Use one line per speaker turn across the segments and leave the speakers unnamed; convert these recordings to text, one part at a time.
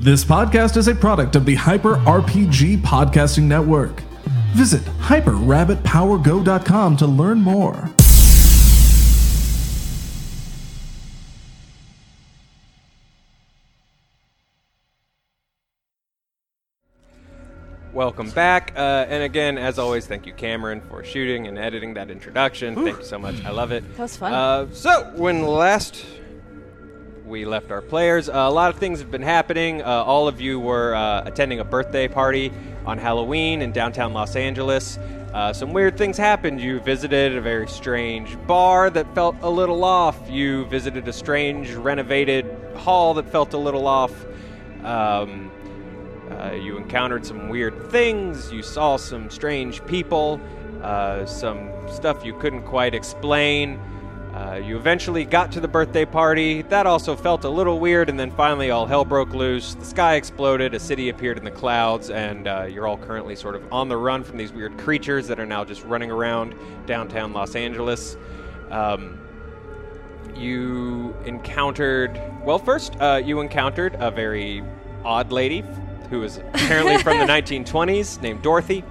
This podcast is a product of the Hyper RPG Podcasting Network. Visit hyperrabbitpowergo.com to learn more.
Welcome back. Uh, and again, as always, thank you, Cameron, for shooting and editing that introduction. Thank you so much. I love it.
That was fun.
Uh, so, when last we left our players, uh, a lot of things have been happening. Uh, all of you were uh, attending a birthday party on Halloween in downtown Los Angeles. Uh, some weird things happened. You visited a very strange bar that felt a little off. You visited a strange renovated hall that felt a little off. Um, uh, you encountered some weird things. You saw some strange people, uh, some stuff you couldn't quite explain. Uh, you eventually got to the birthday party. That also felt a little weird, and then finally, all hell broke loose. The sky exploded, a city appeared in the clouds, and uh, you're all currently sort of on the run from these weird creatures that are now just running around downtown Los Angeles. Um, you encountered well first uh, you encountered a very odd lady who was apparently from the 1920s named dorothy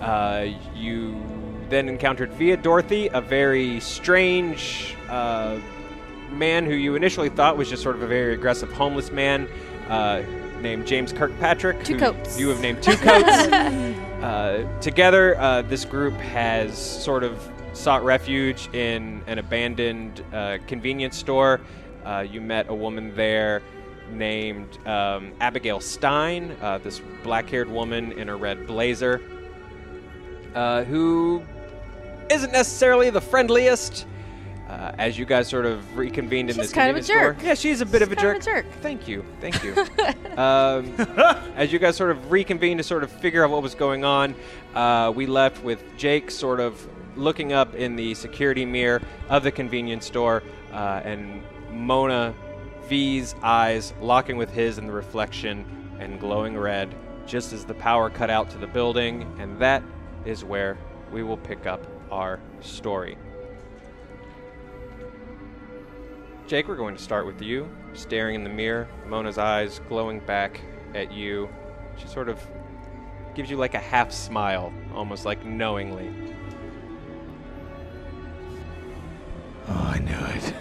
uh, you then encountered via dorothy a very strange uh, man who you initially thought was just sort of a very aggressive homeless man uh, named james kirkpatrick
Two
who
Coats.
you have named two coats Uh, together, uh, this group has sort of sought refuge in an abandoned uh, convenience store. Uh, you met a woman there named um, Abigail Stein, uh, this black haired woman in a red blazer, uh, who isn't necessarily the friendliest. Uh, as you guys sort of reconvened in
She's
this
kind of a
convenience store.
jerk.
yeah, she's a bit of a
kind
jerk.
of a jerk.
Thank you, thank you. um, as you guys sort of reconvene to sort of figure out what was going on, uh, we left with Jake sort of looking up in the security mirror of the convenience store, uh, and Mona V's eyes locking with his in the reflection and glowing red, just as the power cut out to the building, and that is where we will pick up our story. Jake, we're going to start with you, staring in the mirror, Mona's eyes glowing back at you. She sort of gives you like a half smile, almost like knowingly.
Oh, I knew it.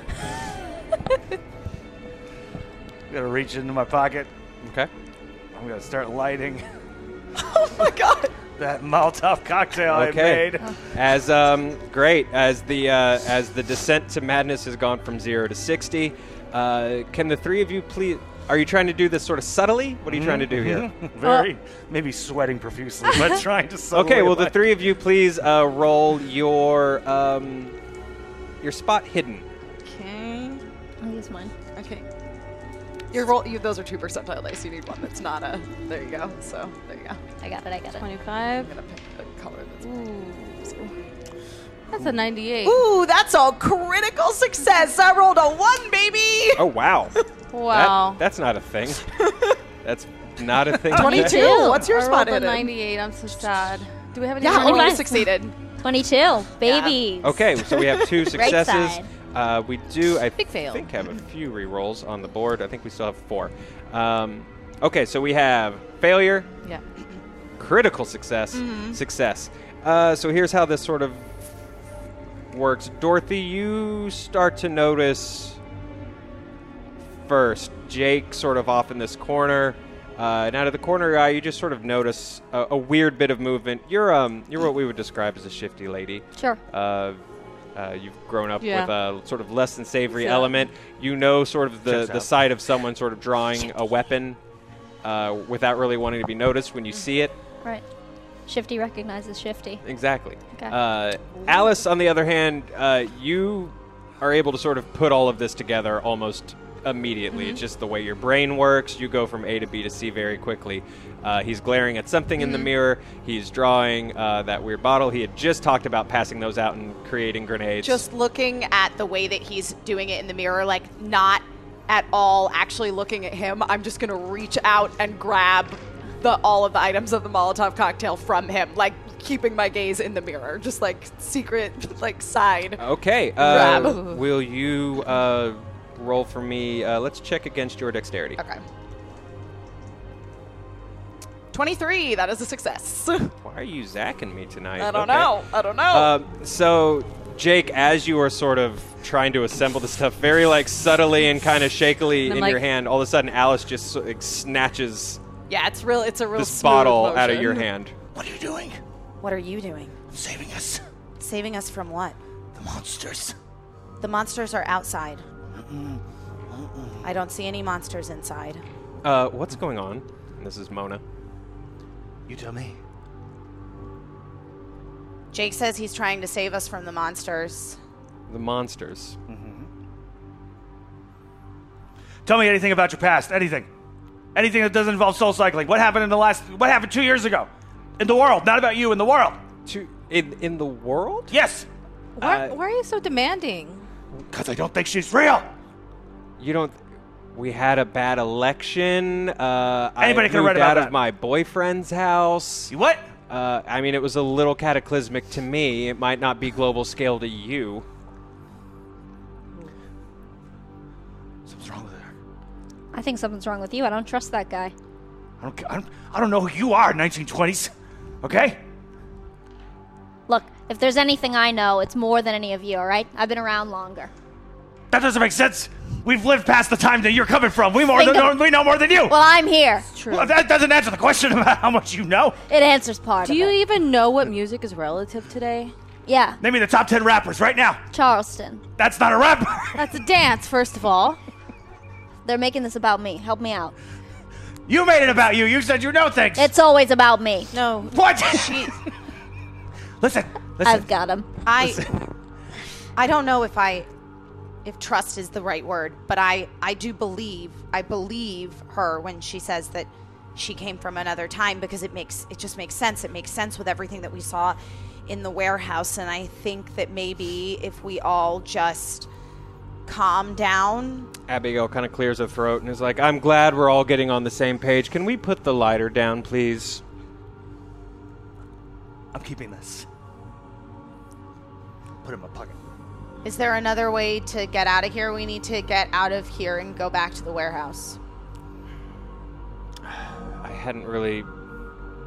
I'm gonna reach into my pocket.
Okay?
I'm gonna start lighting. Oh my god! That Molotov cocktail
Okay.
I made.
As um, great as the uh, as the descent to madness has gone from zero to sixty, uh, can the three of you please? Are you trying to do this sort of subtly? What are you trying to do here?
Very, maybe sweating profusely, but trying to. subtly
okay, well the
light-
three of you please uh, roll your um, your spot hidden.
Okay.
I'll use mine.
Okay. Your roll. You, those are two percentile dice. You need one that's not a. There you go. So there you go.
I got it. I got it.
I'm
25.
gonna pick a color that's.
That's a 98.
Ooh, that's all critical success. I rolled a one, baby.
Oh wow! That-
Wow.
that's not a thing. that's not a thing.
22.
Okay.
What's your
I
spot
rolled a
hidden?
98. I'm so sad. Do we have any?
Yeah,
money?
oh, you
Anyone?
succeeded.
22. Baby.
Okay, so we have two successes.
side.
uh, we do, I
Big fail.
think, have a few rerolls on the board. I think we still have four. Um, okay, so we have failure,
Yeah. Mm-hmm.
critical success, success. Uh, so here's how this sort of works. Dorothy, you start to notice first Jake sort of off in this corner. Uh, and out of the corner of your eye, you just sort of notice a, a weird bit of movement. You're um, you're what we would describe as a shifty lady.
Sure.
Uh, uh, you've grown up
Yeah.
with a sort of less than savory
Yeah.
element. You know, sort of the,
Checks
the
out.
sight of someone sort of drawing a weapon uh, without really wanting to be noticed when you see it.
Right. Shifty recognizes Shifty.
Exactly.
Okay.
Uh, Alice, on the other hand, uh, you are able to sort of put all of this together almost immediately. It's just the way your brain works. You go from A to B to C very quickly. Uh, he's glaring at something in the mirror. He's drawing uh, that weird bottle. He had just talked about passing those out and creating grenades.
Just looking at the way that he's doing it in the mirror, like not at all actually looking at him, I'm just gonna reach out and grab the all of the items of the Molotov cocktail from him, like keeping my gaze in the mirror, just like secret like side.
Okay. Uh,
Rob.
will you uh, roll for me? Uh, let's check against your dexterity.
Okay. 23. That is a success. I
Why are you zacking me tonight?
don't
Okay.
know. I don't know.
Um, so, Jake, as you are sort of trying to assemble the stuff very like subtly and kind of shakily
I'm
in your
like-
hand, all of a sudden Alice just so- like, snatches
yeah, it's real. It's a real
this
smooth
bottle out of
motion.
your hand.
What are you doing?
What are you doing?
I'm saving us.
Saving us from what?
The monsters.
The monsters are outside. I don't see any monsters inside.
Uh, what's going on? And this is Mona.
You tell me.
Jake says he's trying to save us from the monsters.
The monsters.
Mm.
Tell me anything about your past. Anything. Anything that doesn't involve soul cycling. What happened in the last. What happened two years ago? In the world. Not about you, in the world.
To, in in the world?
Yes.
Why,
Uh,
why are you so demanding?
Because I don't think she's real.
You don't. We had a bad election. Uh,
Anybody
I
could've read
moved
about
out of
that.
my boyfriend's house.
You what?
Uh, I mean, it was a little cataclysmic to me. It might not be global scale to you.
Something's wrong with her.
I think something's wrong with you. I don't trust that guy.
I don't, ca- I don't, I don't know who you are, 1920s. Okay?
Look, if there's anything I know, it's more than any of you, all right? I've been around longer.
That doesn't make sense. We've lived past the time that you're coming from. We more
Think
than,
of-
we know more than you.
Well, I'm here.
True.
Well, that doesn't answer the question about how much you know.
It answers part
Do
of
you
it.
even know what music is relative today?
Yeah,
Name me the top 10 rappers right now.
Charleston.
That's not a rapper.
That's a dance, first of all.
They're making this about me. Help me out.
You made it about you. You said you know things.
It's always about me.
No,
what? listen, listen.
I've got him.
I I don't know if I if trust is the right word, but I I do believe I believe her when she says that she came from another time because it makes it just makes sense. It makes sense with everything that we saw in the warehouse and I think that maybe if we all just calm down
Abigail kind of clears her throat and is like, I'm glad we're all getting on the same page. Can we put the lighter down, please?
I'm keeping this. Put it in my pocket.
Is there another way to get out of here? We need to get out of here and go back to the warehouse.
I hadn't really.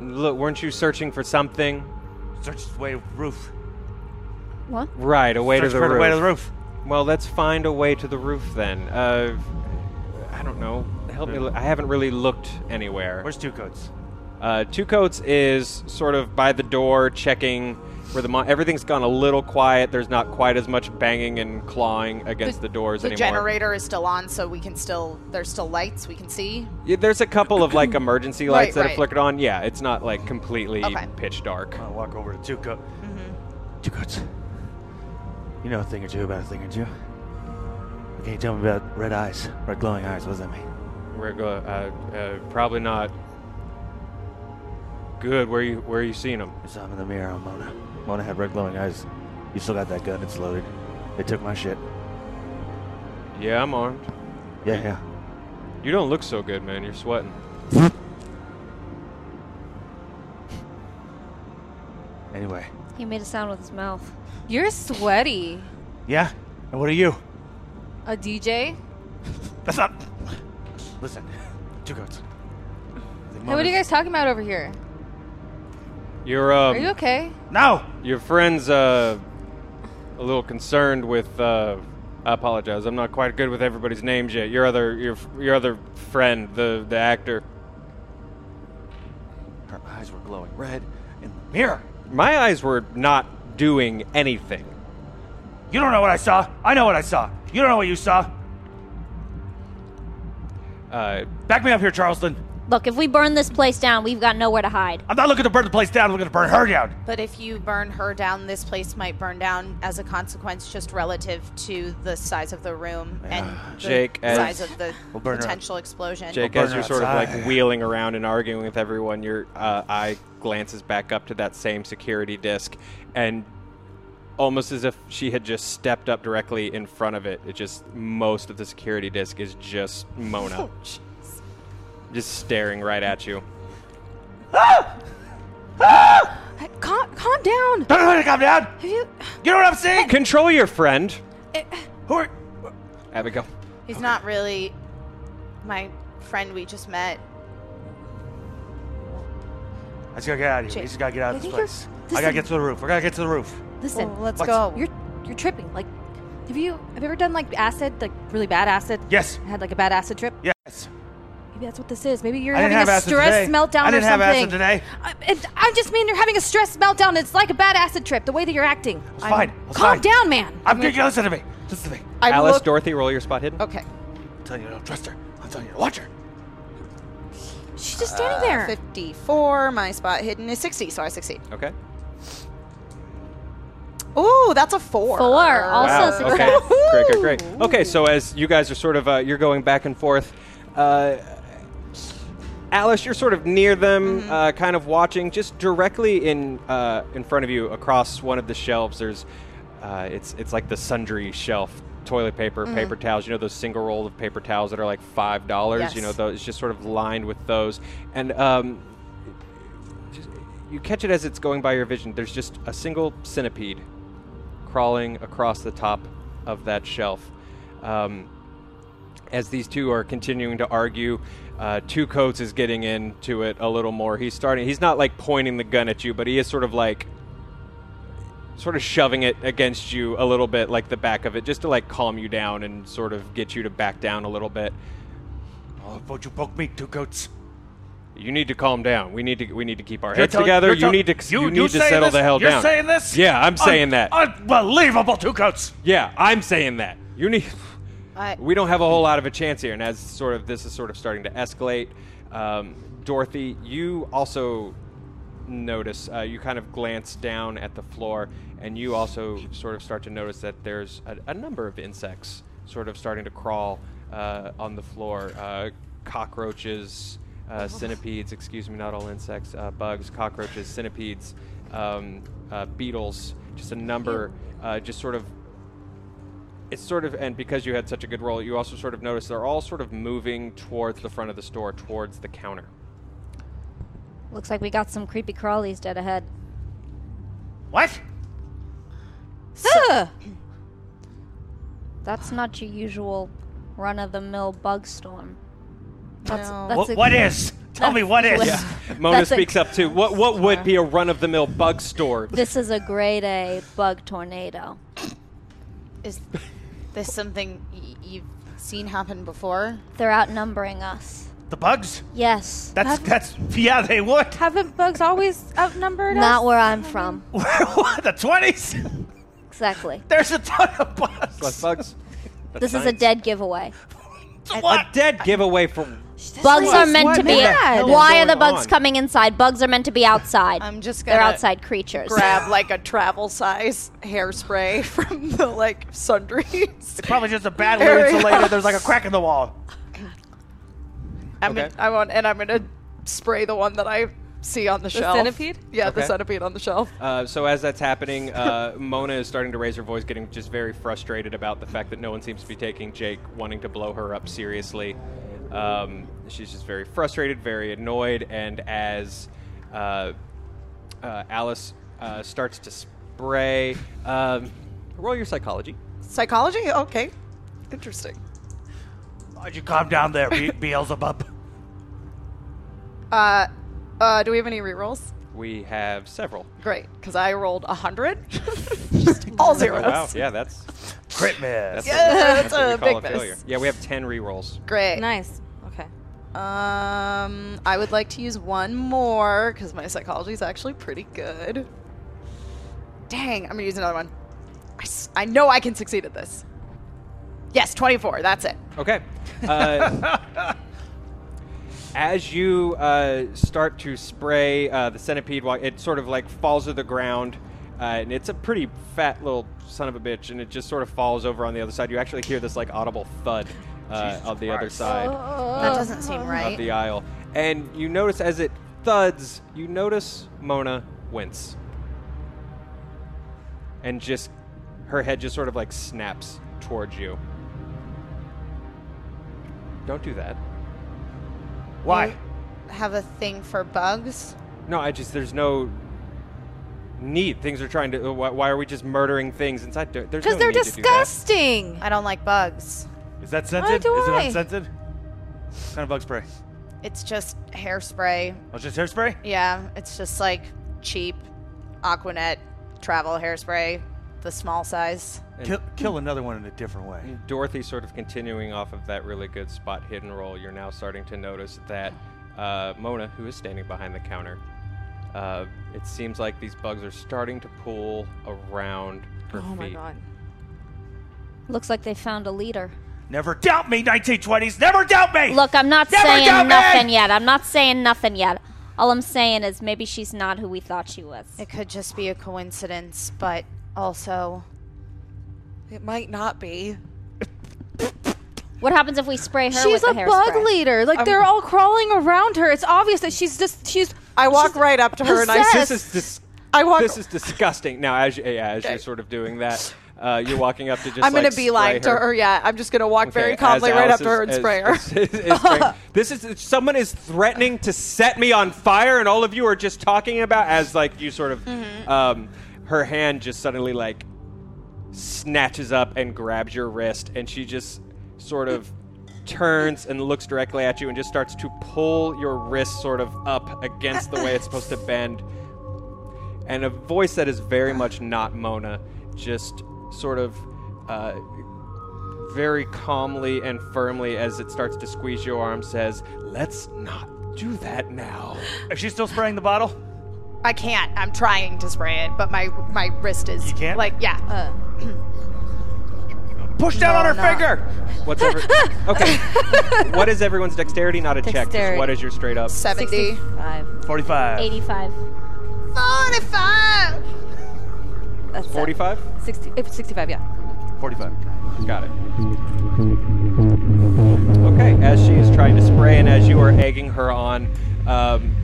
Look, weren't you searching for something?
Search the way roof.
What?
Right, a way to
Search
the
for
roof.
the way to the roof.
Well, let's find a way to the roof then. Uh, I don't know. Help me. Look. I haven't really looked anywhere.
Hmm. Where's two codes?
Uh, Two Coats is sort of by the door checking where the mon- everything's gone a little quiet. There's not quite as much banging and clawing against the, doors
The
anymore.
generator is still on, so we can still. There's still lights we can see.
Yeah, there's a couple of like emergency
Right,
lights that have
right.
flickered on. Yeah, it's not like completely
Okay.
pitch dark.
I'll walk over to two codes.
Mm-hmm.
Two codes. You know a thing or two about a thing or two. Can you tell me about red eyes, red glowing eyes? What does that mean?
We're go- uh, uh, probably not good. Where you where you seeing them?
I saw him in the mirror on Mona. Mona had red glowing eyes. You still got that gun? It's loaded. They took my shit.
Yeah, I'm armed.
Yeah, yeah.
You don't look so good, man. You're sweating.
Anyway.
He made a sound with his mouth.
You're sweaty.
Yeah. And what are you?
A DJ?
That's not. Listen, two coats. I think
Hey, what are you guys
Mona's-
talking about over here?
You're um.
Are you okay?
No.
Your friend's uh, a little concerned with. Uh, I apologize. I'm not quite good with everybody's names yet. Your other, your your other friend, the the actor.
Her eyes were glowing red in the mirror.
My eyes were not doing anything.
You don't know what I saw. I know what I saw. You don't know what you saw.
Uh,
Back me up here, Charleston.
Look, if we burn this place down, we've got nowhere to hide.
I'm not looking to burn the place down. I'm looking to burn her down.
But if you burn her down, this place might burn down as a consequence, just relative to the size of the room and the
Jake, as-
size of the
We'll burn her up.
potential explosion.
Jake,
burn
as you're
her
sort of like
outside.
wheeling around and arguing with everyone, your uh, eye glances back up to that same security disc, and almost as if she had just stepped up directly in front of it. It just most of the security disc is just Mona, just staring right at you.
Hey, Calm, calm down.
Don't let it come down.
Have you?
You know what I'm saying?
Control your friend,
Who are?
Abigail.
He's not really my friend we just met.
I just gotta get out of here. We just gotta get out of this
think you're-
place. I
listen.
gotta get to the roof. I gotta get to the roof.
Listen,
Well, let's
What?
go.
you're you're tripping. Like, have you have you ever done like acid, like really bad acid?
Yes.
Had like a bad acid trip.
Yes.
Maybe that's what this is. Maybe you're
I didn't
having
have
a
acid
stress
today.
meltdown
I didn't
or
have
something.
acid today.
I, it, I just mean you're having a stress meltdown. It's like a bad acid trip. The way that you're acting.
It's fine. It's
Calm
fine.
down, man.
I'm gonna listen to me. Listen to me.
I'm
Alice,
look-
Dorothy, roll your spot
Oh.
hidden.
Okay.
I'm telling you, I don't trust her. I'm telling you, to watch her.
She's just standing there.
54. My spot hidden is 60, so I succeed.
Okay.
Ooh, that's a four.
Four. Also success.
Okay. great, great, great. Okay, so as you guys are sort of uh, you're going back and forth, uh, Alice, you're sort of near them, uh, kind of watching, just directly in uh, in front of you, across one of the shelves. There's uh, it's it's like the sundry shelf. Toilet paper, paper towels, you know, those single roll of paper towels that are like $5, you
Yes.
know, those, it's just sort of lined with those. And um, you catch it as it's going by your vision. There's just a single centipede crawling across the top of that shelf. Um, as these two are continuing to argue, uh, Two Coats is getting into it a little more. He's starting. He's not like pointing the gun at you, but he is sort of like, sort of shoving it against you a little bit, like the back of it, just to like calm you down and sort of get you to back down a little bit.
Oh, won't you poke me, two goats?
You need to calm down. We need to. We need to keep our
You're
heads
tell-
together.
you're
You
tell-
need to. You, need to
saying
settle
this?
the hell
you're
down.
You're saying this?
Yeah, I'm saying
Un-
that.
Unbelievable, two goats.
Yeah, I'm saying that. You need.
I-
we don't have a whole lot of a chance here, and as sort of this is sort of starting to escalate, um, Dorothy, you also notice. Uh, you kind of glance down at the floor, and you also sort of start to notice that there's a, a number of insects sort of starting to crawl uh, on the floor. Uh, cockroaches, uh, centipedes. Excuse me, not all insects. Uh, bugs, cockroaches, centipedes, um, uh, beetles. Just a number. Uh, just sort of it's sort of and because you had such a good roll, you also sort of notice they're all sort of moving towards the front of the store, towards the counter.
Looks like we got some creepy crawlies dead ahead.
What?
Ugh.
That's not your usual run-of-the-mill bug storm. That's,
No.
that's
What,
a-
what is? Tell me what is.
Yeah.
Mona
That's a-
speaks up too. What what would be a run of the mill bug store?
This is a grade A bug tornado.
Is this something y- you've seen happen before?
They're outnumbering us.
The bugs?
Yes.
That's that's yeah, they would.
Haven't bugs always outnumbered
Not
us?
where I'm from.
What, the twenties?
Exactly.
There's a ton of
Less
bugs.
bugs.
This is a dead giveaway.
a dead giveaway for
Bugs are meant
what
to
the
be.
hell is
Why are the
going
bugs
on?
coming inside? Bugs are meant to be outside.
I'm just
They're
gonna
outside creatures.
Grab like a travel size hairspray from the like sundries.
Probably just a badly
Very
insulated. There's like a crack in the wall.
I'm
Okay.
gonna, I want, and I'm gonna spray the one that I see on the, shelf.
centipede?
Yeah, the
Okay.
centipede on the shelf.
Uh, so as that's happening, uh, Mona is starting to raise her voice, getting just very frustrated about the fact that no one seems to be taking Jake wanting to blow her up seriously. Um, she's just very frustrated, very annoyed, and as uh, uh, Alice uh, starts to spray, um, roll your psychology.
Psychology? Okay. Interesting.
Why'd you calm down there, Be- Beelzebub?
Uh, uh, do we have any rerolls?
We have several.
Great, because I rolled 100. Just all zeros.
Oh, Wow, yeah, that's
Crit
that's,
miss.
Yeah, that's
what we
a
call
big
failure.
miss.
Yeah, we have ten rerolls.
Great.
Nice. Okay.
Um, I would like to use one more because my psychology is actually pretty good. Dang, I'm gonna use another one. I, s- I know I can succeed at this. Yes, 24. That's it.
Okay. Uh, as you uh, start to spray uh, the centipede, while it sort of like falls to the ground, uh, and it's a pretty fat little son of a bitch, and it just sort of falls over on the other side. You actually hear this like audible thud uh,
Jesus
on the other
Christ.
side
Oh.
uh,
That doesn't seem
of
right.
the aisle, and you notice as it thuds, you notice Mona wince, and just her head just sort of like snaps towards you. Don't do that.
Why?
Have a thing for bugs?
No, I just there's no need. Things are trying to. uh, Why, why are we just murdering things inside? There- There's
Because
no
they're
need To
disgusting.
I don't like bugs.
Is that
Why
scented?
do
Is it
I?
unscented? What kind of bug spray?
It's just hairspray.
Oh, just hairspray?
Yeah, it's just like cheap Aquanet travel hairspray, the small size.
Kill, kill another one in a different way.
Dorothy, sort of continuing off of that really good spot hidden roll, you're now starting to notice that uh, Mona, who is standing behind the counter, uh, it seems like these bugs are starting to pull around her
Oh
feet.
my god.
Looks like they found a leader.
Never doubt me, 1920s. Never doubt me.
Look, I'm not
Never doubt
saying
me!
nothing yet. I'm not saying nothing yet. All I'm saying is maybe she's not who we thought she was.
It could just be a coincidence, but also
It might not be.
What happens if we spray her
She's
with
a
the hairspray?
bug leader. Like they're all crawling around her. It's obvious that she's just she's.
I walk right up to her and I
possessed.
say,
This is dis-
I walk-
This is disgusting. Now, as you, yeah, as you're sort of doing that, uh, you're walking up to just. like,
I'm gonna be
spray
lying to her. Yeah, I'm just gonna walk
Okay,
very
as
calmly right
Alice
up to her and
is-
spray her.
is- is- is spraying- this is someone is threatening to set me on fire, and all of you are just talking about as like you sort of,
Mm-hmm.
um, her hand just suddenly like snatches up and grabs your wrist, and she just sort of turns and looks directly at you and just starts to pull your wrist sort of up against the way it's supposed to bend and a voice that is very much not Mona, just sort of uh, very calmly and firmly as it starts to squeeze your arm says, Let's not do that now.
Is she still spraying the bottle?
I can't. I'm trying to spray it, but my my wrist is
You can't?
like yeah. uh,
Push down on her
no.
finger.
What's ever- okay. What is everyone's dexterity? Not a check. Just
Dexterity.
what is your straight up?
70.
65.
45.
85.
45.
That's it.
45?
60, eh, 65, yeah.
45.
Got it. Okay, as she is trying to spray and as you are egging her on, um,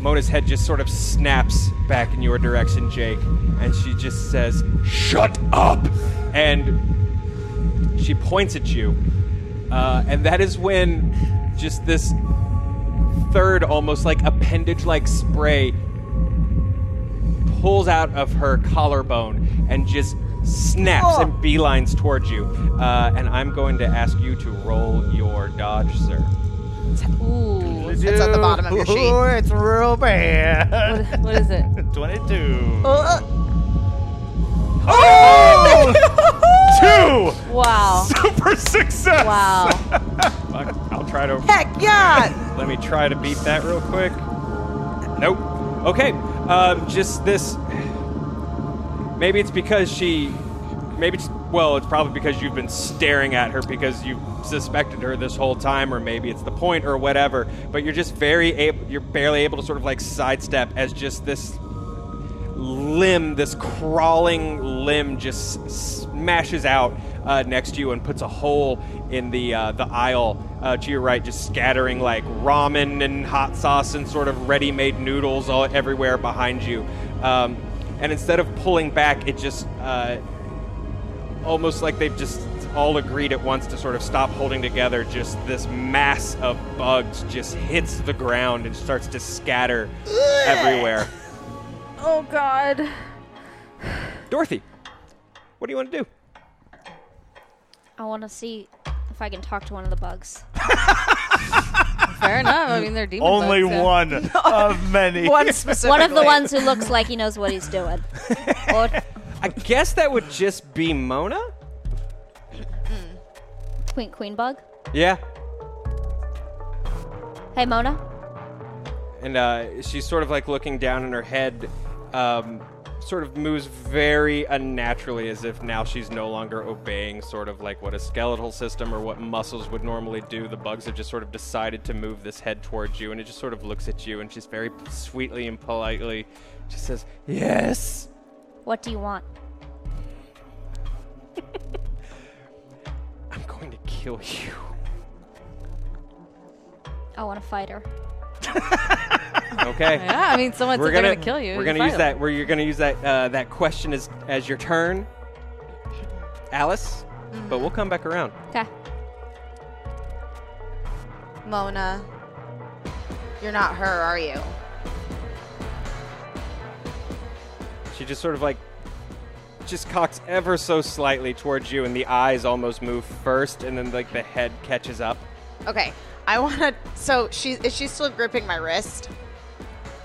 Mona's head just sort of snaps back in your direction, Jake, and she just says, Shut up! And she points at you. Uh, and that is when just this third, almost like appendage like spray pulls out of her collarbone and just snaps and beelines towards you. Uh, and I'm going to ask you to roll your dodge, sir.
Ooh.
It's
at the bottom of your sheet.
it's real bad.
What, what is it?
22. Oh! Two!
Wow.
Super success!
Wow.
Fuck, I'll try to.
Heck yeah!
Let me try to beat that real quick. Nope. Okay. Um, just this. Maybe it's because she. Maybe it's. Well, it's probably because you've been staring at her because you suspected her this whole time, or maybe it's the point or whatever. But you're just very able. You're barely able to sort of like sidestep as just this limb, this crawling limb, just smashes out uh, next to you and puts a hole in the uh, the aisle uh, to your right, just scattering like ramen and hot sauce and sort of ready-made noodles all everywhere behind you. Um, and instead of pulling back, it just uh, almost like they've just all agreed at once to sort of stop holding together just this mass of bugs just hits the ground and starts to scatter everywhere
Oh, God.
Dorothy, what do you want to do?
I want to see if I can talk to one of the bugs.
Fair enough. I mean, they're demon
Only
bugs, yeah.
one of many.
One specifically.
One of the ones who looks like he knows what he's doing. Or
I guess that would just be Mona.
Queen Queen Bug.
Yeah,
Hey Mona.
and uh, she's sort of like looking down, and her head um, sort of moves very unnaturally, as if now she's no longer obeying sort of like what a skeletal system or what muscles would normally do. The bugs have just sort of decided to move this head towards you, and it just sort of looks at you, and she's very sweetly and politely just says, "Yes."
What do you want?
I'm going to kill you.
I want to fight her.
Okay.
Yeah, I mean, someone said
we're
they're
gonna,
going to kill you.
We're
You
gonna
fight
use
them.
that. Where you're gonna use that uh, that question as as your turn, Alice.
Mm-hmm.
But we'll come back around.
Okay.
Mona. You're not her, are you?
She just sort of like just cocks ever so slightly towards you, and the eyes almost move first, and then like the head catches up.
Okay.
I want to. So she is she still gripping my wrist?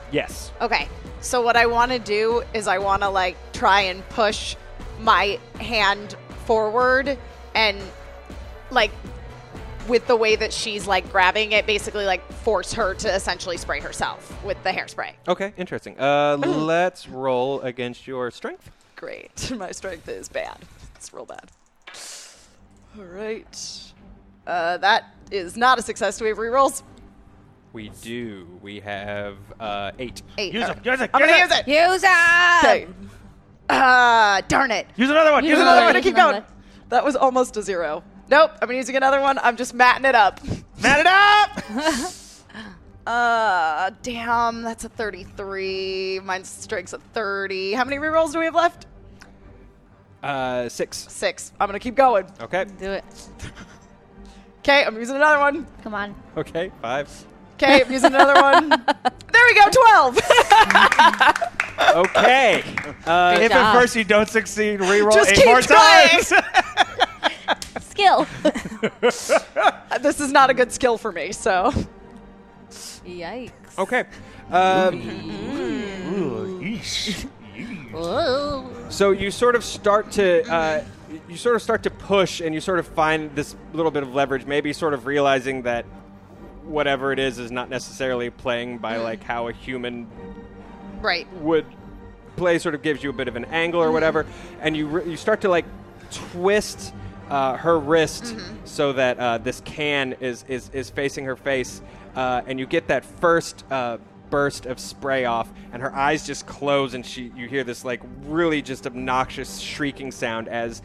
Yes.
Okay. So what I want to do is I want to like try and push my hand forward and like with the way that she's like grabbing it, basically like force her to essentially spray herself with the hairspray.
Oh.
Okay, interesting. Uh, let's roll against your strength.
Great. My strength is bad. It's real bad. All right. Uh, that is not a success. Do we have rerolls?
We do. We have uh, eight.
Eight.
Use
All
them.
right.
Use it.
I'm
Use
gonna
it.
use it.
Use
Okay. Ah, darn it.
Use another one. Use
Use
another one.
another one to
use
keep
another.
going. That was almost a zero. Nope, I'm gonna using another one. I'm just matting it up. Mat it up! uh, damn, that's a 33. Mine strikes a 30. How many rerolls do we have left?
Uh, six.
Six. I'm gonna keep going.
Okay.
Do it.
Okay, I'm using another one.
Come on.
Okay. Five.
Okay, I'm using another one. There we go, 12!
Okay. Uh,
Good
If
job.
at first you don't succeed, reroll
Just
eight
keep
more
trying.
times.
Skill.
this is not a good skill for me, so.
Yikes.
okay. Um,
Ooh, yeesh.
Whoa.
So you sort of start to uh, you sort of start to push, and you sort of find this little bit of leverage. Maybe sort of realizing that whatever it is is not necessarily playing by like how a human
Right.
would play. Sort of gives you a bit of an angle or whatever, and you re- you start to like twist. Uh, her wrist so that uh, this can is, is, is facing her face uh, and you get that first uh, burst of spray off and her eyes just close and she you hear this like really just obnoxious shrieking sound as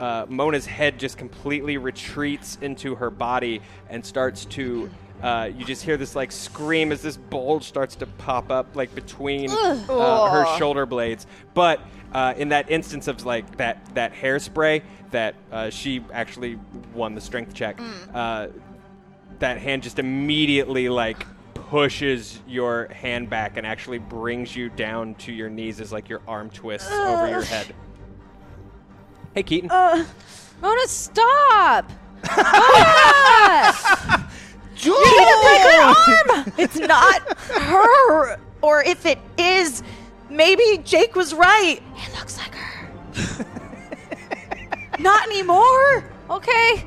uh, Mona's head just completely retreats into her body and starts to. Uh, you just hear this like scream as this bulge starts to pop up like between uh, her shoulder blades. But uh, in that instance of like that that hairspray, that uh, she actually won the strength check. Uh, that hand just immediately like pushes your hand back and actually brings you down to your knees as like your arm twists over your head. Hey Keaton.
Mona, stop! Mona!
It's not her. Or if it is, maybe Jake was right.
it looks like her.
Not anymore.
Okay.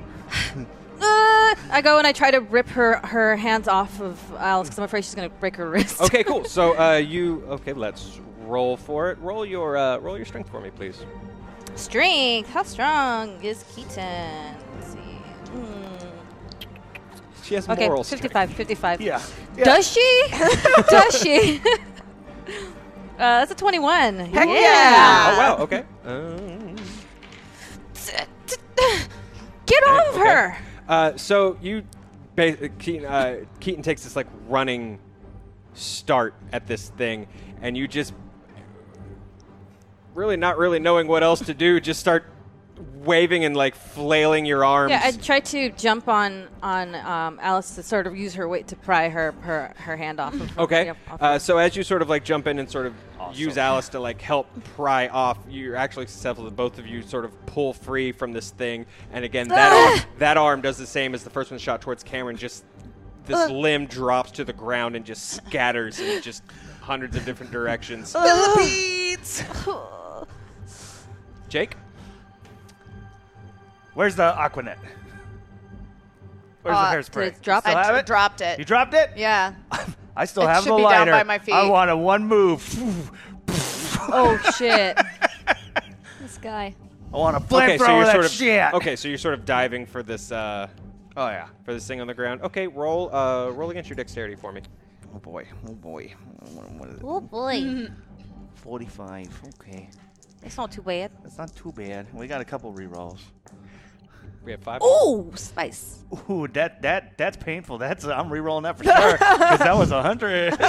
Uh, I go and I try to rip her her hands off of Alice because I'm afraid she's gonna break her wrist.
okay, cool. So uh, you okay? Let's roll for it. Roll your uh, roll your strength for me, please.
Strength. How strong is Keaton? Let's see. Mm.
She has
Okay,
moral
55, 55.
Yeah.
Does she? Does she? uh, that's a 21. Heck
strength.
yeah.
Oh wow. Okay. Um,
Get off
okay.
her!
Uh, so you, ba- Keaton, uh, Keaton takes this like running start at this thing, and you just really not really knowing what else to do, just start waving and like flailing your arms.
Yeah, I tried to jump on on um, Alice to sort of use her weight to pry her her, her hand off of her.
Okay.
yep, off
uh,
her.
so as you sort of like jump in and sort of use Alice to like help pry off, you're actually successful. that Both of you sort of pull free from this thing, and again that arm, that arm does the same as the first one shot towards Cameron. Just this limb drops to the ground and just scatters in just hundreds of different directions.
Ah!
Philippines.
Jake,
Where's the Aquanet? Where's
Uh,
the hairspray?
it's dropped.
You still
I
have
dr-
it?
dropped it.
You dropped it?
yeah.
I still
It
have
should
the
be down
lighter.
by my feet.
I want a one move.
oh shit!
This guy.
I want a flamethrower that
sort of
shit.
okay, so you're sort of diving for this uh,
Oh yeah.
for this thing on the ground. Okay, roll uh, roll against your dexterity for me.
Oh boy. Oh boy. What- what is it?
Oh boy.
Forty-five. Okay.
It's not too bad.
That's not too bad. We got a couple rerolls.
We have five.
Oh, spice.
Ooh, that that that's painful. That's uh, I'm rerolling that for sure because that was a hundred.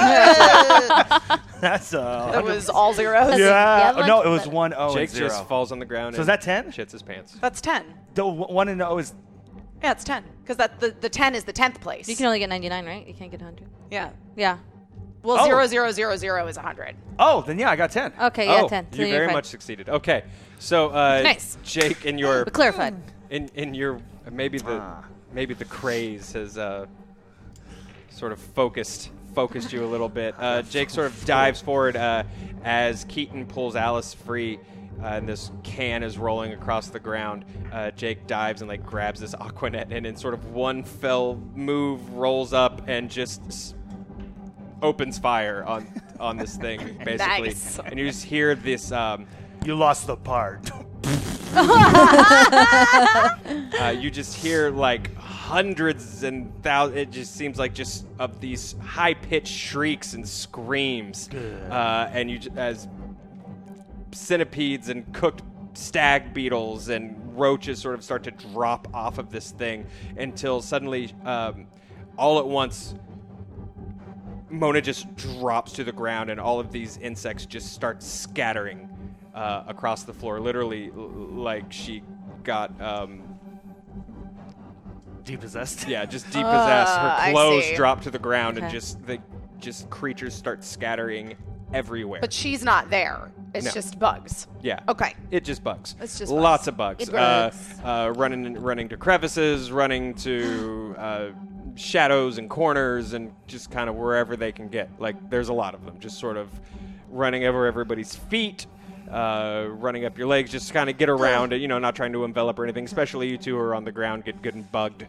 that's
That
a
was all zeros.
That's-
yeah.
yeah, much
no, it was
better.
one oh and
Jake
zero.
just falls on the ground.
So is
and
that 10?
Shits his pants.
That's 10.
The w- one and oh is
Yeah, it's 10. Because the, the 10 is the 10th place.
You can only get 99, right? You can't get 100.
yeah.
Yeah.
Well,
Oh.
zero zero zero zero is 100.
oh then yeah I got ten.
Okay. Yeah,
oh,
10. So
you
you're
very
fine.
much succeeded. Okay, so uh,
Nice.
Jake, in your
We clarified.
in in your maybe the maybe the craze has uh, sort of focused focused you a little bit. Uh, Jake sort of dives forward uh, as Keaton pulls Alice free. Uh, and this can is rolling across the ground. Uh, Jake dives and like grabs this aquanet, and in sort of one fell move, rolls up and just s- opens fire on on this thing, basically.
Nice.
And you just hear this um,
You lost the part.
uh, you just hear like hundreds and thousands. It just seems like just of these high pitched shrieks and screams, uh, and you j- as centipedes and cooked stag beetles and roaches sort of start to drop off of this thing until suddenly, um, all at once, Mona just drops to the ground, and all of these insects just start scattering uh, across the floor, literally l- like she got, um,
Depossessed.
yeah, just depossessed. Her
Ah, I
clothes
see.
drop to the ground, and
Okay.
just the just creatures start scattering everywhere.
But she's not there. It's
No.
just bugs.
yeah.
Okay.
It just bugs.
It's just
lots
bugs.
of bugs.
It bugs.
Uh, uh, running, running to crevices, running to uh, shadows and corners, and just kind of wherever they can get. Like there's a lot of them, just sort of running over everybody's feet, uh, running up your legs, just kind of get around. it, You know, not trying to envelop or anything. Especially you two who are on the ground, get good and bugged.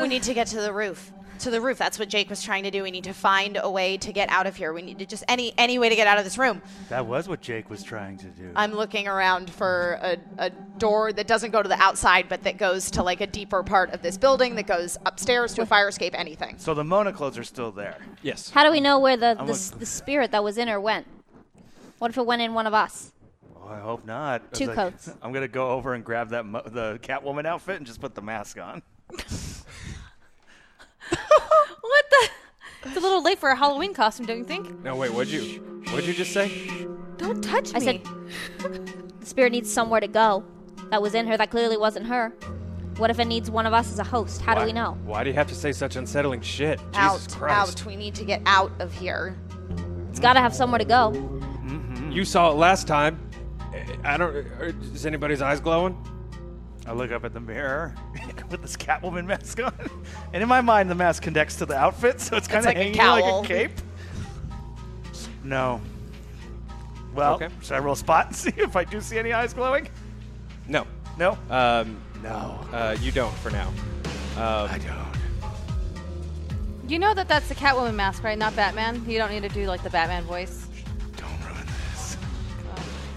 We need to get to the roof. To the roof. That's what Jake was trying to do. We need to find a way to get out of here. We need to just any any way to get out of this room.
That was what Jake was trying to do.
I'm looking around for a, a door that doesn't go to the outside, but that goes to like a deeper part of this building that goes upstairs to a fire escape, anything.
so the monoclothes are still there.
Yes.
How do we know where the, the,
I'm
s- the spirit that was in her went? What if it went in one of us?
Oh, I hope not. It's
Two coats.
I'm gonna go over and grab that mo- the Catwoman outfit and just put the mask on.
What the? It's a little late for a Halloween costume, don't you think?
No, wait. What'd you? What'd you just say?
Don't touch
I
me.
said the spirit needs somewhere to go that was in her that clearly wasn't her. What if it needs one of us as a host? How do we know?
Why do you have to say such unsettling shit? Jesus
out,
Christ.
out. We need to get out of here.
It's got to have somewhere to go.
Hmm. You saw it last time. I don't. Are, is anybody's eyes glowing?
I look up at the mirror with this Catwoman mask on, and in my mind the mask connects to the outfit, so it's kind of
like a
hanging like
cowl.
a cape. No. Well,
Okay.
should I roll spot and see if I do see any eyes glowing?
No.
No.
Um,
no.
uh, you don't for now.
I don't.
you know that that's the Catwoman mask, right? Not Batman. You don't need to do like the Batman voice.
Don't ruin this.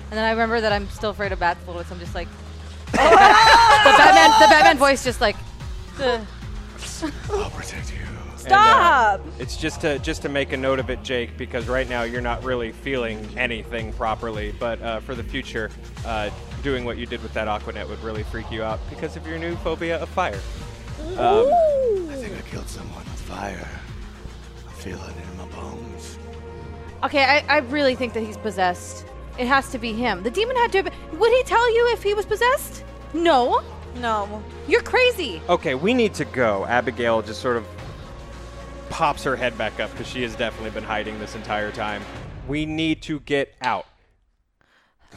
And then I remember that I'm still afraid of bats a little bit, so I'm just like, the Batman, the Batman voice, just like, "Ugh."
I'll protect you.
Stop! it's just to just to make a note of it, Jake, because right now you're not really feeling anything properly. But uh, for the future, uh, doing what you did with that Aquanet would really freak you out because of your new phobia of fire.
I think I killed someone with fire. I feel it in my bones.
okay, I, I really think that he's possessed. It has to be him. The demon had to. Have, would he tell you if he was possessed? No,
No.
you're crazy.
Okay, we need to go. Abigail just sort of pops her head back up because she has definitely been hiding this entire time. We need to get out.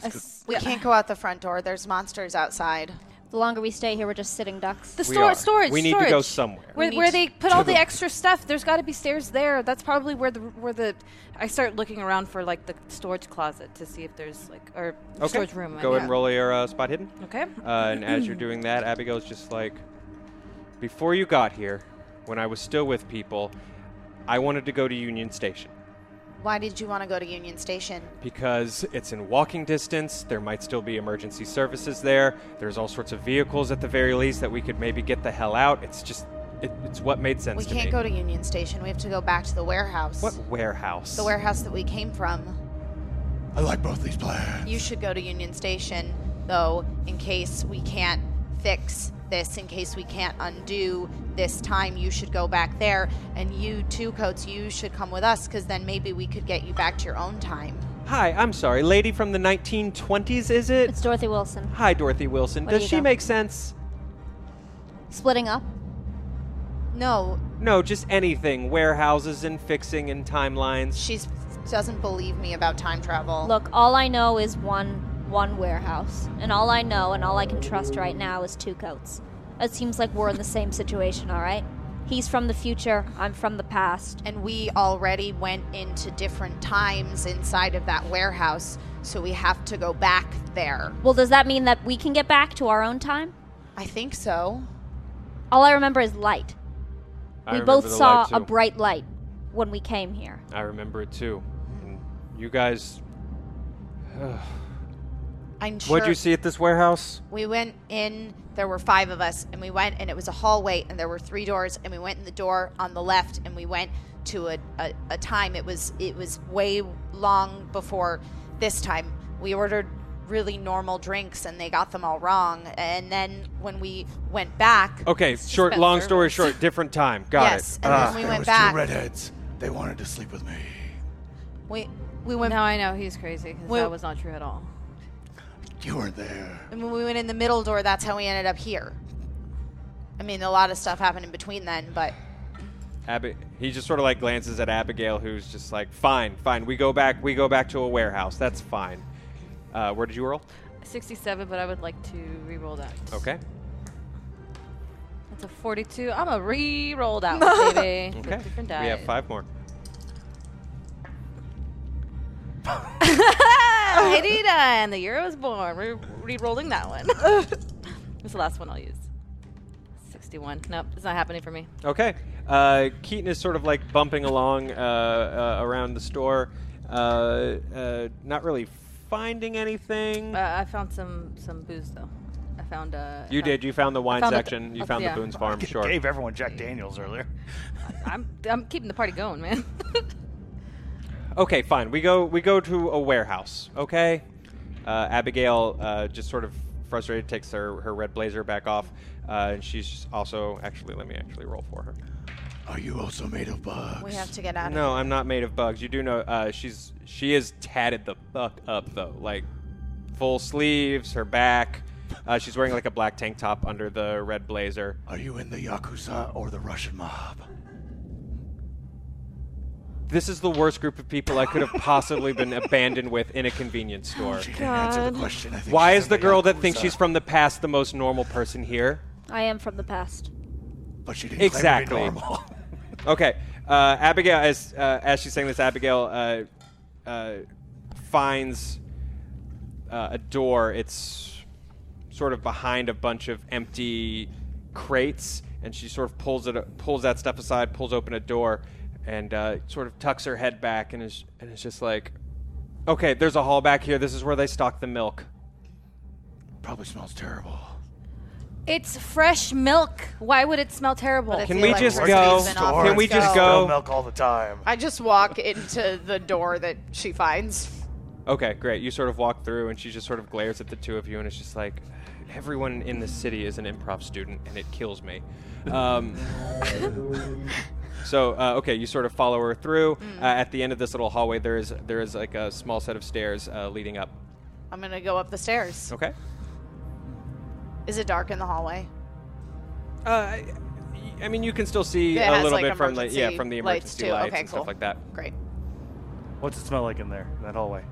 I s-
We can't go out the front door. There's monsters outside.
The longer we stay here, we're just sitting ducks.
The
We
store,
are.
storage.
We need to go
storage.
somewhere.
Where,
We
where
need
they put all the extra stuff. There's got to be stairs there. That's probably where the where the. I start looking around for like the storage closet to see if there's like or storage room. I
Go
mean.
ahead and roll your uh, spot hidden.
Okay.
Uh, and as you're doing that, Abigail's just like, before you got here, when I was still with people, I wanted to go to Union Station
Why did you want to go to Union Station?
because it's in walking distance. There might still be emergency services there. There's all sorts of vehicles at the very least that we could maybe get the hell out. It's just, it, it's what made sense
We
to
can't
me.
go to Union Station. We have to go back to the warehouse.
what warehouse?
The warehouse that we came from.
I like both these plans.
You should go to Union Station, though, in case we can't fix this, in case we can't undo this time. You should go back there. And you, Two Coats, you should come with us, because then maybe we could get you back to your own time.
Hi, I'm sorry. Lady from the 1920s, is it?
It's Dorothy Wilson.
Hi, Dorothy Wilson.
What do
Does
you
she
go?
make sense?
Splitting up.
No,
No, just anything. Warehouses and fixing and timelines.
she doesn't believe me about time travel.
Look, all I know is one one warehouse, and all I know and all I can trust right now is two coats. It seems like we're in the same situation, all right? He's from the future. I'm from the past.
and we already went into different times inside of that warehouse, so we have to go back there.
Well, does that mean that we can get back to our own time?
I think so.
All I remember is light.
I
we
remember
both
the
saw
light,
a
too.
bright light when we came here.
I remember it too. And
Mm-hmm.
you guys,
I'm sure.
what'd you see at this warehouse?
We went in. There were five of us, and we went, and it was a hallway, and there were three doors, and we went in the door on the left, and we went to a, a, a time. It was it was way long before this time. We ordered really normal drinks, and they got them all wrong. And then when we went back,
Okay, short.
about
Long story
servers.
short, different time. Oh, Got
yes,
it.
and
Ah.
then we
There
went
was
back.
two redheads. They wanted to sleep with me.
we we went
Now I know he's crazy because
Well-
that was not true at all.
You weren't there.
And when we went in the middle door, that's how we ended up here. I mean, a lot of stuff happened in between then, but
Ab- he just sort of like glances at Abigail, who's just like, "Fine, fine. We go back. We go back to a warehouse. That's fine." Uh, where did you roll?
67, but I would like to re-roll that.
Okay.
That's a 42. I'm a re-roll that one, baby.
Okay.
With different
We have
dice.
five more.
Anita and the year I was born. We're re-rolling that one. It's the last one I'll use. 61. Nope, it's not happening for me.
Okay. Uh, Keaton is sort of like bumping along uh, uh, around the store, uh, uh, not really finding anything.
Uh, I found some some booze though. I found uh. I
you
found-
did. You found the wine
found the-
section. you found
yeah.
the Boone's Farm. Sure.
Gave everyone Jack Daniels earlier.
I'm I'm keeping the party going, man.
Okay, fine. We go we go to a warehouse. Okay. Uh, Abigail uh, just sort of frustrated takes her, her red blazer back off, uh, and she's also actually let me actually roll for her.
Are you also made of bugs?
we have to get out of
No, I'm not made of bugs. You do know uh, she's she is tatted the fuck up though, like full sleeves, her back. Uh, she's wearing like a black tank top under the red blazer.
Are you in the Yakuza or the Russian mob?
This is the worst group of people I could have possibly been abandoned with in a convenience store.
She didn't answer the question. I think
Why
she's
is
in
the girl that thinks
Yakuza.
she's from the past the most normal person here?
I am from the past.
But she didn't
Exactly.
claim to be normal.
Okay, uh, Abigail. As uh, as she's saying this, Abigail uh, uh, finds uh, a door. It's sort of behind a bunch of empty crates, and she sort of pulls it, pulls that stuff aside, pulls open a door, and uh, sort of tucks her head back, and is and is just like, "Okay, there's a hall back here. This is where they stock the milk."
Probably smells terrible.
it's fresh milk. Why would it smell terrible?
But
Can
feel
we
like
just
we're
go?
sleeping off
Can we
let's
just
go.
go?
milk all the time.
I just walk into the door that she finds.
Okay, great. You sort of walk through, and she just sort of glares at the two of you, and it's just like, everyone in this city is an improv student, and it kills me. Um, so, uh, okay, you sort of follow her through.
Mm.
Uh, at the end of this little hallway, there is there is like a small set of stairs uh, leading up.
I'm gonna go up the stairs.
Okay.
Is it dark in the hallway?
Uh, I, I mean, you can still see
It
a
has,
little
like,
bit from the yeah
emergency
from the
lights,
emergency
too.
lights,
Okay,
and
cool.
stuff like that.
Great.
What's it smell like in there, in that hallway?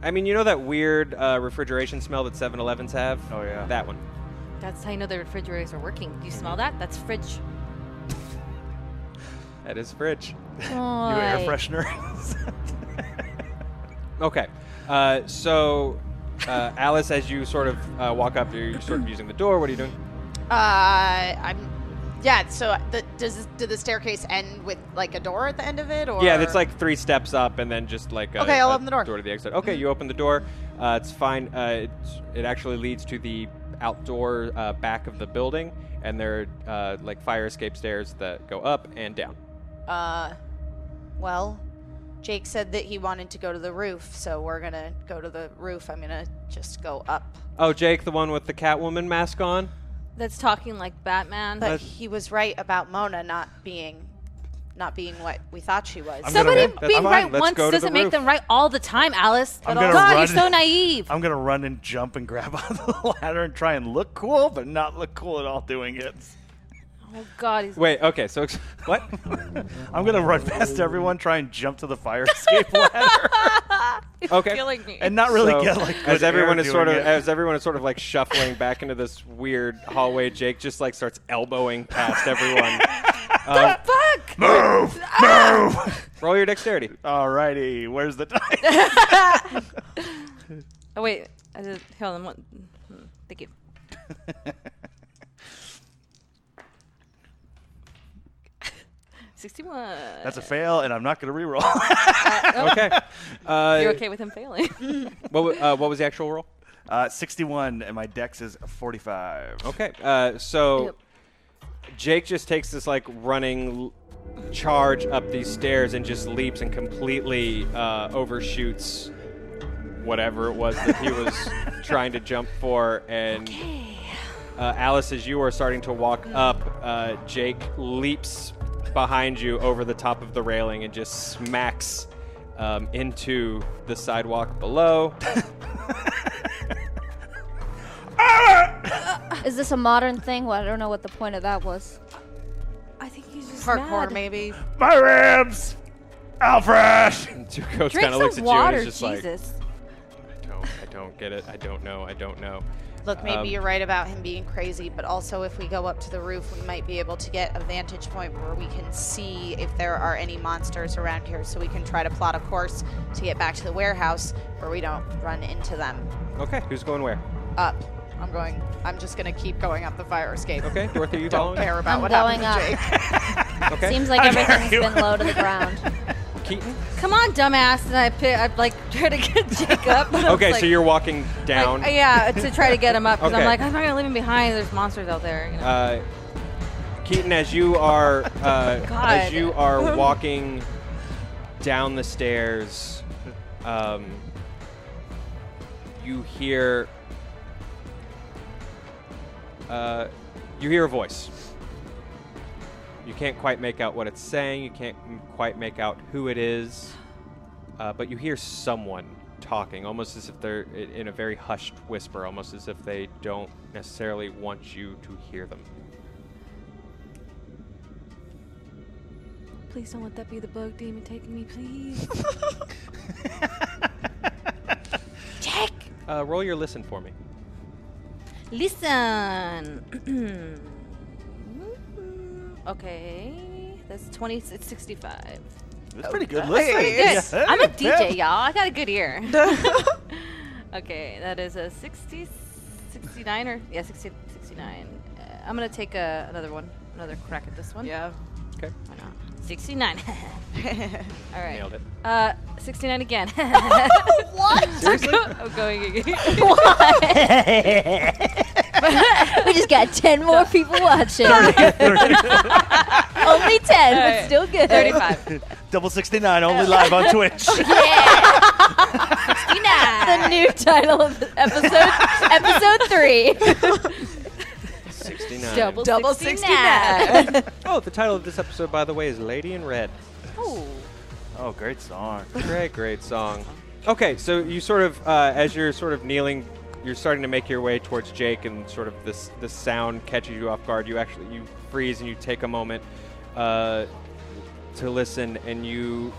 I mean, you know that weird uh, refrigeration smell that 7-Elevens have.
Oh, yeah.
that one.
That's how you know the refrigerators are working. Do you smell that? That's fridge.
That is fridge.
You air
Boy.
freshener.
Okay. Uh, so, uh, Alice, as you sort of uh, walk up, you're sort of using the door. What are you doing?
Uh, I'm. Yeah. So the, does this- did the staircase end with like a door at the end of it? Or
Yeah, it's like three steps up, and then just like a,
Okay, I'll
a
open the door.
Door to the exit. Okay, you open the door. Uh, it's fine. Uh, it's, it actually leads to the outdoor uh, back of the building, and there are uh, like fire escape stairs that go up and down.
Uh, well, Jake said that he wanted to go to the roof, so we're gonna go to the roof. I'm gonna just go up.
Oh, Jake, the one with the Catwoman mask on.
That's talking like Batman.
But he was right about Mona not being, not being what we thought she was.
I'm
Somebody
gonna-
that's
being
fine.
right
Let's
once
go to the
doesn't make
roof.
them right all the time, Alice. Oh
I'm gonna
God,
run-
you're so naive.
I'm gonna run and jump and grab onto the ladder and try and look cool, but not look cool at all doing it.
oh God, he's
Wait. Okay. So ex- what?
I'm gonna run past everyone, try and jump to the fire escape ladder,
Okay.
killing me.
and not really
So,
get like good
as everyone
air
is sort of
doing it.
as everyone is sort of like shuffling back into this weird hallway. Jake just like starts elbowing past everyone, Uh,
the fuck?
Move! Move!
Roll your dexterity.
Alrighty, where's the die?
Oh wait, I did, hold on. One. hmm, Thank you. Sixty-one.
That's a fail, and I'm not going to reroll.
Okay. Uh,
You're okay with him failing?
what, wa- uh, what was the actual roll?
uh, 61, and my dex is 45.
Okay. Uh, so Jake just takes this like running l- charge up these stairs and just leaps and completely uh, overshoots whatever it was that he was trying to jump for. And uh, Alice, as you are starting to walk
Mm.
up, uh, Jake leaps behind you over the top of the railing and just smacks um, into the sidewalk below.
Is this a modern thing? Well, I don't know what the point of that was.
I think he's just
Parkour,
mad.
maybe.
My ribs! Alfred!
And Tuco
Drink
kind of looks
some
at
water,
you and is just like,
Jesus.
I don't, I don't get it. I don't know. I don't know.
Look, maybe
Um,
you're right about him being crazy, but also if we go up to the roof, we might be able to get a vantage point where we can see if there are any monsters around here so we can try to plot a course to get back to the warehouse where we don't run into them.
Okay, who's going where?
Up. I'm going. I'm just gonna keep going up the fire escape.
Okay, Dorothy, are you
Don't
following?
care about
I'm
what
going
happened to Jake.
Okay.
Seems like everything's been low to the ground.
Keaton.
Come on, dumbass! And I pick, I like try to get Jake up. but I was
Okay,
like-
so you're walking down.
Like, yeah, to try to get him up because
Okay.
I'm like, I'm not gonna leave him behind. There's monsters out there. You know?
Uh, Keaton, as you are uh,
God.
as you are walking down the stairs, um, you hear uh, you hear a voice. You can't quite make out what it's saying. You can't m- quite make out who it is, uh, but you hear someone talking, almost as if they're i- in a very hushed whisper, almost as if they don't necessarily want you to hear them.
please don't let that be the bug demon taking me, please.
Uh, roll your listen for me.
Listen. okay, that's twenty. It's sixty-five.
That's pretty good
Good.
listening. Yeah.
I'm a
Hey,
DJ,
man.
y'all. I got a good ear. okay, that is a 60, 69 or yeah, 60, 69. Uh, I'm gonna take a, another one, another crack at this one.
Yeah.
Okay,
Why not? 69. All right.
nailed it.
Uh, 69 again. what? Seriously? I'm going again.
we just got 10 more people watching. Only 10, but
Alright.
still good.
35.
Double 69, only live on Twitch.
The new title of the episode, episode 3.
69.
Double 69.
Oh, the title of this episode, by the way, is Lady in Red.
oh, great song.
Great, great song. Okay, so you sort of, uh, as you're sort of kneeling, you're starting to make your way towards Jake, and sort of this this sound catches you off guard. You actually you freeze and you take a moment uh, to listen, and you.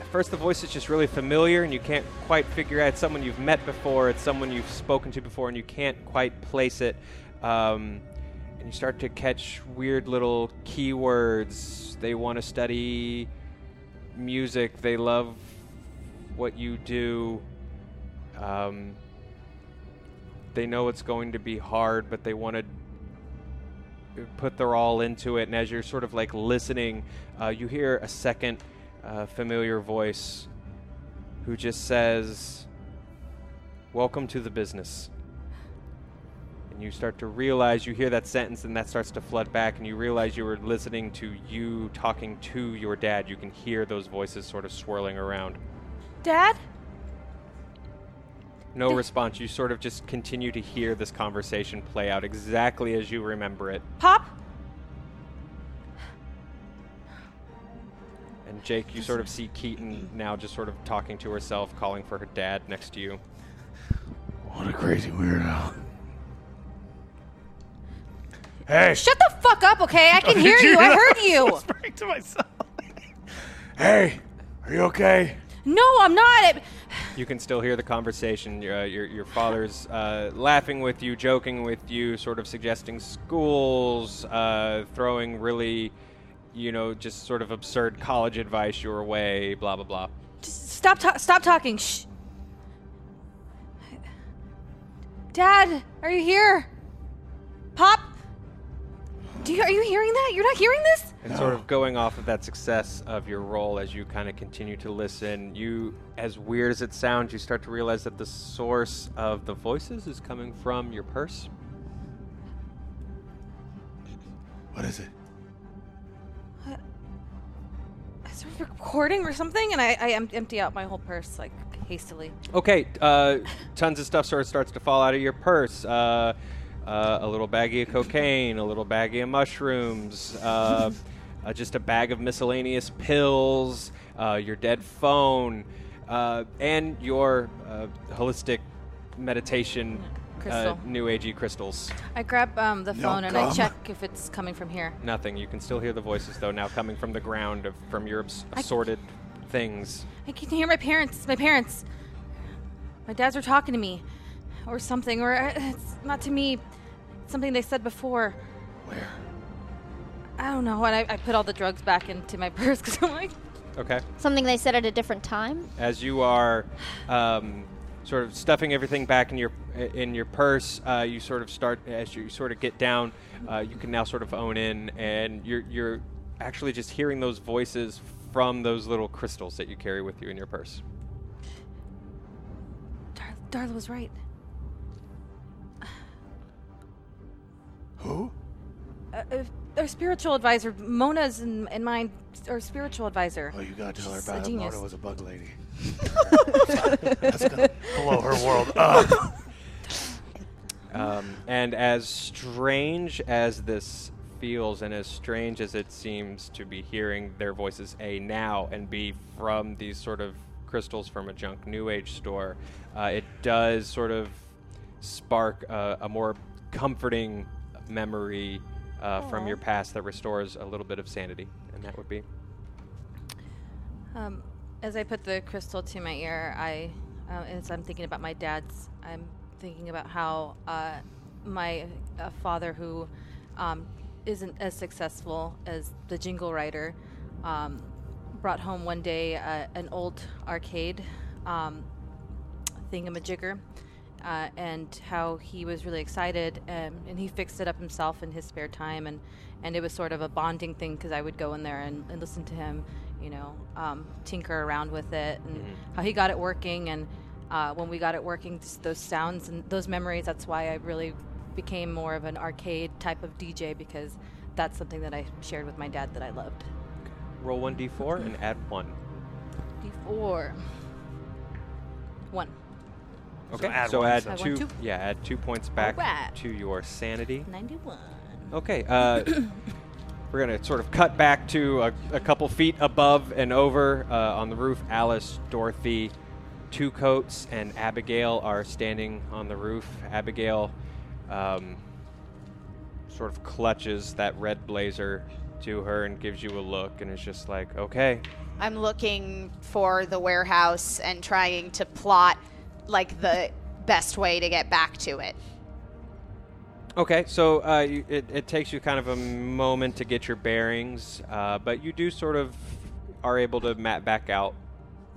At first, the voice is just really familiar, and you can't quite figure out it's someone you've met before, it's someone you've spoken to before, and you can't quite place it. Um, and you start to catch weird little keywords. They want to study music. They love what you do. Um, they know it's going to be hard, but they want to put their all into it. And as you're sort of like listening, uh, you hear a second uh, familiar voice who just says, Welcome to the business. And you start to realize you hear that sentence, and that starts to flood back, and you realize you were listening to you talking to your dad. You can hear those voices sort of swirling around.
Dad?
No response. You sort of just continue to hear this conversation play out exactly as you remember it.
Pop?
And Jake, you sort of see Keaton now just sort of talking to herself, calling for her dad next to you.
What a crazy weirdo.
Hey! Oh,
Shut the fuck up, okay? I can hear you. I heard you.
Speak to myself.
Hey, are you okay?
No, I'm not. I-
You can still hear the conversation. Your, uh, your, your father's uh, laughing with you, joking with you, sort of suggesting schools, uh, throwing really, you know, just sort of absurd college advice your way, blah, blah, blah.
Just stop, ta- stop talking. Shh. Dad, are you here? Pop, do you, are you hearing that? You're not hearing this?
And sort of going off of that success of your role as you kind of continue to listen, you, as weird as it sounds, you start to realize that the source of the voices is coming from your purse.
What is it?
Is there a recording or something? And I, I em- empty out my whole purse like hastily.
Okay, uh, tons of stuff sort of starts to fall out of your purse. Uh, uh, a little baggie of cocaine, a little baggie of mushrooms, uh, uh, just a bag of miscellaneous pills, uh, your dead phone, uh, and your uh, holistic meditation
Crystal.
Uh, new agey crystals.
I grab um, the
No
phone and I
gum.
check if it's coming from here.
Nothing. You can still hear the voices though now coming from the ground of from your abs- assorted things.
I can hear my parents. My parents. My dads were talking to me, or something, or uh, it's not to me. It's something they said before.
Where?
I don't know. And I, I put all the drugs back into my purse because I'm like,
Okay.
Something they said at a different time.
as you are um, sort of stuffing everything back in your in your purse, uh, you sort of start as you sort of get down. Uh, you can now sort of own in, and you're you're actually just hearing those voices from those little crystals that you carry with you in your purse.
Dar- Darla was right.
Who?
Uh, uh, our spiritual advisor, Mona's and, and mine, our spiritual advisor.
Oh, you gotta tell her
She's a
about it.
genius.
Mona was a bug lady. That's gonna blow her world up.
Um, and as strange as this feels, and as strange as it seems to be hearing their voices, A, now, and B, from these sort of crystals from a junk new age store, uh, it does sort of spark uh, a more comforting memory uh, from your past that restores a little bit of sanity. And that would be.
Um, as I put the crystal to my ear, I, uh, as I'm thinking about my dad's, I'm thinking about how uh, my uh, father, who um, isn't as successful as the jingle writer, um, brought home one day uh, an old arcade um, thingamajigger. Uh, and how he was really excited, um, and he fixed it up himself in his spare time, and, and it was sort of a bonding thing because I would go in there and, and listen to him, you know, um, tinker around with it, and how he got it working, and uh, when we got it working, just those sounds and those memories. That's why I really became more of an arcade type of DJ because that's something that I shared with my dad that I loved.
Roll 1d4 and add 1.
D4, one.
Okay, so add,
add one,
two,
so- Add one, two.
Yeah, add two points back
Alright.
to your sanity.
91.
Okay, uh, we're gonna sort of cut back to a, a couple feet above and over uh, on the roof. Alice, Dorothy, Two Coats, and Abigail are standing on the roof. Abigail um, sort of clutches that red blazer to her and gives you a look, and is just like, "Okay,
I'm looking for the warehouse and trying to plot like the best way to get back to it.
Okay, so uh, you, it, it takes you kind of a moment to get your bearings, uh, but you do sort of are able to map back out,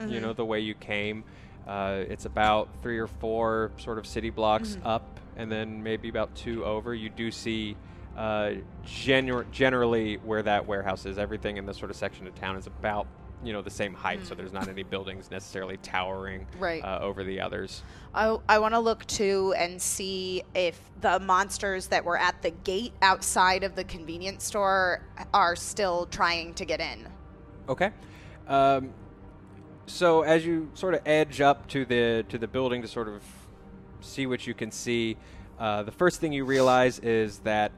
you know, the way you came. Uh, it's about three or four sort of city blocks up, and then maybe about two over. You do see uh, gener- generally where that warehouse is. Everything in this sort of section of town is about, you know, the same height, so there's not any buildings necessarily towering
Right.
uh, over the others.
I, I want to look too and see if the monsters that were at the gate outside of the convenience store are still trying to get in.
Okay. Um, so as you sort of edge up to the to the building to sort of see what you can see, uh, the first thing you realize is that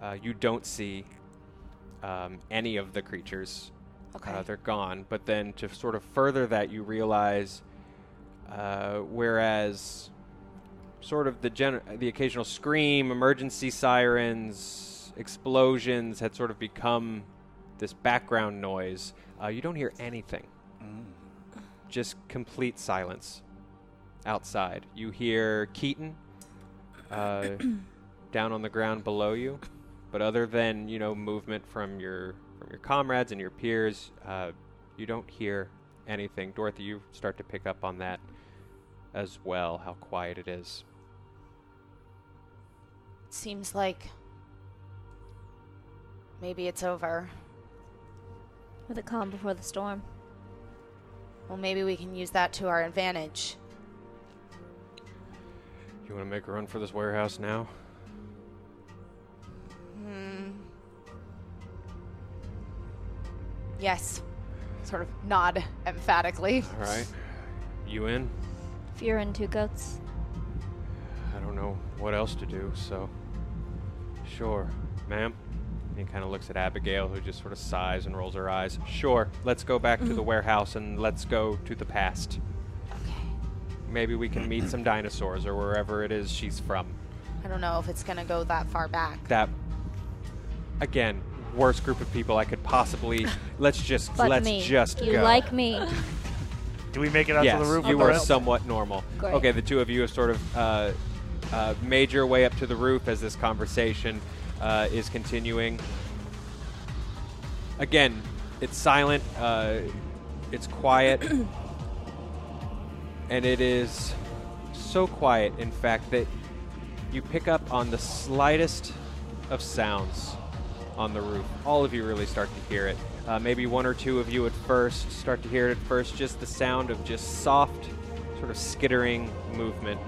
uh, you don't see um, any of the creatures. Uh, they're gone. But then to sort of further that, you realize, uh, whereas sort of the gen- the occasional scream, emergency sirens, explosions had sort of become this background noise. Uh, you don't hear anything. Just complete silence. outside. You hear Keaton uh, down on the ground below you, but other than you know movement from your from your comrades and your peers, uh, you don't hear anything. Dorothy, you start to pick up on that as well. How quiet it is.
Seems like maybe it's over.
With the calm before the storm.
Well, maybe we can use that to our advantage.
You want to make a run for this warehouse now?
Yes.
Sort of nod emphatically.
All right. You in?
Fear and two goats.
I don't know what else to do, so. Sure, ma'am. And he kind of looks at Abigail, who just sort of sighs and rolls her eyes. Sure, let's go back
Mm-hmm.
to the warehouse and let's go to the past. Okay. Maybe we can meet some dinosaurs or wherever it is she's from.
I don't know if it's gonna go that far back.
That, again, worst group of people I could possibly. let's just
But
let's
me.
just
you
go.
like me.
Do we make it out
yes,
to the roof?
you
with the
are
rest?
somewhat normal.
Great.
Okay, the two of you have sort of uh, uh, made your way up to the roof as this conversation uh, is continuing. Again, it's silent, uh, it's quiet, and it is so quiet, in fact, that you pick up on the slightest of sounds on the roof. All of you really start to hear it. Uh, maybe one or two of you at first start to hear it at first, just the sound of just soft, sort of skittering movement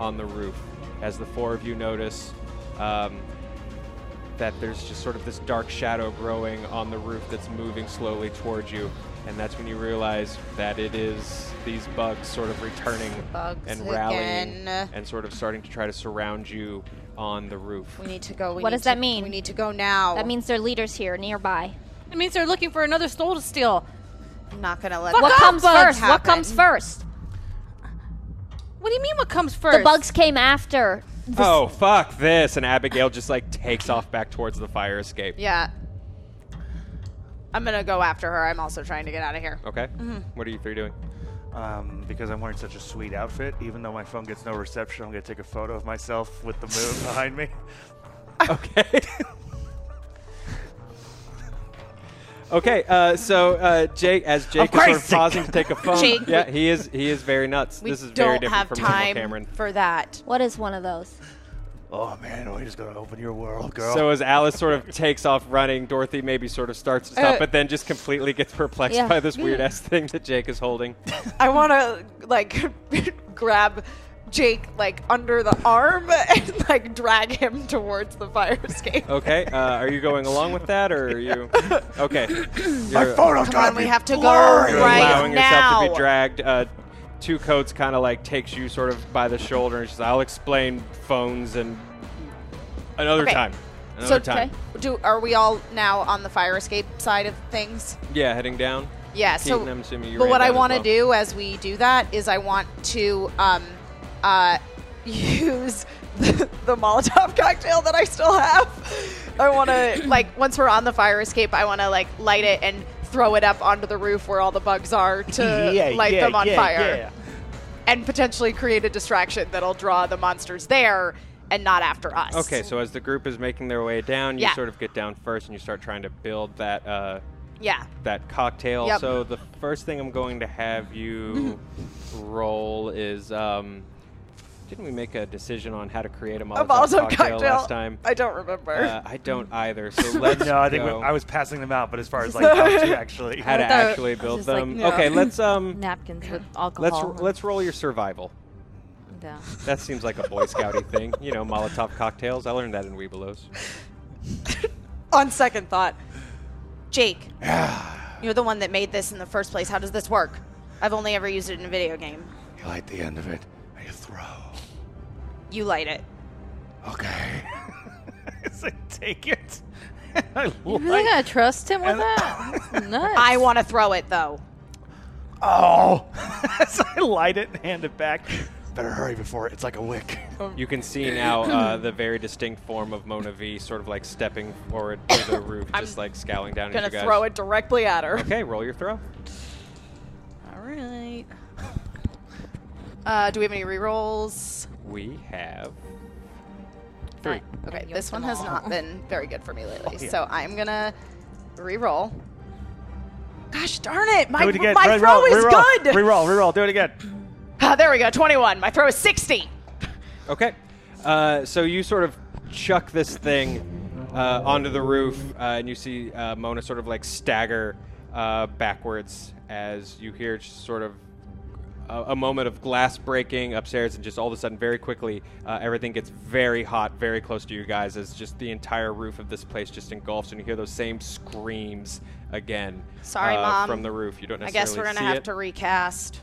on the roof. As the four of you notice um, that there's just sort of this dark shadow growing on the roof that's moving slowly towards you. And that's when you realize that it is these bugs sort of returning
Bugs
and rallying
again.
and sort of starting to try to surround you on the roof.
We need to go. We
What
need
does that
to-
mean?
We need to go now.
that means their leader's here nearby.
It means they're looking for another soul to steal.
I'm not gonna let.
Fuck
that
What
off,
comes
bug
first? What
happen.
comes first?
What do you mean? What comes first?
The bugs came after.
Oh, fuck this. And Abigail just like takes off back towards the fire escape.
Yeah.
I'm gonna go after her. I'm also trying to get out of here.
Okay. What are you three doing?
Um, because I'm wearing such a sweet outfit, even though my phone gets no reception, I'm gonna take a photo of myself with the moon behind me.
Okay. okay. Uh, so uh, Jake, as Jake is sort of
Christ's sake.
pausing to take a phone,
Jake,
yeah, he is he is very nuts.
We
this is very
don't
different
have
from
time
normal Cameron.
Um, for that.
What is one of those?
oh man, we're just gonna open your world, girl.
So as Alice sort of takes off running, Dorothy maybe sort of starts to stop,
Uh,
but then just completely gets perplexed
yeah.
by this weird ass thing that Jake is holding.
I want to like grab Jake like under the arm and like drag him towards the fire escape.
Okay, uh, are you going along with that, or are you? Okay,
my
You're
photo's
Come
gotta
on, we
be
have to go
blurry.
right
allowing
now.
yourself to be dragged. Uh, two coats kind of like takes you sort of by the shoulder and says, "I'll explain phones and another
Okay.
time, another
so
time."
do are we all now on the fire escape side of things?
Yeah, heading down.
Yeah.
Keaton,
so,
I'm assuming you
but
ran
what I
down as
want to
well.
do as we do that is I want to um, uh, use the, the Molotov cocktail that I still have. I want to like once we're on the fire escape, I want to like light it and throw it up onto the roof where all the bugs are to
Yeah,
light
yeah,
them on
yeah,
fire
yeah.
and potentially create a distraction that'll draw the monsters there and not after us.
Okay, so as the group is making their way down, you
Yeah.
sort of get down first and you start trying to build that uh,
Yeah.
that cocktail.
Yep.
So the first thing I'm going to have you roll is. Um, didn't we make a decision on how to create a Molotov,
A Molotov
cocktail,
cocktail.
last time?
I don't remember.
Uh, I don't either. So let's
No, I think we,
go.
I was passing them out, but as far as like how to actually,
how to
I thought-
actually
I was
build
just like,
them.
no.
Okay, let's um,
napkins with
let's
alcohol.
let's roll your survival.
Yeah.
That seems like a Boy Scouty thing, you know, Molotov cocktails. I learned that in Weebelows.
On second thought,
Jake, you're the one that made this in the first place. How does this work? I've only ever used it in a video game.
You light the end of it and you throw.
You light it.
Okay.
it's like take it. I
You really
like-
gonna trust him with that? That's nuts.
I want to throw it though.
oh, so I light it and hand it back.
Better hurry before it's like a wick.
Um,
You can see now uh, the very distinct form of Mona V, sort of like stepping forward to the roof, just like scowling down
gonna
at you guys.
throw it directly at her.
Okay, roll your throw.
All right. Uh, do we have any rerolls?
We have.
Three.
Okay, this one has not been very good for me lately,
Oh,
so I'm gonna reroll. Gosh darn it! My,
Do it again.
my
Reroll,
throw is
reroll,
good!
Reroll, reroll. Do it again.
Ah, there we go, 21. My throw is 60.
Okay. Uh, so you sort of chuck this thing uh, onto the roof, uh, and you see uh, Mona sort of like stagger uh, backwards as you hear just sort of a, a moment of glass breaking upstairs, and just all of a sudden, very quickly, uh, everything gets very hot, very close to you guys, as just the entire roof of this place just engulfs, and you hear those same screams again.
Sorry,
uh,
Mom.
From the roof, you don't
I
necessarily
guess we're gonna
see
have
it.
to recast.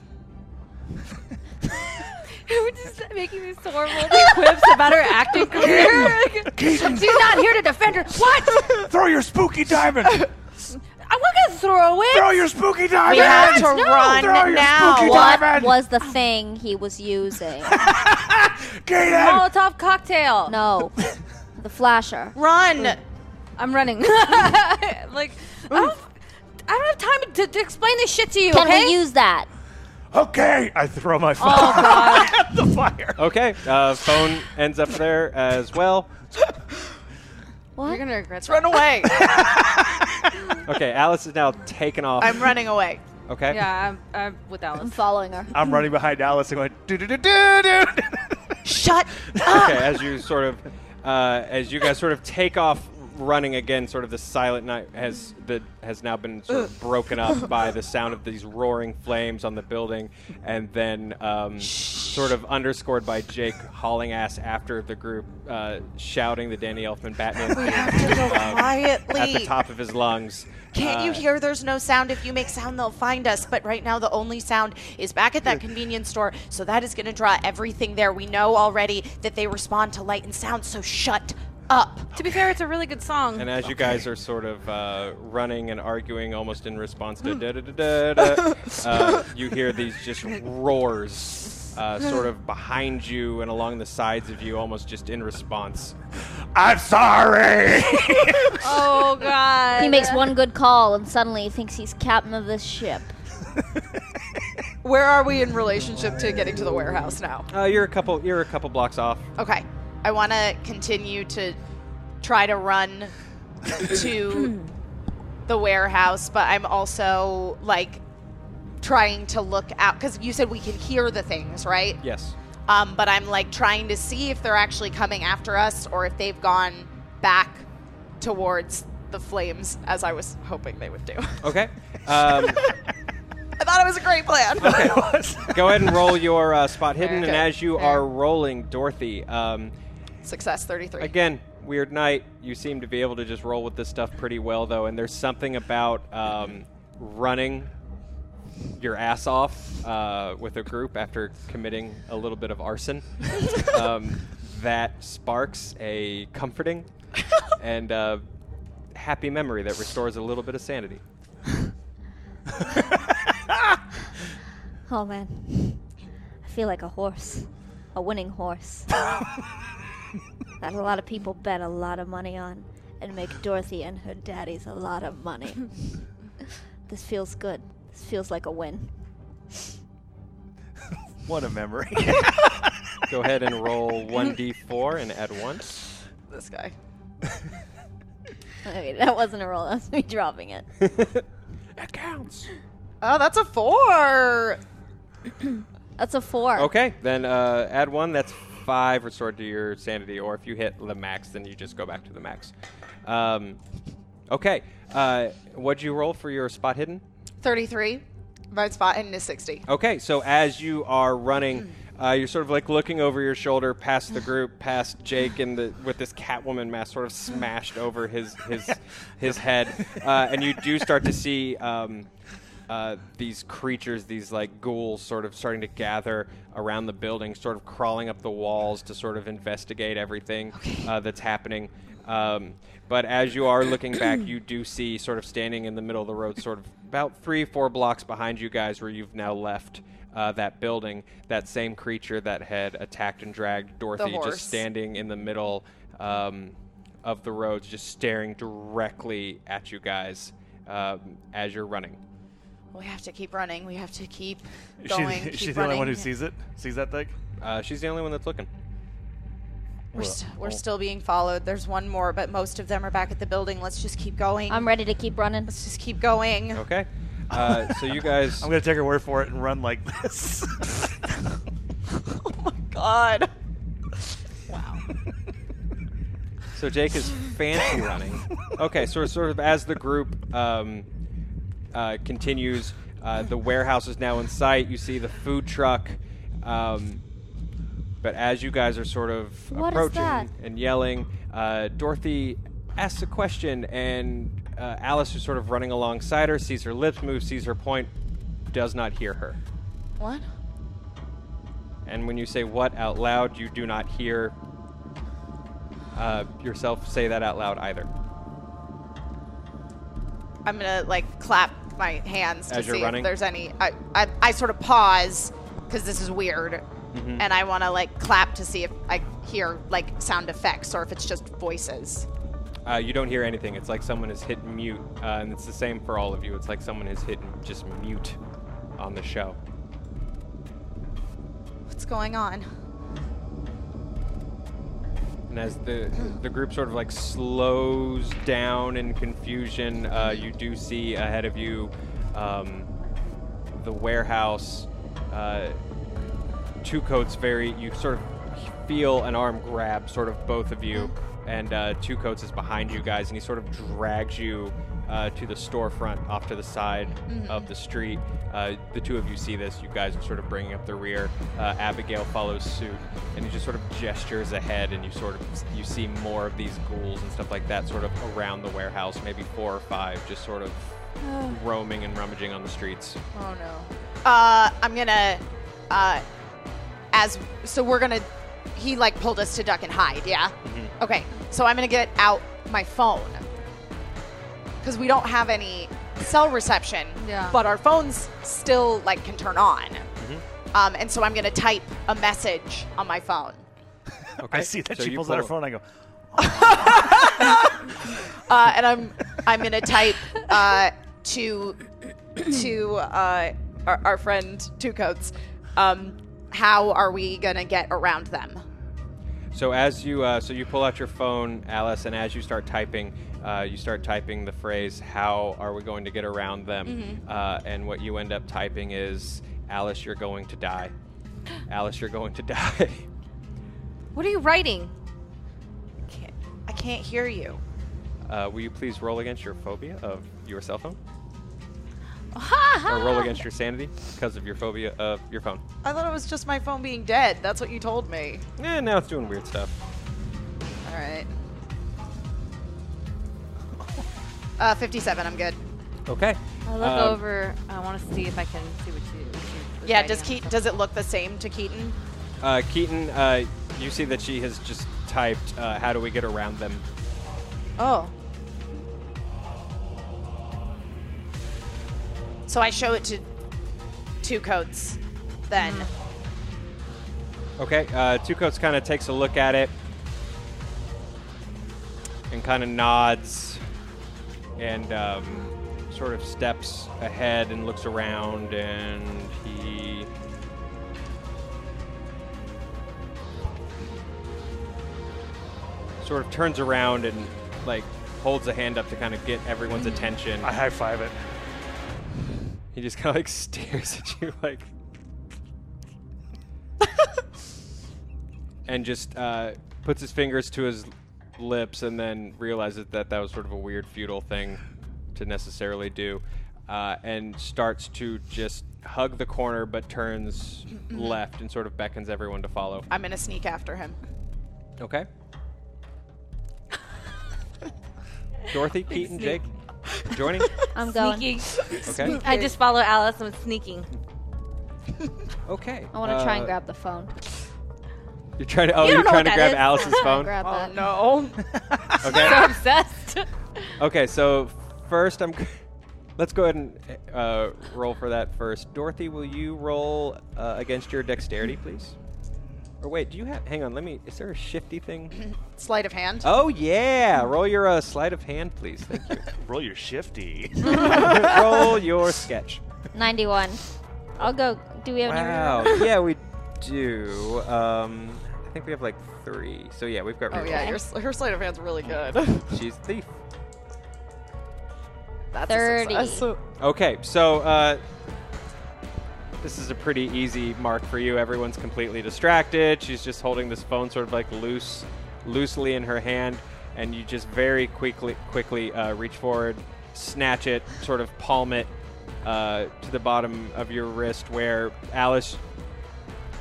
We're just making these horrible quips about her acting career.
She's not here to defend her. What?
Throw your spooky diamond.
I want to throw it.
Throw your spooky diamond.
We have to
no.
run
Throw your
now.
spooky
What
What?
diamond.
was the thing he was using?
Kaden.
Molotov cocktail.
No. The flasher.
Run!
I'm running. like, I don't, I don't have time to, to explain this shit to you.
Can
okay?
we use that?
Okay. I throw my phone at the fire.
Okay, uh, phone ends up there as well.
You're gonna regret
Run
that.
away.
Okay, Alice is now taken off.
I'm running away.
okay.
Yeah, I'm, I'm with Alice.
I'm following her.
I'm running behind Alice and going do do do do do.
Shut
okay, as you sort of, uh, as you guys sort of take off running again, sort of the silent night has the has now been sort of broken up by the sound of these roaring flames on the building, and then um, sort of underscored by Jake hauling ass after the group, uh, shouting the Danny Elfman Batman theme um, at the
Quietly.
top of his lungs.
Can't you
Uh,
hear there's no sound? If you make sound, they'll find us. But right now, the only sound is back at that convenience store. So that is going to draw everything there. We know already that they respond to light and sound. So shut up.
to be fair, it's a really good song.
And as you guys are sort of uh, running and arguing, almost in response to da da da da da, uh, you hear these just roars, uh, sort of behind you and along the sides of you, almost just in response.
I'm sorry.
oh god.
He makes one good call and suddenly he thinks he's captain of this ship.
Where are we in relationship to getting to the warehouse now?
Uh, you're a couple. You're a couple blocks off.
Okay. I want to continue to try to run to the warehouse, but I'm also like trying to look out because you said we can hear the things, right?
Yes.
Um, but I'm like trying to see if they're actually coming after us or if they've gone back towards the flames as I was hoping they would do.
Okay. Um,
I thought it was a great plan.
go ahead and roll your uh, spot hidden, and
Okay.
as you are rolling, Dorothy. Um,
Success 33.
Again, weird night. You seem to be able to just roll with this stuff pretty well, though. And there's something about um, running your ass off uh, with a group after committing a little bit of arson um, that sparks a comforting and uh, happy memory that restores a little bit of sanity.
Oh man. I feel like a horse. A winning horse. that a lot of people bet a lot of money on and make Dorothy and her daddies a lot of money. this feels good. This feels like a win.
what a memory.
Go ahead and roll 1d4 and add 1.
This guy.
Okay, that wasn't a roll. That's me dropping it.
That counts.
Oh, that's a four.
That's a four.
Okay, then uh, add one. That's five restored to your sanity. Or if you hit the max, then you just go back to the max. Um, okay. Uh, what'd you roll for your spot hidden?
33. My spot in is 60.
Okay, so as you are running, uh, you're sort of like looking over your shoulder past the group, past Jake, and the, with this Catwoman mask sort of smashed over his his his head, uh, and you do start to see. Um, uh, these creatures, these like ghouls, sort of starting to gather around the building, sort of crawling up the walls to sort of investigate everything uh, that's happening. Um, but as you are looking back, you do see sort of standing in the middle of the road, sort of about three, four blocks behind you guys, where you've now left uh, that building, that same creature that had attacked and dragged Dorothy,
horse.
just standing in the middle um, of the road, just staring directly at you guys um, as you're running.
We have to keep running. We have to keep
She's,
going. keep
she's the only one who
running.
sees it. Sees that thing.
Uh, she's the only one that's looking.
We're, st- we're still being followed. There's one more, but most of them are back at the building. Let's just keep going.
I'm ready to keep running.
Let's just keep going.
Okay. Uh, so you guys.
I'm gonna take her word for it and run like this.
Oh my god.
So Jake is fancy running. Okay, so sort of as the group um, uh, continues, uh, the warehouse is now in sight. You see the food truck. Um, but as you guys are sort of
What is
approaching
that?
and yelling, uh, Dorothy asks a question, and uh, Alice, who's sort of running alongside her, sees her lips move, sees her point, does not hear her.
What?
And when you say what out loud, you do not hear uh, yourself say that out loud either.
I'm gonna like clap my hands to
As you're
see
running?
if there's any. I I, I sort of pause because this is weird,
Mm-hmm.
and I want to like clap to see if I hear like sound effects or if it's just voices.
Uh, you don't hear anything. It's like someone has hit mute, uh, and it's the same for all of you. It's like someone has hit just mute on the show.
What's going on?
And as the the group sort of like slows down in confusion, uh, you do see ahead of you um, the warehouse. Uh, two coats very. You sort of feel an arm grab sort of both of you, and uh, two coats is behind you guys, and he sort of drags you. Uh, to the storefront off to the side of the street. Uh, the two of you see this. You guys are sort of bringing up the rear. Uh, Abigail follows suit, and he just sort of gestures ahead, and you sort of you see more of these ghouls and stuff like that, sort of around the warehouse, maybe four or five, just sort of roaming and rummaging on the streets.
Oh no. Uh, I'm gonna. Uh, as so we're gonna. He like pulled us to duck and hide. Yeah. Okay. So I'm gonna get out my phone because we don't have any cell reception.
Yeah.
But our phones still like can turn on. Um, and so I'm gonna type a message on my phone.
Okay.
I see that
So
she
you
pulls out her
pull-
phone. I go,
Uh, and I'm I'm gonna type uh, to to uh, our, our friend Two Coats. Um, how are we gonna get around them?
So as you uh, so you pull out your phone, Alice, and as you start typing, uh, you start typing the phrase "How are we going to get around them?"
Mm-hmm.
Uh, and what you end up typing is "Alice, you're going to die." Alice, you're going to die.
What are you writing?
Can't- I can't hear you.
Uh, will you please roll against your phobia of your cell phone? or
Ah.
roll against your sanity because of your phobia of your phone.
I thought it was just my phone being dead. That's what you told me.
Eh, now it's doing weird stuff.
All right. Uh, 57. I'm good.
Okay.
I look
Um,
over. I want to see if I can see what you. what you was
Yeah.
writing
Does
on
Keaton?
the-
Does it look the same to Keaton?
Uh, Keaton, uh, you see that she has just typed uh, "How do we get around them?"
Oh. So I show it to Two Coats, then.
Okay, uh, Two Coats kind of takes a look at it and kind of nods and um, sort of steps ahead and looks around, and he. Sort of turns around and like holds a hand up to kind of get everyone's attention.
I high five it.
He just kind of like stares at you, like, and just uh, puts his fingers to his lips, and then realizes that that was sort of a weird, futile thing to necessarily do, uh, and starts to just hug the corner, but turns left and sort of beckons everyone to follow.
I'm gonna sneak after him.
Okay. Dorothy, Keaton, Jake, joining.
I'm going.
Sneaking.
Okay.
I just follow Alice. I'm sneaking.
Okay.
I want to try and
Uh,
grab the phone.
You're trying to. Oh,
You
you
don't
are
know
trying
what
to
that
grab
is.
Alice's
I
phone.
grab
Uh,
that.
no.
Okay.
So obsessed.
okay. So first, I'm. g- Let's go ahead and uh, roll for that first. Dorothy, will you roll uh, against your dexterity, please? Or wait, do you have? Hang on. Let me. Is there a shifty thing?
Sleight of hand.
Oh yeah. Roll your uh, sleight of hand, please. Thank you.
Roll your shifty.
roll your sketch.
91. I'll go. Do we have any
Wow.
room?
yeah, we do. Um, I think we have like three. So yeah, we've got.
Oh
reroll.
yeah, your, s- her sleight of hand's really good.
She's thief.
That's
Thirty.
A success.
Okay, so uh, this is a pretty easy mark for you. Everyone's completely distracted. She's just holding this phone sort of like loose, loosely in her hand, and you just very quickly, quickly uh, reach forward, snatch it, sort of palm it uh, to the bottom of your wrist, where Alice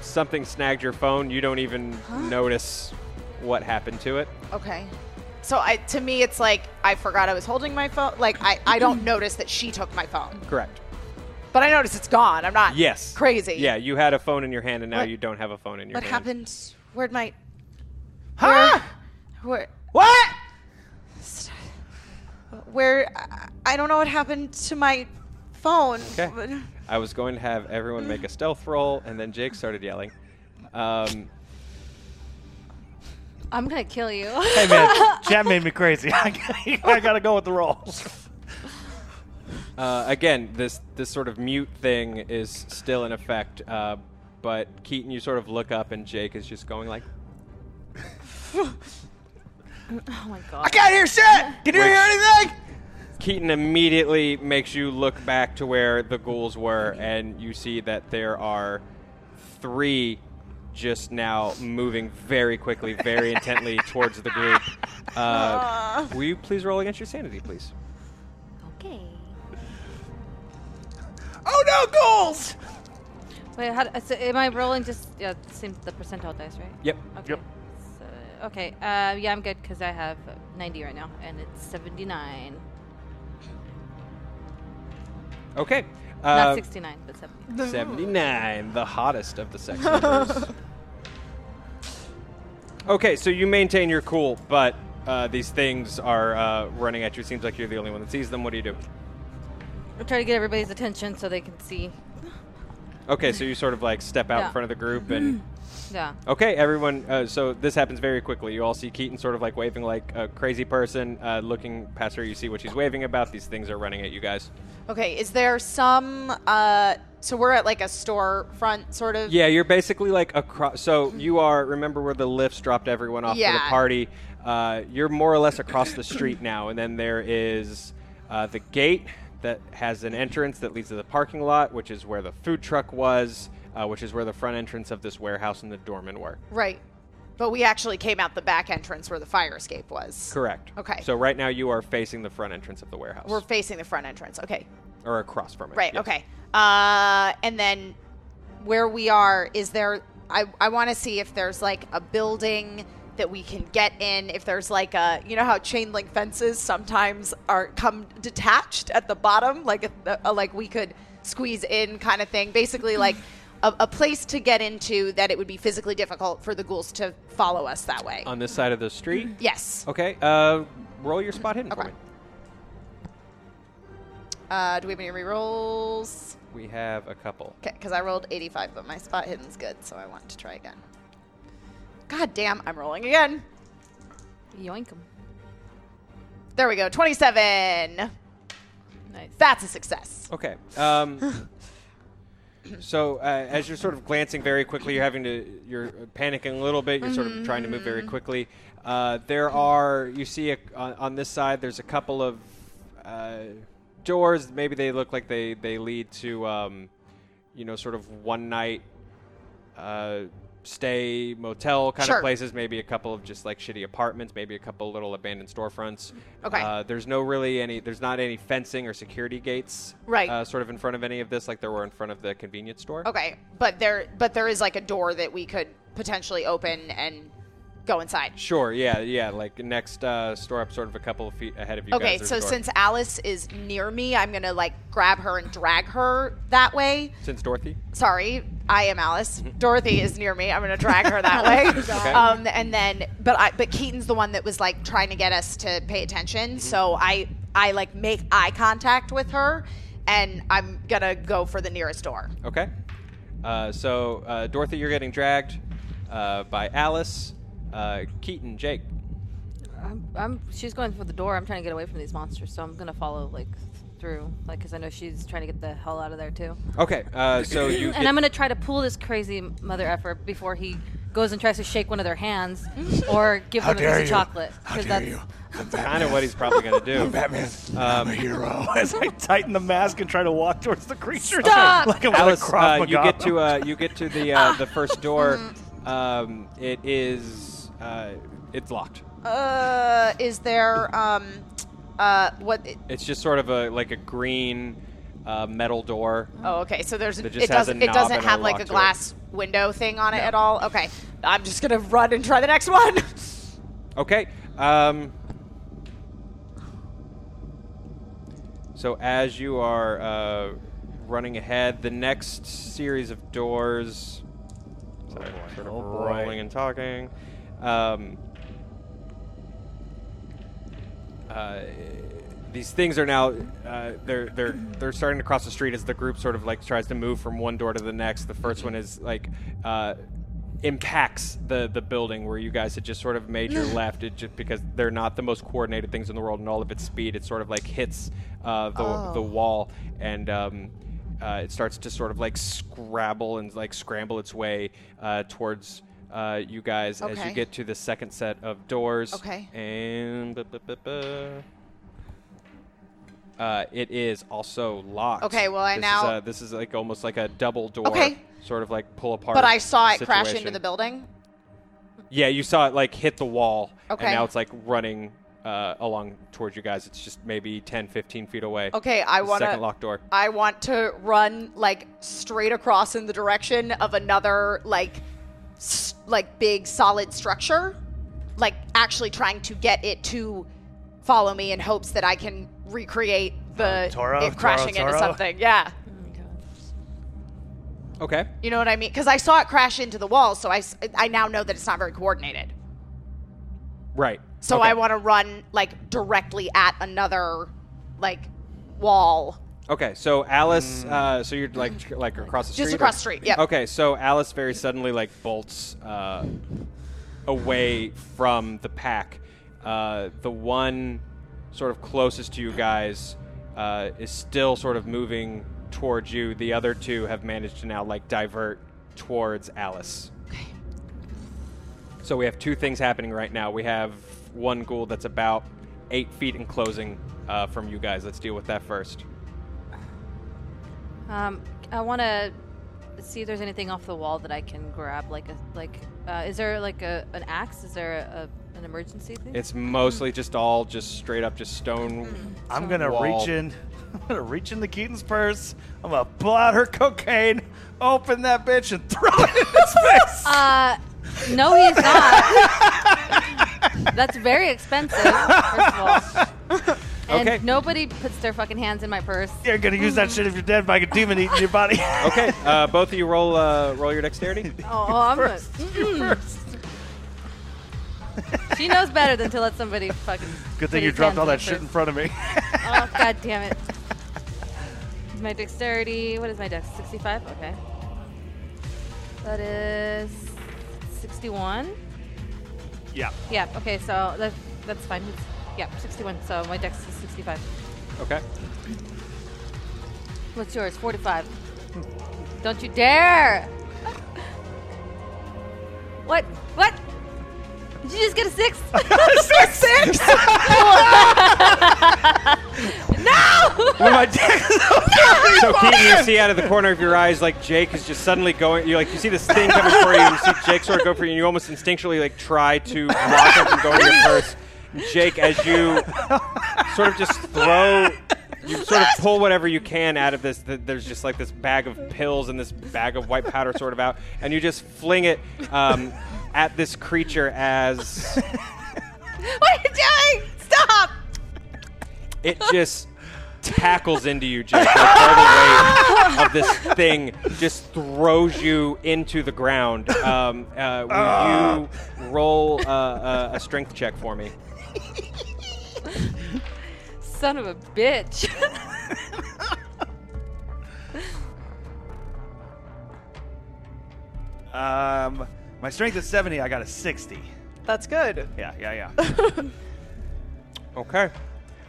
something snagged your phone. You don't even notice what happened to it.
Okay.
So I, to me, it's like I forgot I was holding my phone. Like I, I don't notice that she took my phone,
Correct.
but I notice it's gone. I'm not.
Yes.
Crazy.
Yeah, you had a phone in your hand, and now
What-
you don't have a phone in your
What
hand.
happened? Where'd my?
Huh?
Where?
What?
Where? I- I don't know what happened to my phone.
Okay. I was going to have everyone make a stealth roll, and then Jake started yelling. Um,
I'm gonna kill you.
Hey man, that made me crazy. I gotta go with the rolls.
uh, again, this this sort of mute thing is still in effect, uh, but Keaton, you sort of look up, and Jake is just going like,
oh my god.
Can't hear shit. Can you
Which-
hear anything?
Keaton immediately makes you look back to where the ghouls were, and you see that there are three just now moving very quickly, very intently towards the group. Uh, will you please roll against your sanity, please?
Okay.
Oh no, goals!
Wait, how, so am I rolling just yeah? Same the percentile dice, right?
Yep.
Okay. So, okay. Uh, yeah, I'm good because I have 90 right now, and it's 79,
Okay.
not
Uh,
69, but 70.
79, the hottest of the sex numbers. okay, so you maintain your cool, but uh, these things are uh, running at you. Seems like you're the only one that sees them. What do you do?
I'm trying to get everybody's attention so they can see.
Okay, so you sort of like step out
Yeah.
in front of the group and.
Yeah.
Okay, everyone. Uh, so this happens very quickly. You all see Keaton sort of like waving like a crazy person, uh, looking past her. You see what she's waving about. These things are running at you guys.
Okay. Is there some? Uh, so we're at like a storefront sort of.
Yeah, you're basically like across. So you are. Remember where the lifts dropped everyone off for the
Yeah.
party? Uh, you're more or less across the street now, and then there is uh, the gate that has an entrance that leads to the parking lot, which is where the food truck was, uh, which is where the front entrance of this warehouse and the doorman were.
Right.
But we actually came out the back entrance where the fire escape was.
Correct.
Okay.
So right now you are facing the front entrance of the warehouse,
We're facing the front entrance. Okay.
or across from it.
Right.
yes.
Okay. Uh, and then where we are, is there? I I want to see if there's like a building that we can get in. If there's like a, you know how chain link fences sometimes are come detached at the bottom, like if the- uh, like we could squeeze in kind of thing. Basically, like. A, a place to get into that it would be physically difficult for the ghouls to follow us that way.
On this side of the street.
yes.
Uh, Okay. Uh, roll your spot hidden for
Okay.
me.
Uh, do we have any rerolls?
We have a couple.
Okay, because I rolled 85, but my spot hidden's good, so I want to try again. God damn, I'm rolling again.
Yoink 'em.
There we go, 27.
Nice.
That's a success.
Okay. Um, so uh, as you're sort of glancing very quickly, you're having to, you're panicking a little bit. You're sort of trying to move
Mm-hmm.
very quickly. Uh, there are, you see, a, on, on this side, there's a couple of uh, doors. Maybe they look like they they lead to, um, you know, sort of one night. Uh, Stay motel kind
Sure.
of places, maybe a couple of just like shitty apartments, maybe a couple little abandoned storefronts.
Okay.
Uh, there's no really any. There's not any fencing or security gates.
Right.
Uh, sort of in front of any of this, like there were in front of the convenience store.
Okay, but there but there is like a door that we could potentially open and go inside.
Sure. Yeah. Yeah. Like next uh, store up, sort of a couple of feet ahead of you.
Okay,
guys, there's a
so
door.
since Alice is near me, I'm going to like grab her and drag her that way.
since Dorothy.
sorry, I am Alice.
Mm-hmm.
Dorothy is near me. I'm gonna drag her that way. Um, and then, but I, but Keaton's the one that was like trying to get us to pay attention.
Mm-hmm.
So I, I like make eye contact with her, and I'm gonna go for the nearest door.
Okay. Uh, so uh, Dorothy, you're getting dragged uh, by Alice, uh, Keaton, Jake.
I'm, I'm, she's going for the door. I'm trying to get away from these monsters, so I'm gonna follow like through, like, because I know she's trying to get the hell out of there too.
Okay, uh, so you
And I'm gonna try to pull this crazy mother effer before he goes and tries to shake one of their hands or give
How
one of us
dare
a
you?
chocolate.
How
'cause
dare
that's-
you? I'm
kind of
Batman.
what he's probably going to do.
Batman. I'm a hero.
As I tighten the mask and try to walk towards the creature,
Stop!
like I'm
Alice,
a
uh,
Krav
you
Maga.
get to uh, you get to the uh, the first door.
Mm-hmm.
Um, it is uh, it's locked.
Uh, is there um, uh, what?
It's just sort of a like a green uh, metal door.
Oh, okay. So there's
That
it
just has a
doesn't it
knob
doesn't
and a
have like
lock
a
to it.
glass window thing on it at all. Okay, I'm just gonna run and try the next one.
Okay. Um, so as you are uh, running ahead, the next series of doors. Sorry, sort of
Oh, boy.
rolling and talking. Um, uh, these things are now uh, they're they're they're starting to cross the street as the group sort of like tries to move from one door to the next. The first one is like uh, impacts the the building where you guys had just sort of made your left. It just because they're not the most coordinated things in the world, and all of its speed, it sort of like hits uh, the the wall and. Um, uh, it starts to sort of like scrabble and like scramble its way uh, towards uh, you guys as you
Okay.
get to the second set of doors.
Okay.
And bu- bu- bu- bu- uh, it is also locked.
Okay, well, I
this
now-
is a, this is like almost like a double door.
Okay.
Sort of like pull apart.
but I saw it crash
situation.
into the building.
Yeah, you saw it like hit the wall.
Okay.
And now it's like running uh, along towards you guys. It's just maybe 10, 15 feet away.
Okay, I
The
wanna
Second locked door.
I want to run like straight across in the direction of another like s- like big solid structure, like actually trying to get it to follow me in hopes that I can recreate the
Oh, Toro,
it crashing
Toro,
into
Toro.
something. Yeah.
Okay.
You know what I mean? Because I saw it crash into the wall, so I, s- I now know that it's not very coordinated.
Right.
So
Okay.
I want to run like directly at another like wall.
Okay, so Alice, uh, so you're like tr- like across the street.
Just
or-
across the street, yep.
Okay, so Alice very suddenly like bolts uh, away from the pack. Uh, the one sort of closest to you guys uh, is still sort of moving towards you. The other two have managed to now like divert towards Alice. So we have two things happening right now. We have one ghoul that's about eight feet in closing uh, from you guys. Let's deal with that first.
Um, I want to see if there's anything off the wall that I can grab. Like a like, uh, is there like a an axe? Is there a, an emergency thing?
It's mostly just all just straight up just stone.
I'm gonna
Wall.
reach in. I'm gonna reach into Keaton's purse. I'm gonna pull out her cocaine, open that bitch, and throw it in his face.
Uh, no, he's not. That's very expensive. First of all. And
Okay.
nobody puts their fucking hands in my purse.
You're gonna use that shit if you're dead by a demon eating your body.
Okay, uh, both of you roll uh, roll your dexterity.
Oh, oh, I'm gonna,
First, you first.
she knows better than to let somebody fucking.
Good
put his
thing you dropped
hands
all
in my
that shit in
purse.
front of me.
Oh god damn it. My dexterity, what is my dex? 65? Okay. That is 61.
yeah.
Yeah, okay, so that's that's fine. It's, yeah, 61. So my dex is 65.
Okay.
What's yours? 45. Don't you dare! What? What? Did you just get a six?
Six, six.
Well, my so Keaton, you see out of the corner of your eyes like Jake is just suddenly going. You like you see this thing coming for you. You see Jake sort of go for you, and you almost instinctually like try to block him from going to your purse. Jake, as you sort of just throw. You sort of pull whatever you can out of this. th- There's just like this bag of pills and this bag of white powder sort of out, and you just fling it um, at this creature as
What are you doing? Stop!
it just tackles into you, Jake. Like, all the weight of this thing just throws you into the ground. Um, uh, will you roll uh, uh, a strength check for me?
Son of a bitch.
Um, my strength is 70. I got a 60.
That's good.
Yeah, yeah, yeah.
Okay.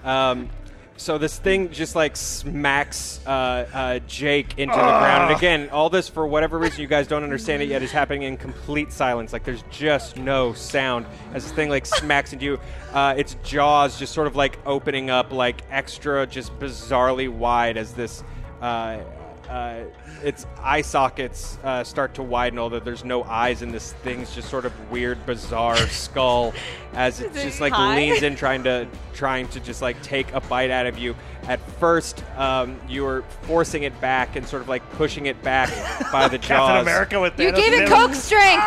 Um, So this thing just like smacks uh, uh, Jake into the ground. And again, all this for whatever reason you guys don't understand it yet is happening in complete silence. Like there's just no sound as this thing like smacks into you. Uh, its jaws just sort of like opening up like extra, just bizarrely wide as this. Uh, uh, its eye sockets uh, start to widen, although there's no eyes in this thing's just sort of weird, bizarre skull as it
it
just like
high?
leans in trying to trying to just like take a bite out of you. At first, um, you were forcing it back and sort of like pushing it back by the
Captain
jaws.
America with
You
Thanos
gave
in
it Coke strength.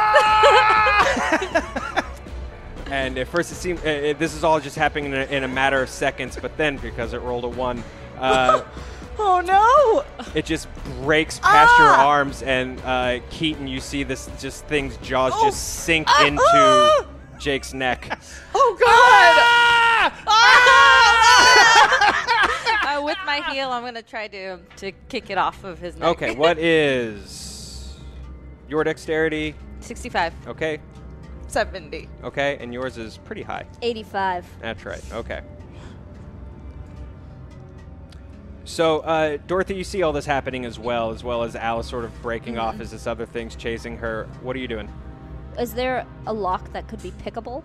And at first, it seemed uh, it, this is all just happening in a, in a matter of seconds. But then, because it rolled a one, uh,
Oh no! Ah!
it just breaks past your arms. And uh, Keaton, you see this just thing's jaws just sink into
Oh! ah.
Jake's neck.
Oh god!
uh, with my heel, I'm gonna try to to kick it off of his neck.
Okay, what is your dexterity?
65.
Okay,
70.
okay, and yours is pretty high.
85.
That's right. Okay. So, uh, Dorothy, you see all this happening as well, as well as Alice sort of breaking
Mm-hmm.
off as this other thing's chasing her. What are you doing?
Is there a lock that could be pickable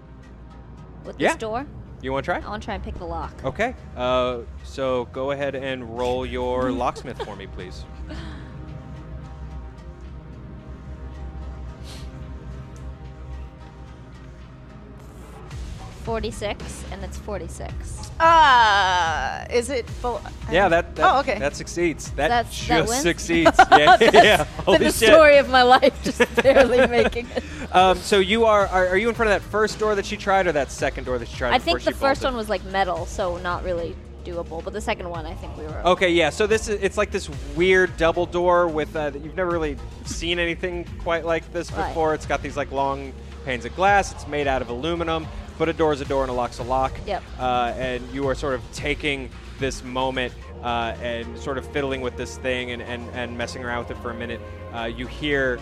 with
Yeah.
this door?
You want to
I
try?
want to try and pick the lock.
Okay. Uh, so go ahead and roll your locksmith for me, please.
Forty-six, and it's forty-six.
Uh, is it full?
Yeah, that, that
oh, okay.
that succeeds. That
That's-
just
that wins?
succeeds. Yeah, yeah. Holy
the
shit.
story of my life, just barely making it.
Um, so you are, are are you in front of that first door that she tried, or that second door that she tried?
I
before
think the
she
first
bolted?
one was like metal, so not really doable. But the second one, I think we were.
Okay, yeah. So this is it's like this weird double door with uh, you've never really seen anything quite like this
Right.
before. It's got these like long panes of glass. It's made out of aluminum, but a door is a door and a lock's a lock.
Yep.
Uh, and you are sort of taking this moment uh, and sort of fiddling with this thing and, and, and messing around with it for a minute. Uh, you hear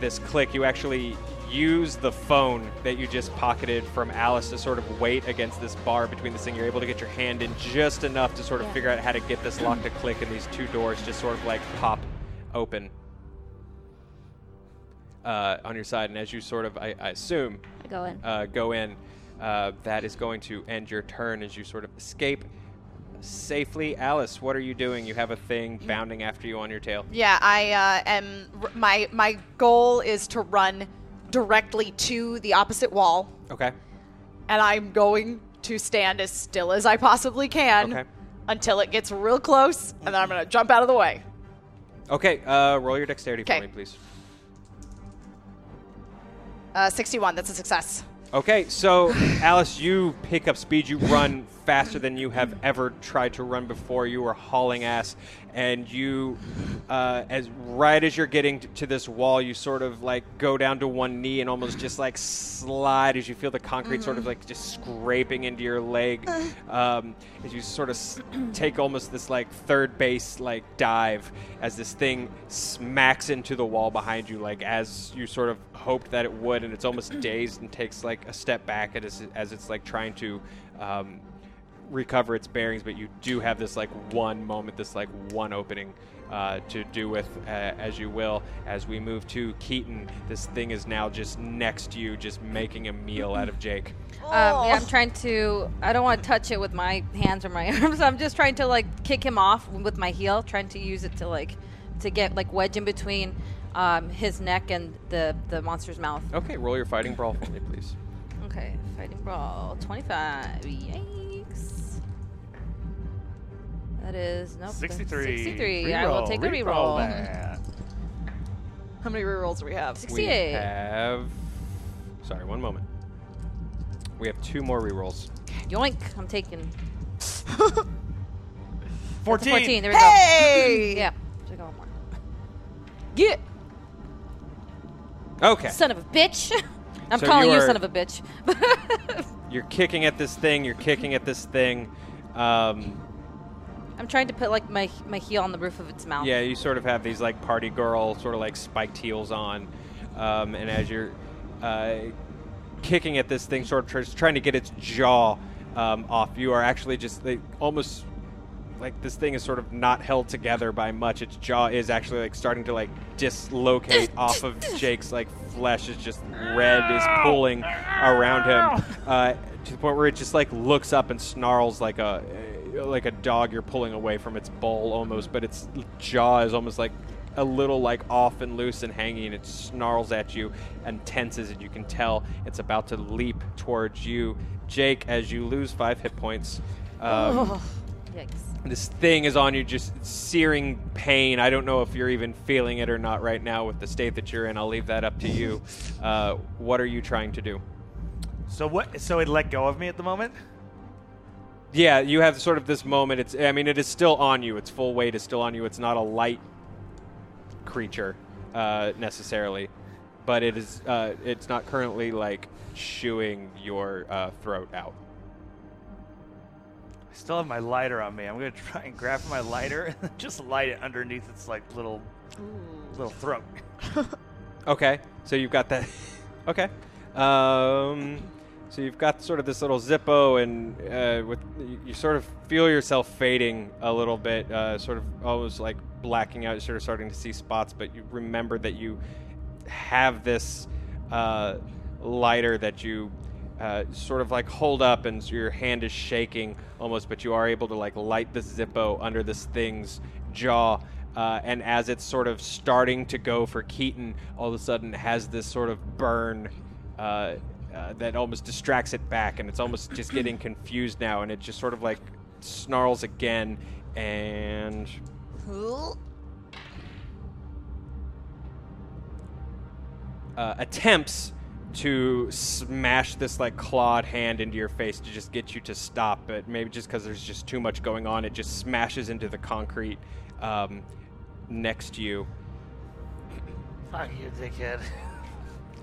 this click. You actually use the phone that you just pocketed from Alice to sort of wait against this bar between this thing. You're able to get your hand in just enough to sort of
Yeah.
figure out how to get this lock to click, and these two doors just sort of like pop open uh, on your side. And as you sort of, I, I assume,
I go in.
uh, go in. Uh, that is going to end your turn as you sort of escape safely. Alice, what are you doing? You have a thing bounding after you on your tail.
Yeah, I uh, am. r- My my goal is to run directly to the opposite wall,
Okay.
and I'm going to stand as still as I possibly can
Okay.
until it gets real close, and then I'm gonna jump out of the way.
Okay. Uh, roll your dexterity
Okay.
for me, please.
Uh, 61. That's a success.
Okay, so Alice, you pick up speed. You run faster than you have ever tried to run before. You are hauling ass, and you, uh, as right as you're getting t- to this wall, you sort of like go down to one knee and almost just like slide as you feel the concrete sort of like just scraping into your leg. Um, as you sort of s- take almost this like third base like dive as this thing smacks into the wall behind you, like as you sort of hoped that it would, and it's almost dazed and takes like a step back as, as it's like trying to um, recover its bearings. But you do have this like one moment, this like one opening uh, to do with uh, as you will. As we move to Keaton, this thing is now just next to you, just making a meal out of Jake.
Um, yeah, I'm trying to. I don't want to touch it with my hands or my arms. I'm just trying to like kick him off with my heel, trying to use it to like to get like wedge in between um, his neck and the the monster's mouth.
Okay, roll your fighting brawl for me, please.
Okay, fighting brawl 25. Yikes. That is nope.
63.
63. Oh, I will take a
Reroll,
reroll.
that.
How many rerolls do we have?
We
68.
have. Sorry, one moment. We have two more rerolls.
Yoink! I'm taking That's
14.
a 14. There we
Hey!
go. Yeah. Should I go one more?
Yeah.
Okay.
Son of a bitch. I'm
So
calling
you
you,
are-
son of a bitch.
You're kicking at this thing, you're kicking at this thing. Um,
I'm trying to put like my my heel on the roof of its mouth.
yeah, you sort of have these like party girl, sort of like spiked heels on. Um, and as you're uh, kicking at this thing, sort of tr- trying to get its jaw um, off, you are actually just like, almost like this thing is sort of not held together by much. Its jaw is actually like starting to like dislocate off of Jake's like flesh is just red is pulling around him uh, to the point where it just like looks up and snarls like a like a dog you're pulling away from its bowl almost, but its jaw is almost like a little like off and loose and hanging and it snarls at you and tenses and you can tell it's about to leap towards you jake as you lose five hit points um,
Yikes.
this thing is on you just searing pain i don't know if you're even feeling it or not right now with the state that you're in i'll leave that up to you uh, what are you trying to do
So what? So it let go of me at the moment.
yeah you have sort of this moment it's i mean it is still on you its full weight is still on you it's not a light creature uh, necessarily but it is uh, it's not currently like chewing your uh, throat out
I still have my lighter on me. I'm gonna try and grab my lighter and then just light it underneath its like little little throat.
Okay, so you've got that. okay, um, so you've got sort of this little zippo, and uh, with you, you sort of feel yourself fading a little bit, uh, sort of almost like blacking out. You're sort of starting to see spots, but you remember that you have this uh, lighter that you uh, sort of like hold up and so your hand is shaking almost, but you are able to like light this Zippo under this thing's jaw. Uh, and as it's sort of starting to go for Keaton, all of a sudden it has this sort of burn uh, uh, that almost distracts it back, and it's almost just getting confused now, and it just sort of like snarls again and uh, attempts to smash this like clawed hand into your face to just get you to stop, but maybe just because there's just too much going on, it just smashes into the concrete um, next to you.
Fuck you, dickhead.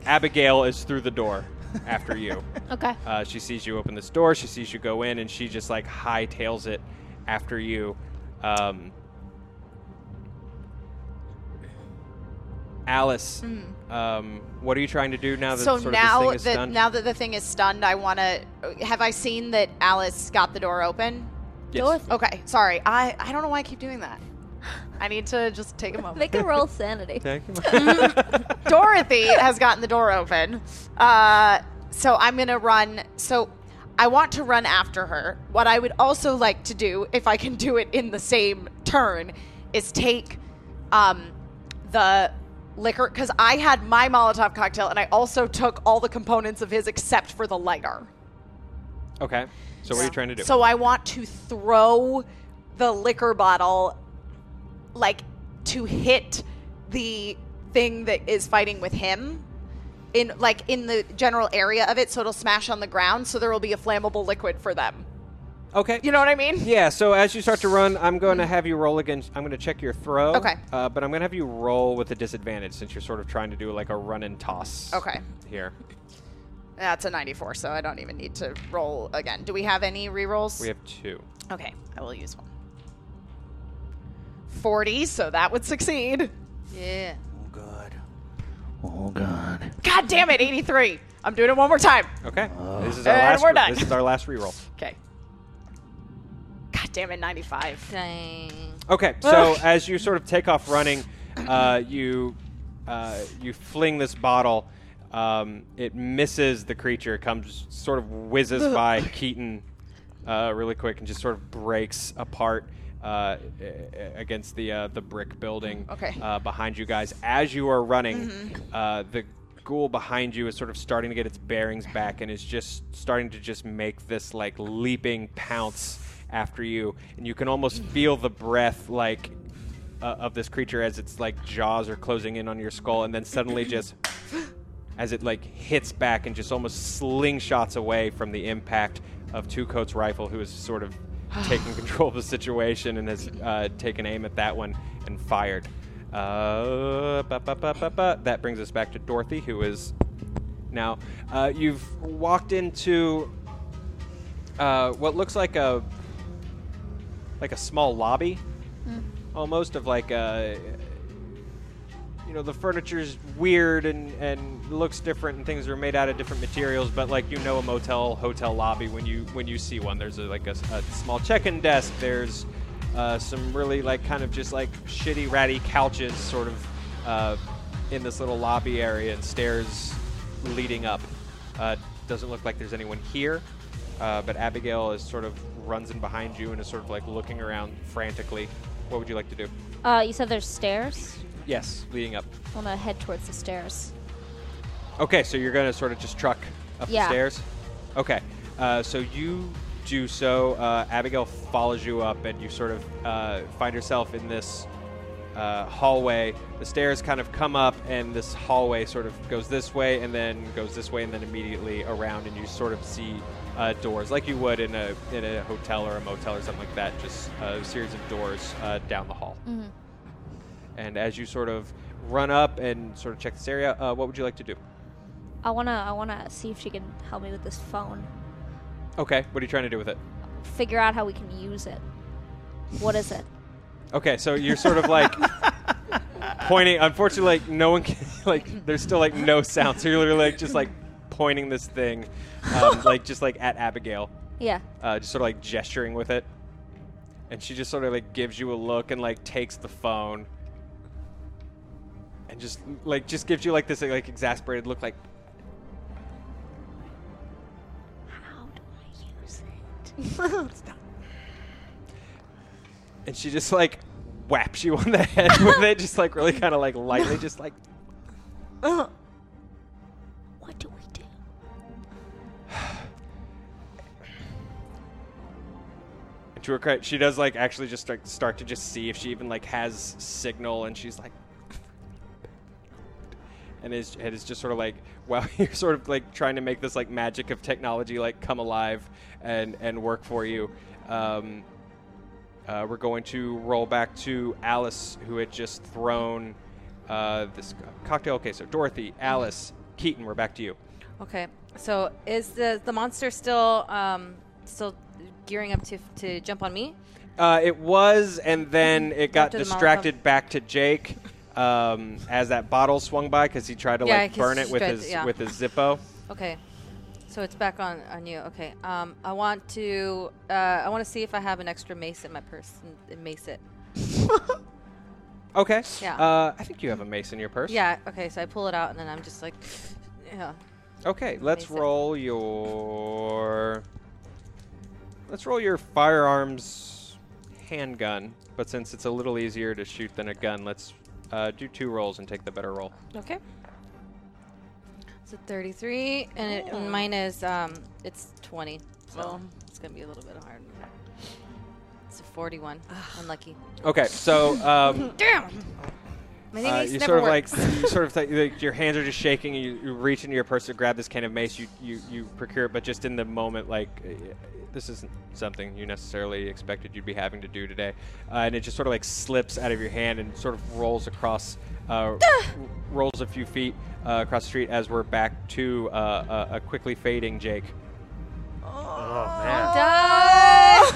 Abigail is through the door after you.
Okay.
Uh, she sees you open this door. She sees you go in, and she just like hightails it after you. Um, Alice, um, what are you trying to do now that
Mm. so
sort
now
of this thing is
that
done?
now that the thing is stunned, I want to. Have I seen that Alice got the door open?
Yes.
Dorothy,
Okay, sorry. I I don't know why I keep doing that. I need to just take a moment.
make a roll sanity.
Dorothy has gotten the door open. Uh, so I'm going to run. So I want to run after her. What I would also like to do, if I can do it in the same turn, is take um, the liquor. Because I had my Molotov cocktail and I also took all the components of his except for the lighter.
Okay. So what are you trying to do?
So I want to throw the liquor bottle, like, to hit the thing that is fighting with him, in like in the general area of it, so it'll smash on the ground. So there will be a flammable liquid for them.
okay.
You know what I mean?
Yeah, so as you start to run, I'm going to have you roll against. I'm going to check your throw.
Okay.
Uh, but I'm going to have you roll with a disadvantage since you're sort of trying to do like a run and toss.
Okay.
Here.
That's a 94, so I don't even need to roll again. Do we have any rerolls?
We have two.
okay, I will use one. 40, so that would succeed.
Yeah.
Oh god. Oh god.
God damn it, 83. I'm doing it one more time.
Okay. this is our
And
last
we're
re-
done.
This is our last reroll.
Okay. God damn it, 95.
Dang.
Okay, so as you sort of take off running, uh, you uh, you fling this bottle. Um, it misses the creature. Comes sort of whizzes by Keaton uh, really quick and just sort of breaks apart uh, a- a- against the uh, the brick building
Okay.
uh, behind you guys. As you are running, uh, the ghoul behind you is sort of starting to get its bearings back and is just starting to just make this like leaping pounce after you, and you can almost feel the breath like uh, of this creature as its like jaws are closing in on your skull, and then suddenly just as it like hits back and just almost slingshots away from the impact of Two Coats Rifle, who is sort of taking control of the situation and has uh, taken aim at that one and fired. Uh, ba, ba, ba, ba, ba. That brings us back to Dorothy, who is now uh, you've walked into uh, what looks like a like a small lobby, almost of like a you know the furniture's weird and and looks different and things are made out of different materials but like you know a motel hotel lobby when you when you see one there's a, like a, s- a small check-in desk there's uh, some really like kind of just like shitty ratty couches sort of uh, in this little lobby area and stairs leading up. Uh, doesn't look like there's anyone here, uh, but Abigail is sort of runs in behind you and is sort of like looking around frantically. What would you like to do?
Uh, you said there's stairs?
Yes, leading up.
I want to head towards the stairs.
Okay, so you're gonna sort of just truck up
Yeah.
the stairs. Okay, uh, so you do so. Uh, Abigail follows you up, and you sort of uh, find yourself in this uh, hallway. The stairs kind of come up, and this hallway sort of goes this way, and then goes this way, and then immediately around, and you sort of see uh, doors like you would in a in a hotel or a motel or something like that. Just a series of doors uh, down the hall. And as you sort of run up and sort of check this area, uh, what would you like to do?
I wanna, I wanna see if she can help me with this phone.
Okay, what are you trying to do with it?
Figure out how we can use it. What is it?
Okay, so you're sort of like pointing. Unfortunately, like no one can. Like there's still like no sound, so you're literally like just like pointing this thing, um, like just like at Abigail,
Yeah.
uh, just sort of like gesturing with it, and she just sort of like gives you a look and like takes the phone, and just like just gives you like this like exasperated look, like
How do I use it?
and she just like whaps you on the head with it, just like really kind of like lightly, just like
What do we do?
And to her credit, she does like actually just like start to just see if she even like has signal, and she's like, and his head is just sort of like while you're sort of like trying to make this like magic of technology like come alive and and work for you. Um, uh, we're going to roll back to Alice, who had just thrown uh, this cocktail. Okay, so Dorothy, Alice, Keaton, we're back to you.
Okay. So is the the monster still um still gearing up to to jump on me?
Uh, it was, and then it got
After the Molotov.
distracted back to Jake um, as that bottle swung by because he tried to
Yeah,
like
'cause
burn it
she
with
tried to-
his
yeah.
with his Zippo.
Okay. So it's back on on you. Okay. Um I want to uh I want to see if I have an extra mace in my purse and, and mace it.
Okay.
Yeah.
Uh, I think you have a mace in your purse.
Yeah, okay. So I pull it out and then I'm just like yeah.
Okay. Let's
Mace it.
roll your. Let's roll your firearms handgun, but since it's a little easier to shoot than a gun, let's uh, do two rolls and take the better roll.
Okay. So 33 and, it, and mine is um it's 20. So it's going to be a little bit hard. It's a 41. Unlucky.
Okay. So. Um,
My
Uh,
mace
you sort
never
of
works.
like you sort of like, like your hands are just shaking. And you, you reach into your purse to grab this can of mace. You, you you procure it, but just in the moment, like uh, this isn't something you necessarily expected you'd be having to do today, uh, and it just sort of like slips out of your hand and sort of rolls across, uh, w- rolls a few feet uh, across the street as we're back to uh, a, a quickly fading Jake.
Oh,
Die!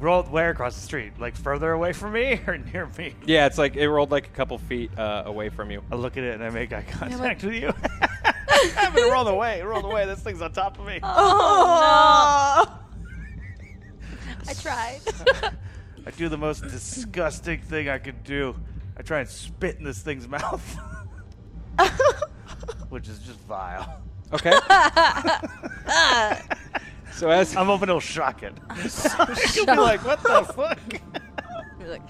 Rolled where across the street? Like further away from me or near me?
Yeah, it's like it rolled like a couple feet uh, away from you.
I look at it and I make eye contact with you. I'm gonna roll away, roll away. This thing's on top of me.
Oh, I tried.
I do the most disgusting thing I could do. I try and spit in this thing's mouth, which is just vile.
Okay. so as
I'm hoping it'll shock it. You'll be like, what the fuck?
You're like,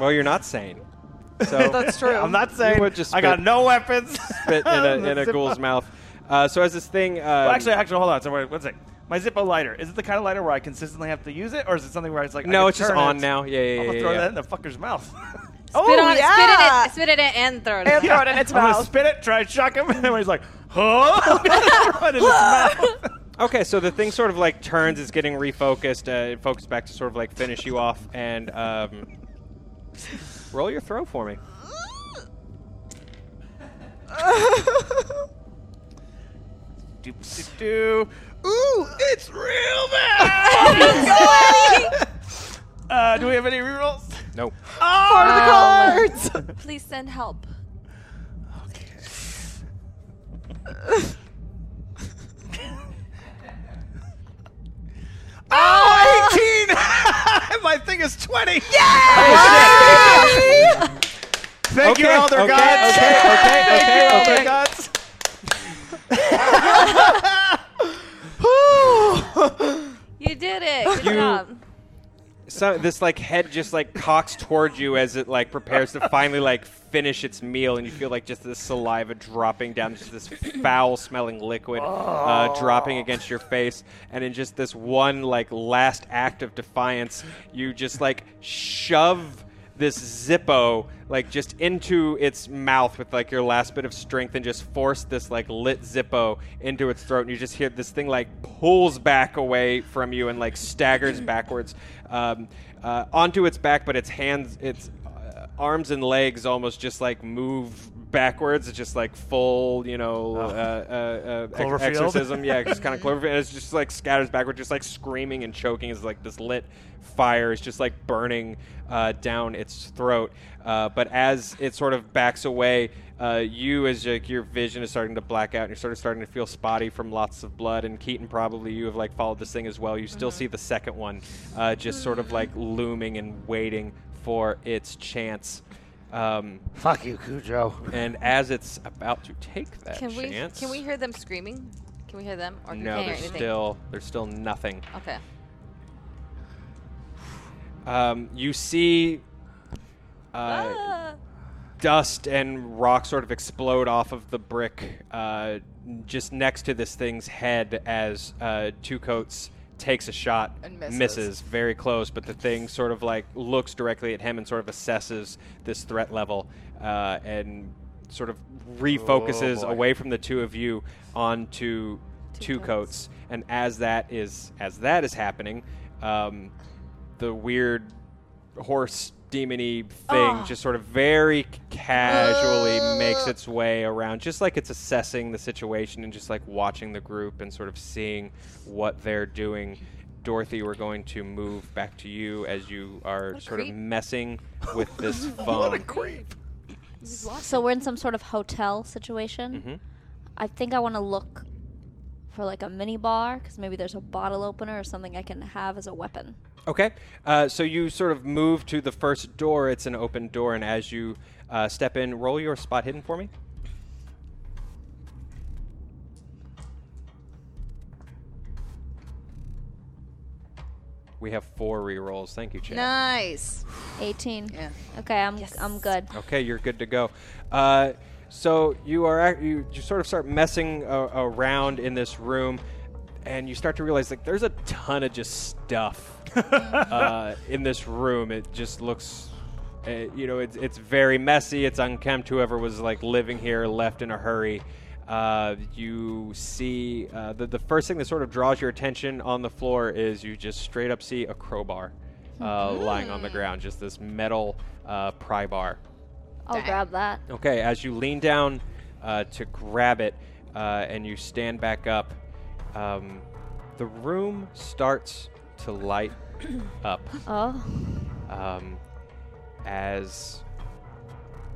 well, you're not sane. So
That's true.
I'm not saying
would just
I got
spit-
no weapons.
spit in a, in a ghoul's mouth. Uh, so as this thing, um,
Well, actually, actually, hold on. So wait, one sec. My Zippo lighter is it the kind of lighter where I consistently have to use it, or is it something where it's like I
No,
can
it's just
turn
on
it,
now. Yeah, yeah,
I'm
yeah,
gonna throw
yeah.
that in the fucker's mouth.
spit
Oh,
on
yeah.
it, spit in it, spit in it, and throw it.
And
in.
throw it in its
I'm gonna
mouth.
spit it, try and shock him, and then when he's like, huh? I'm gonna throw it in his mouth.
okay, so the thing sort of like turns, it's getting refocused. Uh, it focuses back to sort of like finish you off and um, roll your throw for me.
Doop, doop, doo. Ooh, it's real bad. uh, do we have any rerolls?
No.
Oh,
Please send help.
oh 18! I My thing is 20. Thank
Okay,
you, Elder
okay,
Gods.
okay, okay,
Thank
okay,
you,
okay.
Elder Gods.
You did it. Good
You-
job.
So this like head just like cocks towards you as it like prepares to finally like finish its meal, and you feel like just this saliva dropping down, just this foul-smelling liquid uh, dropping against your face, and in just this one like last act of defiance, you just like shove this Zippo like just into its mouth with like your last bit of strength and just force this like lit Zippo into its throat and you just hear this thing like pulls back away from you and like staggers backwards um, uh, onto its back but its hands its uh, arms and legs almost just like move backwards it's just like full you know uh, uh, uh,
Cloverfield?
ex- exorcism yeah just kind of clover and it's just like scatters backward just like screaming and choking as like this lit fire is just like burning uh, down its throat uh, but as it sort of backs away uh, you as like your vision is starting to black out and you're sort of starting to feel spotty from lots of blood and keaton probably you have like followed this thing as well you
Mm-hmm.
still see the second one uh, just sort of like looming and waiting for its chance um,
Fuck you, Cujo.
and as it's about to take that
Can we
chance
can we hear them screaming? Can we hear them? Or can we
no
can't hear
there's
anything?
still there's still nothing
Okay.
Um, you see uh,
Ah.
dust and rock sort of explode off of the brick uh, just next to this thing's head as uh, Two Coats takes a shot
And misses.
very close, but the thing sort of like looks directly at him and sort of assesses this threat level uh, and sort of refocuses
boy.
away from the two of you onto Two, Coats. And as that is as that is happening, um, the weird horse demony thing just sort of very casually makes its way around just like it's assessing the situation and just like watching the group and sort of seeing what they're doing dorothy we're going to move back to you as you are sort
creep.
of messing with this phone
So we're in some sort of hotel situation. I think I want to look for like a mini bar because maybe there's a bottle opener or something I can have as a weapon.
Okay. Uh, so you sort of move to the first door. It's an open door, and as you uh, step in, roll your spot hidden for me. We have four rerolls. Thank you, Chad.
Nice.
18. Okay, I'm I'm good.
Okay, you're good to go. Uh, so you are ac- you, you sort of start messing a- around in this room, and you start to realize like there's a ton of just stuff uh, in this room. It just looks. Uh, you know, it's, it's very messy. It's unkempt. Whoever was like living here left in a hurry. Uh, you see uh, the, the first thing that sort of draws your attention on the floor is you just straight up see a crowbar uh, lying on the ground, just this metal uh, pry bar.
I'll grab that.
Okay, as you lean down uh, to grab it uh, and you stand back up, um, the room starts to light up
Oh,
um, as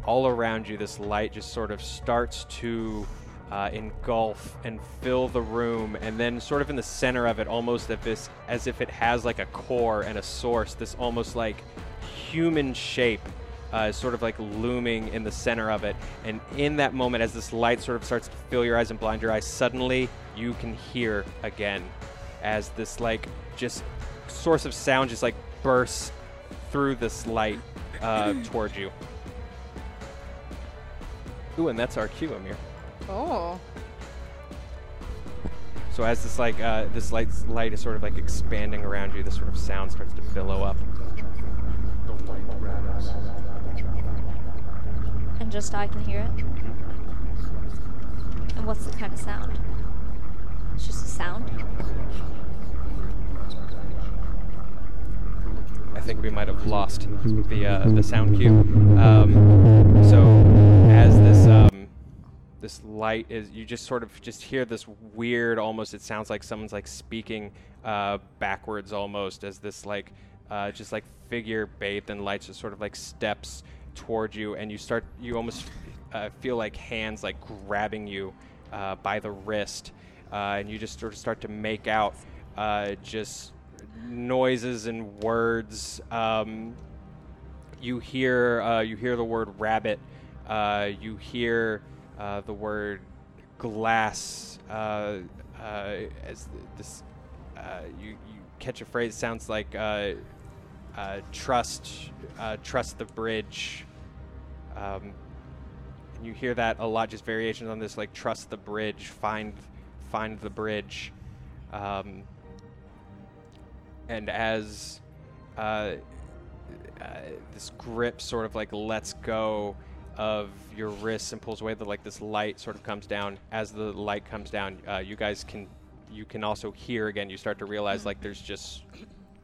all around you this light just sort of starts to uh, engulf and fill the room and then sort of in the center of it almost if this, as if it has like a core and a source this almost like human shape uh, is sort of like looming in the center of it and in that moment as this light sort of starts to fill your eyes and blind your eyes suddenly you can hear again as this like just source of sound just like bursts through this light uh, towards you. Ooh, and that's our cue, Amir.
Oh.
So as this like uh, this light light is sort of like expanding around you, this sort of sound starts to billow up.
and just I can hear it. And what's the kind of sound? It's just a sound.
I think we might have lost the uh, the sound cue. Um, so as this um, this light is, you just sort of just hear this weird, almost it sounds like someone's like speaking uh, backwards almost as this like uh, just like figure bathed in lights just sort of like steps toward you, and you start you almost uh, feel like hands like grabbing you uh, by the wrist, uh, and you just sort of start to make out uh, just noises and words. Um, you hear uh, you hear the word rabbit. Uh, you hear uh, the word glass. Uh, uh, as th- this, uh, you you catch a phrase sounds like uh, uh, trust uh, trust the bridge. Um, and you hear that a lot, just variations on this, like trust the bridge, find, find the bridge, um, and as uh, uh, this grip sort of like lets go of your wrists and pulls away, the like this light sort of comes down. As the light comes down, uh, you guys can, you can also hear again. You start to realize like there's just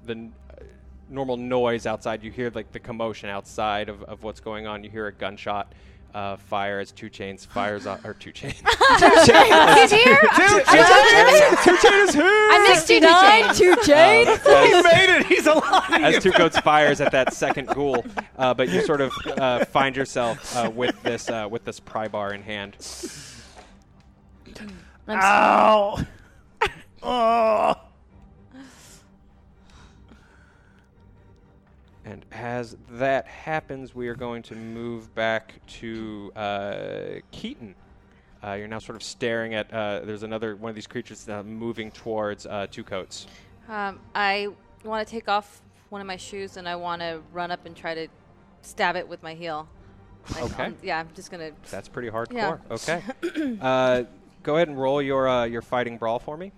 the n- uh, normal noise outside. You hear like the commotion outside of, of what's going on. You hear a gunshot. Uh, fire as two chains fires on, or two chains.
I missed you, Two
Um, as,
made it. He's alive.
as two goats fires at that second ghoul, uh, but you sort of uh, find yourself uh, with this uh, with this pry bar in hand.
Ow. oh.
And as that happens, we are going to move back to uh, Keaton. Uh, you're now sort of staring at. Uh, there's another one of these creatures now moving towards uh, two coats.
Um, I want to take off one of my shoes and I want to run up and try to stab it with my heel. Like,
Okay.
um, yeah, I'm just gonna.
That's pretty hardcore. Okay. Uh, go ahead and roll your uh, your fighting brawl for me.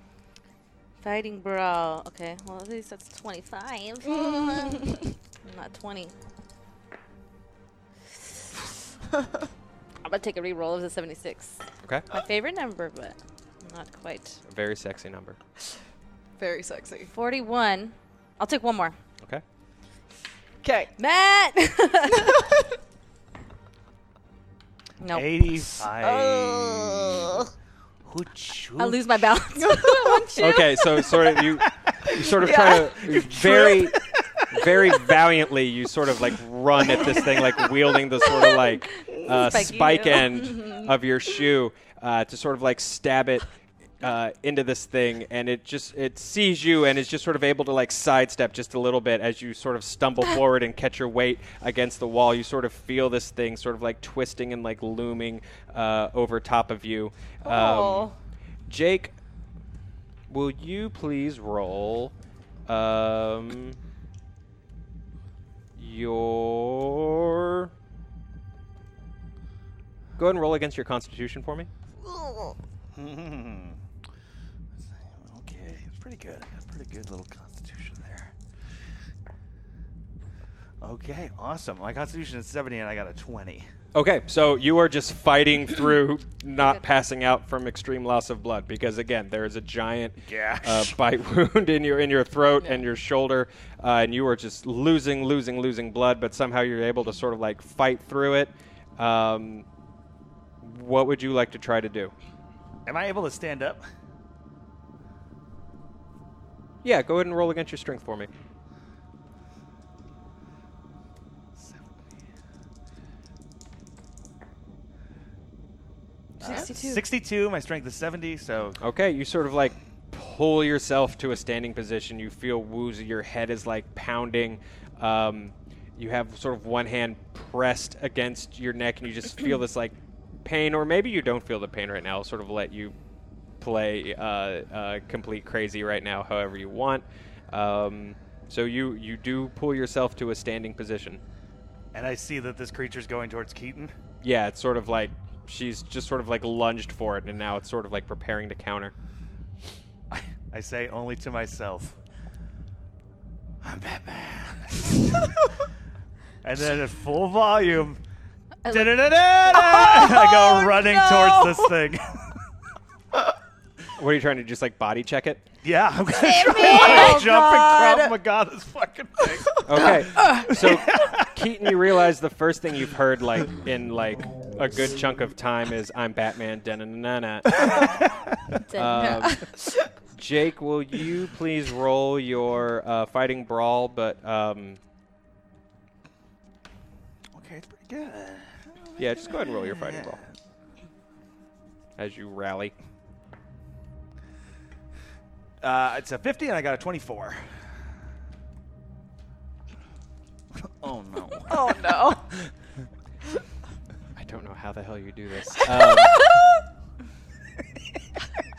Fighting brawl. Okay. Well, at least that's 25. Not 20. I'm gonna take a re-roll of the 76.
Okay.
My favorite number, but not quite.
A very sexy number.
Very sexy.
41. I'll take one more.
Okay.
Okay.
Matt. no.
Eighty-five. Oh. Hooch,
I lose my balance.
Okay, so sort of you, you sort of try to very, very valiantly you sort of like run at this thing, like wielding the sort of like uh,
Spiky
spike Mm-hmm.
heel.
end of your shoe uh, to sort of like stab it. Uh, into this thing, and it just it sees you, and is just sort of able to like sidestep just a little bit as you sort of stumble forward and catch your weight against the wall. You sort of feel this thing sort of like twisting and like looming uh, over top of you. Um, Jake, Will you please roll um your Go ahead and roll against your constitution for me.
Hmm. Okay, it's pretty good. That's pretty good little constitution there. Okay, awesome. My constitution is 70 and I got a 20.
Okay, so you are just fighting through not passing out from extreme loss of blood because again, there is a giant uh,
Gosh.
bite wound in your in your throat and your shoulder, uh, and you are just losing, losing, losing blood. But somehow you're able to sort of like fight through it. Um, what would you like to try to do?
Am I able to stand up?
Yeah, go ahead and roll against your strength for me.
Uh, 62. My strength is 70, so
Okay, you sort of like pull yourself to a standing position. You feel woozy. Your head is like pounding. Um, you have sort of one hand pressed against your neck, and you just feel this like pain, or maybe you don't feel the pain right now. I'll sort of let you play uh, uh, complete crazy right now, however you want. Um, so you you do pull yourself to a standing position.
and I see that this creature's going towards Keaton.
Yeah, it's sort of like she's just sort of like lunged for it, and now it's sort of like preparing to counter.
I say only to myself, I'm Batman. and then at full volume, da-da-da-da-da, I go running towards this thing.
What are you trying to do, just like body check it?
yeah, I'm gonna try to jump and Krav Maga this fucking thing.
Okay. so, Keaton, you realize the first thing you've heard, like in like a good chunk of time, is "I'm Batman." Da na na na. Jake, will you please roll your uh, fighting brawl? But um,
Okay, it's pretty good.
yeah, just go ahead and roll your fighting brawl as you rally.
Uh, it's a 50 and I got a 24. Oh no.
Oh no.
I don't know how the hell you do this. Um,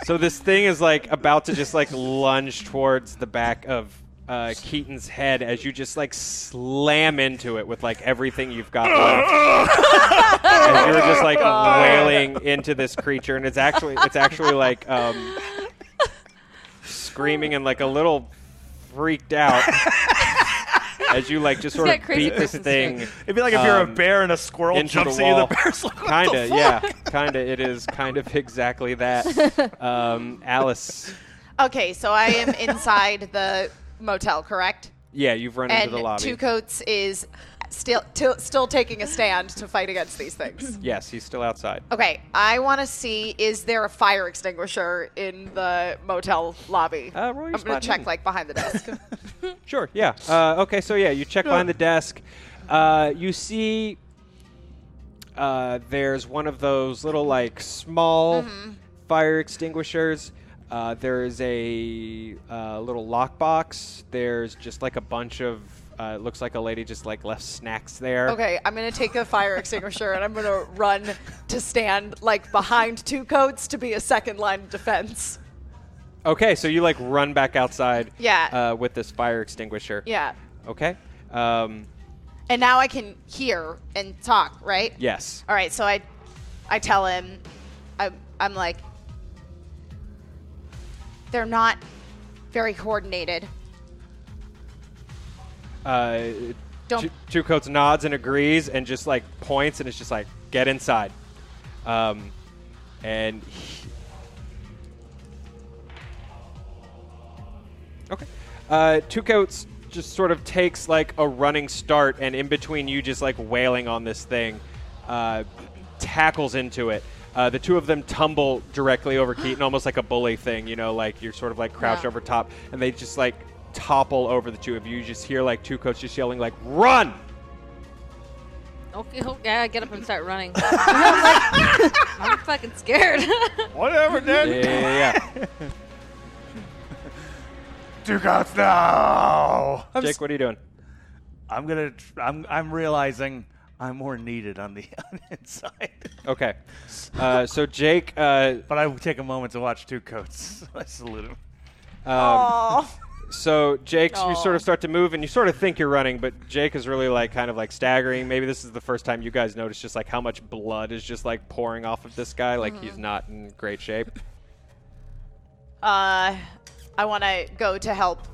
so this thing is like about to just like lunge towards the back of uh, Keaton's head as you just like slam into it with like everything you've got left. and you're just
Oh,
like wailing into this creature, and it's actually it's actually like um, screaming and like a little freaked out. As you like just sort
got
of
crazy
beat this
person
thing,
screaming.
It'd be like if you're a
Um,
bear and a squirrel
into
jumps
the
at you.
wall.
The bear's like, what
kind
the
of
fuck?
yeah kind of it is kind of exactly that um, alice
Okay, so I am inside the motel, correct?
yeah you've run
And
into the lobby
Two Coats is still till still taking a stand to fight against these things.
yes he's still outside
Okay, I want to see is there a fire extinguisher in the motel lobby?
Uh, roll your
I'm gonna
spot
check
hidden.
like behind the desk.
sure yeah uh, okay so yeah you check behind the desk uh, you see uh, there's one of those little like small
Mm-hmm.
fire extinguishers uh, there is a uh, little lockbox there's just like a bunch of uh, it looks like a lady just like left snacks there
okay, I'm gonna take the fire extinguisher and I'm gonna run to stand like behind Two Coats to be a second line of defense.
Uh, Okay, so you like run back outside.
Yeah.
Uh, with this fire extinguisher.
Yeah,
Okay. Um,
and now I can hear and talk, right?
yes.
All right, so I, I tell him, I'm, I'm like, they're not very coordinated.
Uh,
Don't-
Two, two coats nods and agrees and just like points and it's just like get inside. Um, and he- okay, uh, two coats just sort of takes like a running start and in between you just like wailing on this thing, uh, tackles into it. Uh, the two of them tumble directly over Keaton, almost like a bully thing, you know, like you're sort of like crouched
Yeah.
over top, and they just like topple over the two of you. You just hear like two coats just yelling like "Run!"
Okay, okay, yeah, get up and start running. I'm fucking scared.
Whatever,
Yeah,
dude.
yeah, yeah, yeah.
Two gods, no. I'm,
Jake, what are you doing?
I'm gonna. tr- I'm. I'm realizing I'm more needed on the, on the inside.
Okay. Uh, so Jake, uh,
But I take a moment to watch two coats. I salute him.
um, so Jake, you sort of start to move, and you sort of think you're running, but Jake is really like kind of like staggering. Maybe this is the first time you guys notice just like how much blood is just like pouring off of this guy. Like he's not in great shape.
Uh, I want to go to help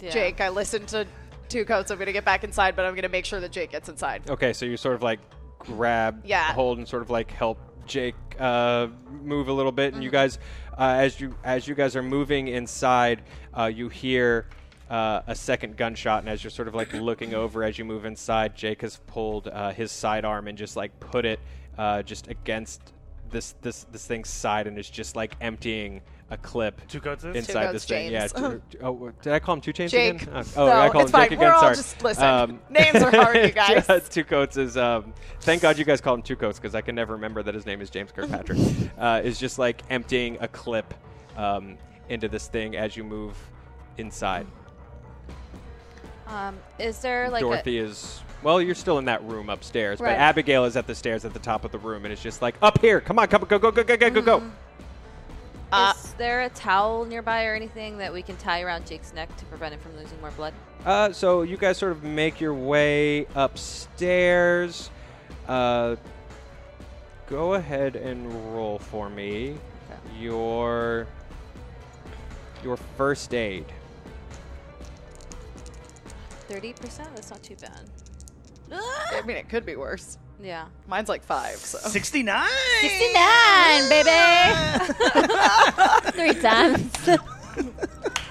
Yeah.
Jake. I listened to Two Coats. I'm gonna get back inside, but I'm gonna make sure that Jake gets inside.
Okay, so you sort of like grab
Yeah.
hold and sort of like help Jake uh, move a little bit,
Mm-hmm.
and you guys, uh, as you as you guys are moving inside, uh, you hear. Uh, a second gunshot, and as you're sort of like looking over as you move inside, Jake has pulled uh, his sidearm and just like put it uh, just against this this this thing's side, and is just like emptying a clip
Two Coats is?
inside
Two
this
Coats
thing. Yeah.
James.
two- two- oh, what- did I call him Two Chains
Jake.
again? Oh,
No,
I called
it's
him Jake again.
fine. We're all
Sorry.
just- listen, names are hard, you guys.
Two Coats is. Um, thank God you guys called him Two Coats because I can never remember that his name is James Kirkpatrick. uh, is just like emptying a clip um, into this thing as you move inside.
um, is there like a,
Dorothy is. Well, you're still in that room upstairs,
Right.
but Abigail is at the stairs at the top of the room, and it's just like up here. Come on, come go go go go go go go.
Uh,
Is there a towel nearby or anything that we can tie around Jake's neck to prevent him from losing more blood?
Uh, so you guys sort of make your way upstairs. Uh, go ahead and roll for me your your first aid.
Thirty percent. That's not too bad.
I mean, it could be worse.
Yeah.
Mine's like five. So
Oh.
69!
69, baby! Three times.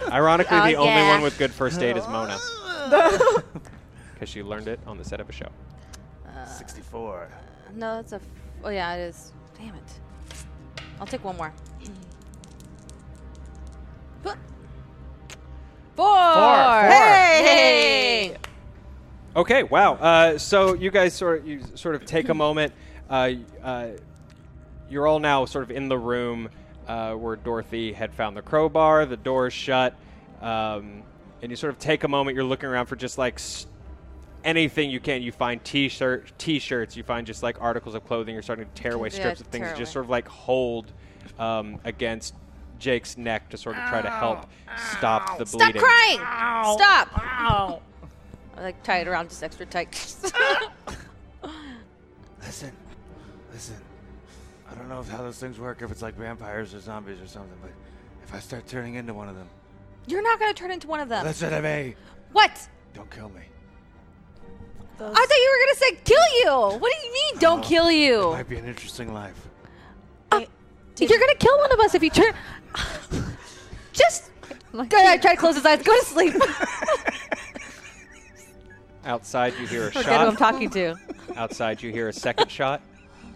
Ironically,
Oh,
the only
yeah.
one with good first aid is Mona,
Ah.
because she learned it on the set of a show.
64.
No, that's a. F- oh yeah, it is. Damn it. I'll take one more. Four.
Four.
Yay!
Okay, wow. Uh, so you guys sort of, you sort of take a moment. Uh, uh, you're all now sort of in the room uh, where Dorothy had found the crowbar. The door is shut, um, and you sort of take a moment. You're looking around for just like s- anything you can. You find t-shirt, t-shirts. You find just like articles of clothing. You're starting to tear away
Yeah,
strips of things.
tear
to Just
away.
sort of like hold um, against Jake's neck to sort of try to help stop the
Stop
bleeding.
crying! Stop! I like tie it around just extra tight.
Listen, listen. I don't know if how those things work, if it's like vampires or zombies or something, but if I start turning into one of them,
You're not gonna turn into one of them.
listen to me.
what?
Don't kill me.
I thought you were gonna say kill you. What do you mean? Don't kill
It
you.
might be an interesting life.
You're gonna kill one of us if you turn. just. Go ahead, try to close his eyes. Go to sleep.
Outside, you hear a
Forget who I'm
shot.
talking to.
Outside, you hear a second shot,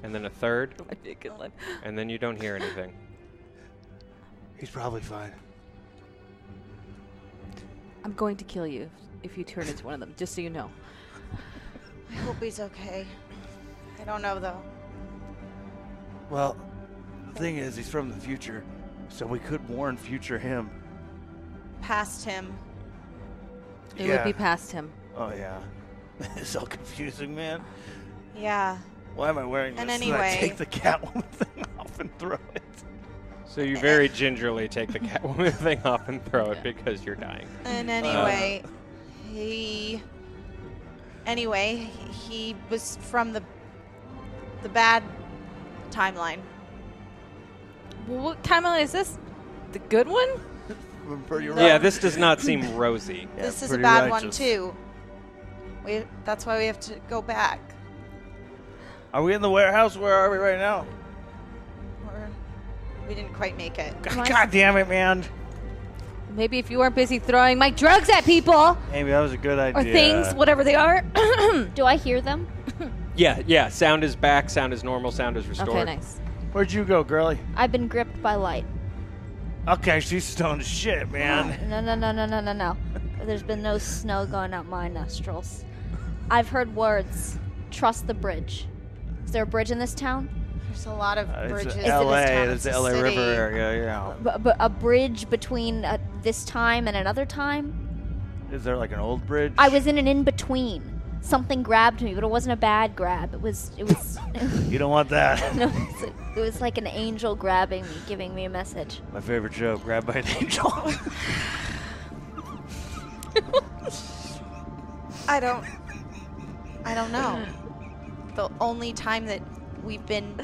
and then a third,
Might be a good life.
and then you don't hear anything.
He's probably fine.
I'm going to kill you if you turn into one of them. Just so you know.
I hope he's okay. I don't know though.
Well, the thing is, he's from the future, so we could warn future him.
Past him.
It
yeah.
would be past him.
Oh yeah. it's all confusing, man.
Yeah.
Why am I wearing this?
And
Did I
anyway-
take the Catwoman thing off and throw it.
So you very gingerly take the Catwoman thing off and throw it because you're dying.
And
Uh.
anyway, he. Anyway, he was from the the bad timeline.
Well, what timeline is this? The good one?
Remember, you're
Yeah,
right.
this does not seem rosy.
Yeah,
this is a
pretty
bad one
righteous.
too. We that's why we have to go back.
Are we in the warehouse? Where are we right now?
We're, we didn't quite make it.
God damn it, man.
Maybe if you weren't busy throwing my drugs at people
Amy, that was a good
or
idea.
things, whatever they are.
Do I hear them?
Yeah, yeah. Sound is back. Sound is normal. Sound is restored.
okay, nice.
Where'd you go, girlie?
I've been gripped by light.
Okay, she's stoned as shit, man.
No, no, no, no, no, no, no. There's been no snow going up my nostrils. I've heard words. Trust the bridge. Is there a bridge in this town?
There's a lot of
Uh,
bridges.
it's
in
LA.
this town.
It's
a
the LA
city.
River area. Yeah.
B- b- a bridge between uh, this time and another time?
Is there like an old bridge?
I was in an in between. Something grabbed me, but it wasn't a bad grab. It was. It was.
You don't want that.
no, it was, it was like an angel grabbing me, giving me a message.
My favorite joke: grabbed by an angel.
I don't. I don't know. The only time that we've been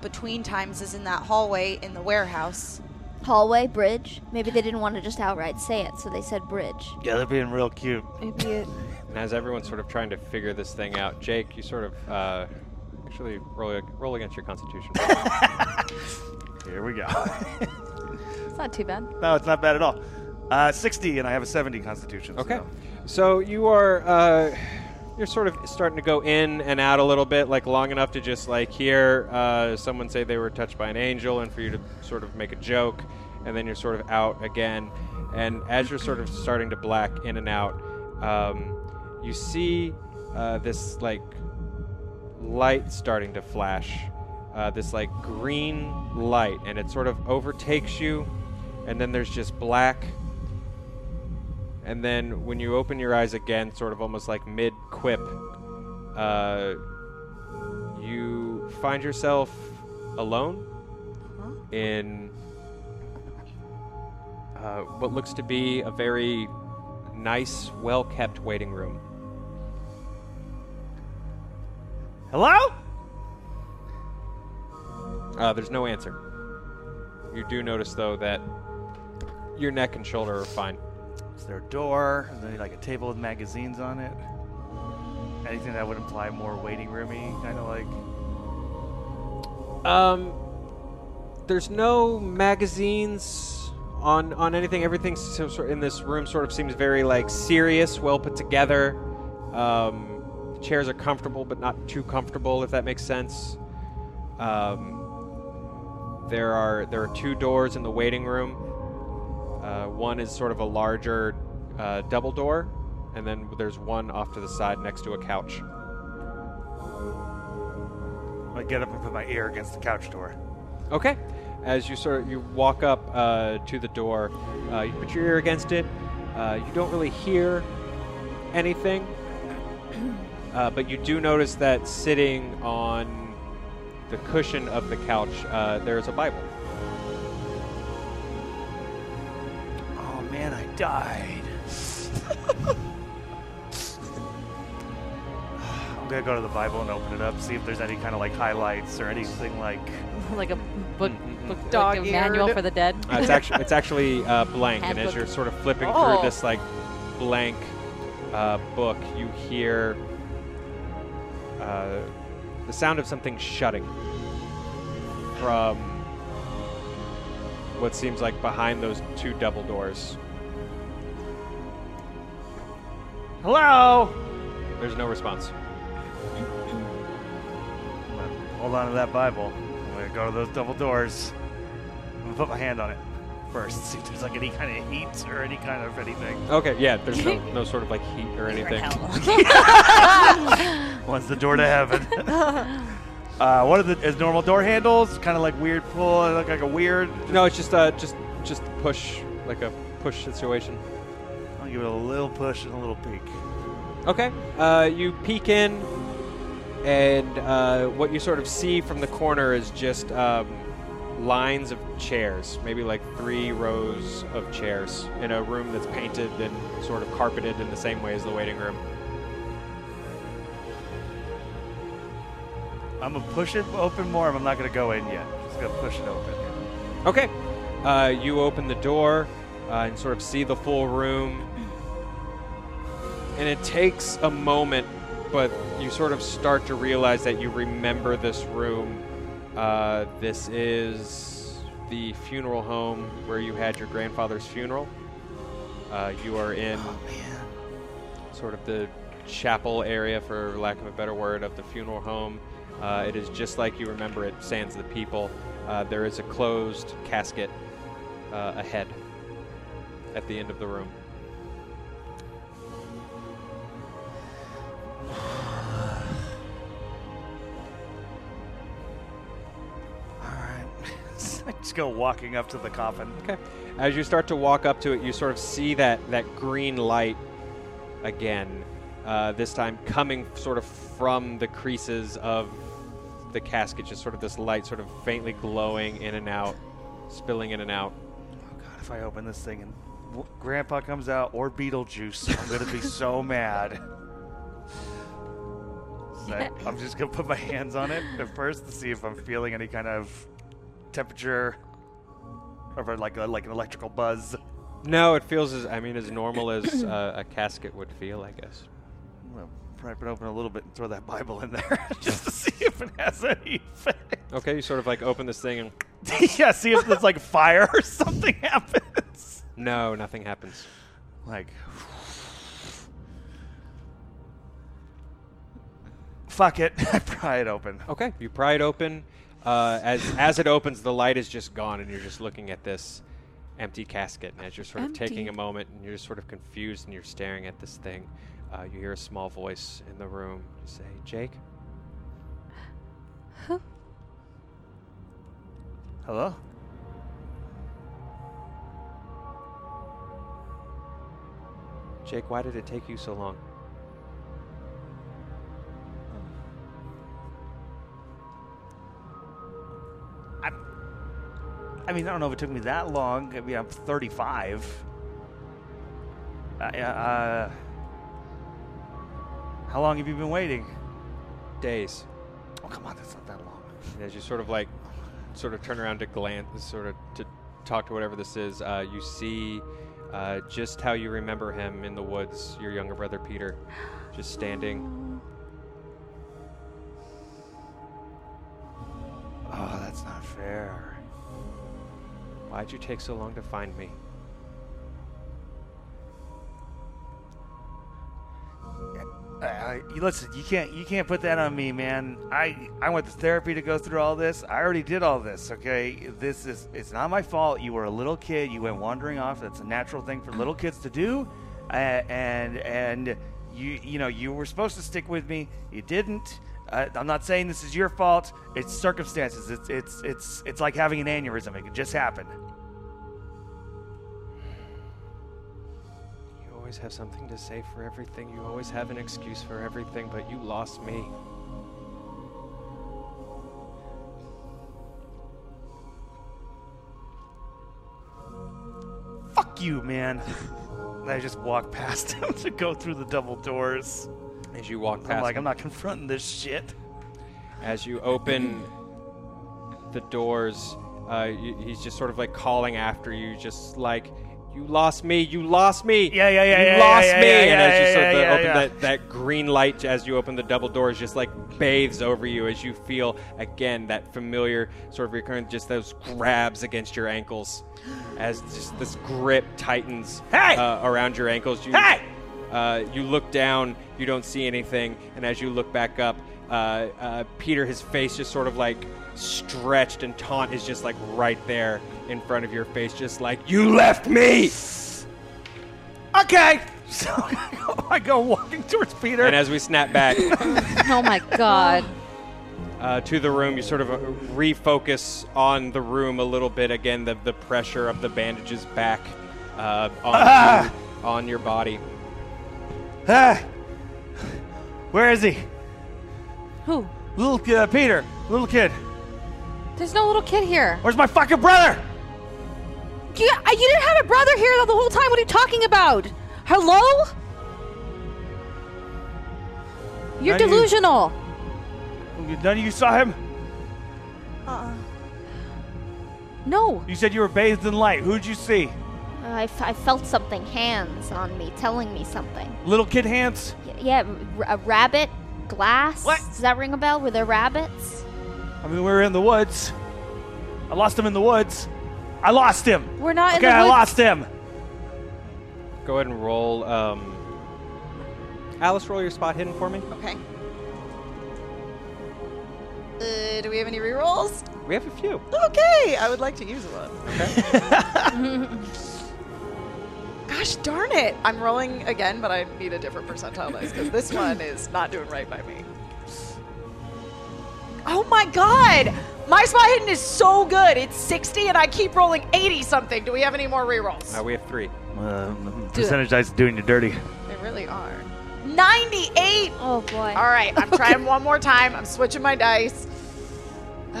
between times is in that hallway in the warehouse.
Hallway, bridge. Maybe they didn't want to just outright say it, so they said bridge.
yeah, they're being real cute.
Maybe it.
And as everyone's sort of trying to figure this thing out, Jake, you sort of uh, actually roll, roll against your constitution.
Here we go.
It's not too bad.
no, it's not bad at all. Uh, 60, and I have a 70 constitution. so-
okay. So you are uh, you're sort of starting to go in and out a little bit, like long enough to just like hear uh, someone say they were touched by an angel, and for you to sort of make a joke, and then you're sort of out again. And as you're sort of starting to black in and out, um, you see uh, this like light starting to flash. Uh, this like green light, and it sort of overtakes you, and then there's just black. And then when you open your eyes again, sort of almost like mid quip, uh, you find yourself alone in uh, what looks to be a very nice, well kept waiting room.
Hello?
Uh, there's no answer. You do notice, though, that your neck and shoulder are fine.
Is there a door? Is there like a table with magazines on it? Anything that would imply more waiting roomy, kind of like.
Um, there's no magazines on on anything. Everything so, so in this room sort of seems very like serious, well put together. Um, the chairs are comfortable, but not too comfortable, if that makes sense. Um, there are there are two doors in the waiting room. Uh, one is sort of a larger uh, double door, and then there's one off to the side next to a couch.
I get up and put my ear against the couch door.
Okay. As you sort of, you walk up uh, to the door, uh, you put your ear against it. Uh, you don't really hear anything, Uh, but you do notice that sitting on the cushion of the couch, uh, there is a Bible.
Oh man, I died. I'm gonna go to the Bible and open it up, see if there's any kind of like highlights or anything like.
like a book, book like a
Dog-eared.
manual for the dead.
Uh, it's actually it's actually uh, blank, and as
Handbook.
you're sort of flipping
Oh.
through this like blank uh, book, you hear uh, the sound of something shutting from what seems like behind those two double doors.
Hello.
There's no response.
I'm gonna hold on to that Bible. I'm gonna go to those double doors. I'm gonna put my hand on it first, see if there's like any kind of heat or any kind of anything.
Okay, yeah, there's no, no sort of like heat or anything.
What's the door to heaven? uh, what are the is normal door handles? Kind of like weird pull. I look like a weird.
No, it's just uh, just just push like a push situation.
I'll give it a little push and a little peek.
Okay. Uh, you peek in, and uh, what you sort of see from the corner is just um, lines of chairs, maybe like three rows of chairs in a room that's painted and sort of carpeted in the same way as the waiting room.
I'm gonna push it open more. but I'm not gonna go in yet. Just gonna push it open.
Okay. Uh, you open the door uh, and sort of see the full room. And it takes a moment, but you sort of start to realize that you remember this room. Uh, this is the funeral home where you had your grandfather's funeral. Uh, you are in sort of the chapel area, for lack of a better word, of the funeral home. Uh, it is just like you remember it, Sans the People. Uh, there is a closed casket uh, ahead at the end of the room.
All right. I just go walking up to the coffin. Oh
Okay. As you start to walk up to it, you sort of see that, that green light again, uh, this time coming sort of from the creases of the casket, just sort of this light sort of faintly glowing in and out, spilling in and out.
Oh God, if I open this thing and w- Grandpa comes out or Beetlejuice, I'm gonna be so mad. So I- I'm just gonna put my hands on it at first to see if I'm feeling any kind of temperature or like a, like an electrical buzz.
No, it feels as I mean as normal as uh, a casket would feel, I guess.
I'm gonna pry it open a little bit and throw that Bible in there just to see if it has any effect.
Okay, you sort of like open this thing and
yeah, see if there's like fire or something happens.
no, nothing happens.
Like, fuck it. I pry it open. Oh,
Okay, you pry it open. Uh, as as it opens, the light is just gone, and you're just looking at this empty casket. And as you're sort of taking a moment, and you're just sort of confused, and you're staring at this thing, uh, you hear a small voice in the room say, "Jake."
Hello?
Jake, why did it take you so long?
I, I mean, I don't know if it took me that long. I mean, I'm 35. I, uh, uh, how long have you been waiting?
Days.
Oh, come on, that's not that long.
And as you sort of like, sort of turn around to glance, sort of to talk to whatever this is, uh, you see uh, just how you remember him in the woods, your younger brother Peter, just standing.
Oh, that's not fair.
Why'd you take so long to find me?
Uh, I- you- listen, you can't you can't put that on me, man. I I went to therapy to go through all this. I already did all this. Okay, this is it's not my fault. You were a little kid. You went wandering off. That's a natural thing for little kids to do, uh, and and you you know you were supposed to stick with me. You didn't. Uh, I'm not saying this is your fault. It's circumstances. It's it's it's it's like having an aneurysm. It could just happen.
You always have something to say for everything. You always have an excuse for everything, but you lost me.
Fuck you, man. And I just walk past him to go through the double doors.
As you walk
I'm
past,
like,
me.
I'm not confronting this shit.
as you open the doors, uh, y- he's just sort of like calling after you, just like, "You lost me! You lost me!
Yeah, yeah, yeah,
You
yeah,
lost
yeah,
me!"
yeah,
and
yeah,
as you sort of
yeah, yeah,
open
yeah.
that that green light as you open the double doors, just like bathes over you as you feel again that familiar sort of recurrent, just those grabs against your ankles, as just this grip tightens
Hey!
uh, around your ankles. You,
Hey!
uh, you look down, you don't see anything, and as you look back up, uh, uh, Peter, his face just sort of like stretched and taunt is just like right there in front of your face, just like, You left me!
Okay. So I go, I go walking towards Peter.
And as we snap back
Oh my god.
uh, to the room, you sort of uh, refocus on the room a little bit again, the, the pressure of the bandages back uh, on, on your body.
ah, where is he?
Who?
Little ki- uh, Peter, little kid.
There's no little kid here.
Where's my fucking brother?
You, I- you didn't have a brother here the whole time. What are you talking about? Hello? You're
Not you.
delusional.
None of you saw him.
No.
You said you were bathed in light. Who'd you see?
I, f- I felt something hands on me, telling me something.
Little kid hands.
Y- yeah, r- a rabbit, glass.
What?
Does that ring a bell? Were there rabbits?
I mean, we were in the woods. I lost him in the woods. I lost him.
We're not in
okay,
the
I
woods.
lost him.
Go ahead and roll. Um, Alice, roll your spot hidden for me.
Okay. Uh, do we have any rerolls?
We have a few.
Okay, I would like to use one. Gosh darn it! I'm rolling again, but I need a different percentile dice because this one is not doing right by me. Oh my god! My spot hidden is so good. It's 60, and I keep rolling 80 something. Do we have any more rerolls?
Uh, we have three.
percentage dice doing you dirty.
They really are. 98!
Oh boy.
All right, I'm trying one more time. I'm switching my dice.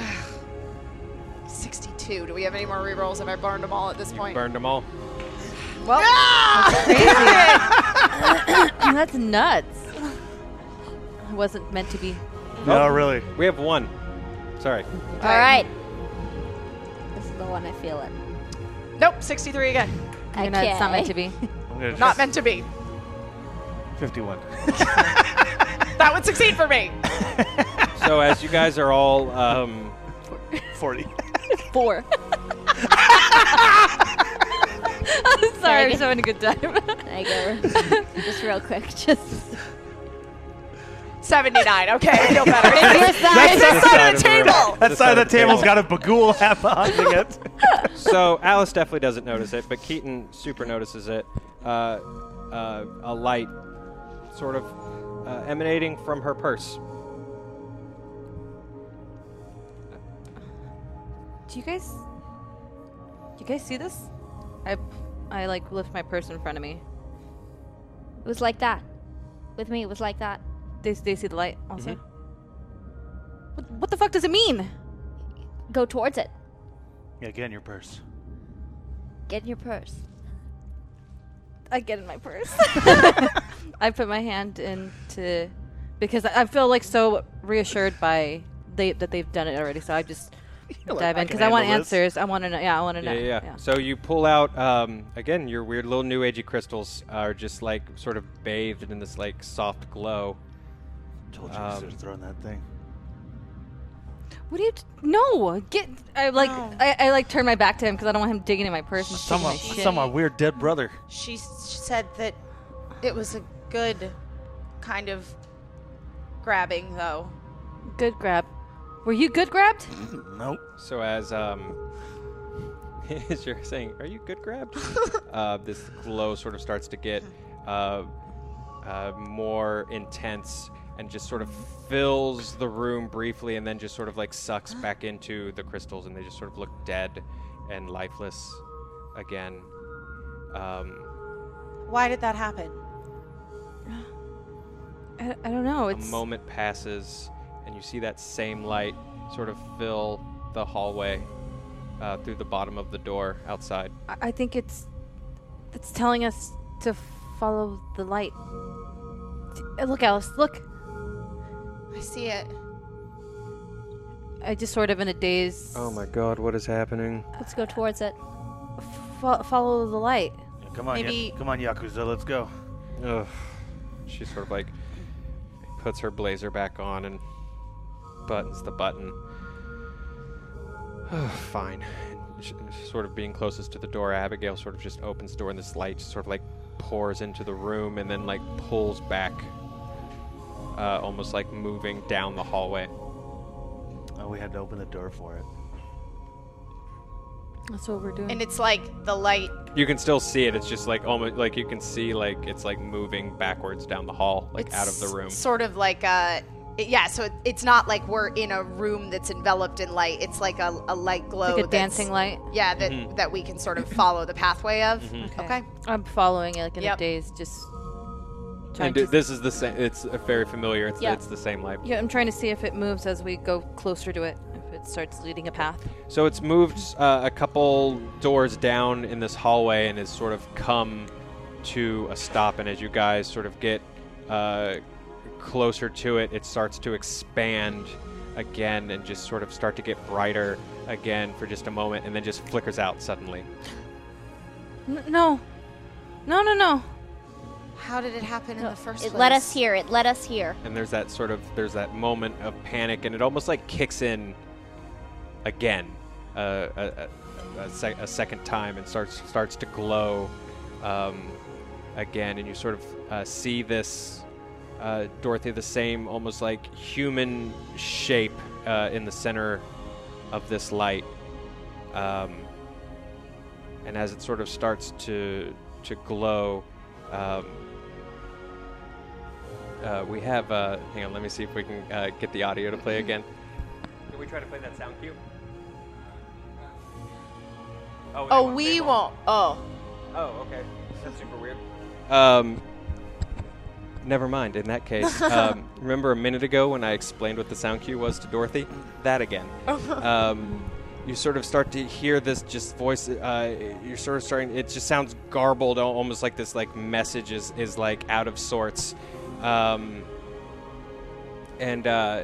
62. Do we have any more rerolls? Have I burned them all at this point?
Burned them all.
Well,
That's nuts. I wasn't meant to be.
No, really.
We have one. Sorry.
All right. This is the one I feel it.
nope, 63 again.
You know, it's not meant to be.
I'm gonna
Not meant to be.
just- 51.
That would succeed for me.
So as you guys are all, um,
40.
Four. I'm sorry, I'm just having a good time.
I go. just real quick. Just
79. Okay, I feel better. It's this,
That's
it's this
the
side
side of the
of the
table.
That
This
side of the table's got a bagul hat on it.
so Alice definitely doesn't notice it, but Keaton super notices it. Uh, uh, a light, sort of, uh, emanating from her purse.
Do you guys? Do you guys see this? I, I like lift my purse in front of me.
it was like that. With me, it was like that.
They, they see the light also. What, what the fuck does it mean?
Go towards it.
Yeah, get in your purse.
Get in your purse.
I get in my purse. I put my hand into because I I feel like so reassured by they that they've done it already. So I just dive in
can
because I want
handle this.
answers. I want to know. Yeah, I want to
Yeah,
know.
yeah. So you pull out um, again. Your weird little new agey crystals are just like sort of bathed in this like soft glow.
Told you
Um,
um, throwing that thing.
What do you? T- no, get. I like. I, I like turn my back to him because I don't want him digging in my purse and taking my
Someone,
shit.
someone weird dead brother.
She s- said that it was a good kind of grabbing, though.
Good grab. Were you good grabbed?
Nope.
So as um, as you're saying, are you good grabbed? uh, this glow sort of starts to get uh, uh, more intense and just sort of fills the room briefly, and then just sort of like sucks back into the crystals, and they just sort of look dead and lifeless again. Um,
Why did that happen?
I, I don't know.
A
It's
moment passes, and you see that same light sort of fill the hallway uh, through the bottom of the door outside.
I I think it's it's telling us to follow the light. T- uh, Look, Alice, look.
I see it.
I just sort of in a daze.
Oh god, what is happening?
Let's go towards it.
Fo- follow the light.
Come on, Ya-
Maybe-
come on, Yakuza, let's go.
Ugh. She sort of like puts her blazer back on and buttons the button. Fine. And sh- Sort of being closest to the door, Abigail sort of just opens the door, and this light just sort of like pours into the room and then like pulls back, uh, almost like moving down the hallway.
Oh, we had to open the door for it.
That's what we're doing.
And it's like the light.
You can still see it. It's just like almost like you can see like it's like moving backwards down the hall, like out of the
s-
room.
Sort of like a. it- yeah, so it, it's not like we're in a room that's enveloped in light. It's like a, a light glow.
like a
that's-
dancing light.
Yeah, that
Mm-hmm.
that we can sort of follow the pathway of. Okay.
I'm following it like in a
Yep.
daze, just trying
And
to.
it- this is the same. It's uh, very familiar. It's,
Yeah.
it's the same light.
yeah, I'm trying to see if it moves as we go closer to it. If it starts leading a path.
So it's moved uh, a couple doors down in this hallway and has sort of come to a stop. And as you guys sort of get uh, closer to it, it starts to expand again and just sort of start to get brighter again for just a moment, and then just flickers out suddenly.
N- no, no, no, no.
How did it happen in the first
It
place?
let us here. It let us here.
And there's that sort of there's that moment of panic, and it almost like kicks in again uh, a, a, a, sec- a second time and starts starts to glow um, again and you sort of uh, see this uh, Dorothy the same almost like human shape uh, in the center of this light um, and as it sort of starts to to glow um, uh, we have uh, hang on let me see if we can uh, get the audio to play again can we try to play that sound cue? Oh, they
Oh,
won't-
we
they
won't. Oh.
Oh, okay. That's super weird. Um, never mind. In that case, um, remember a minute ago when I explained what the sound cue was to Dorothy? That again. um, you sort of start to hear this just voice. Uh, you're sort of starting. It just sounds garbled, al- almost like this like message is is like out of sorts. Um, and uh,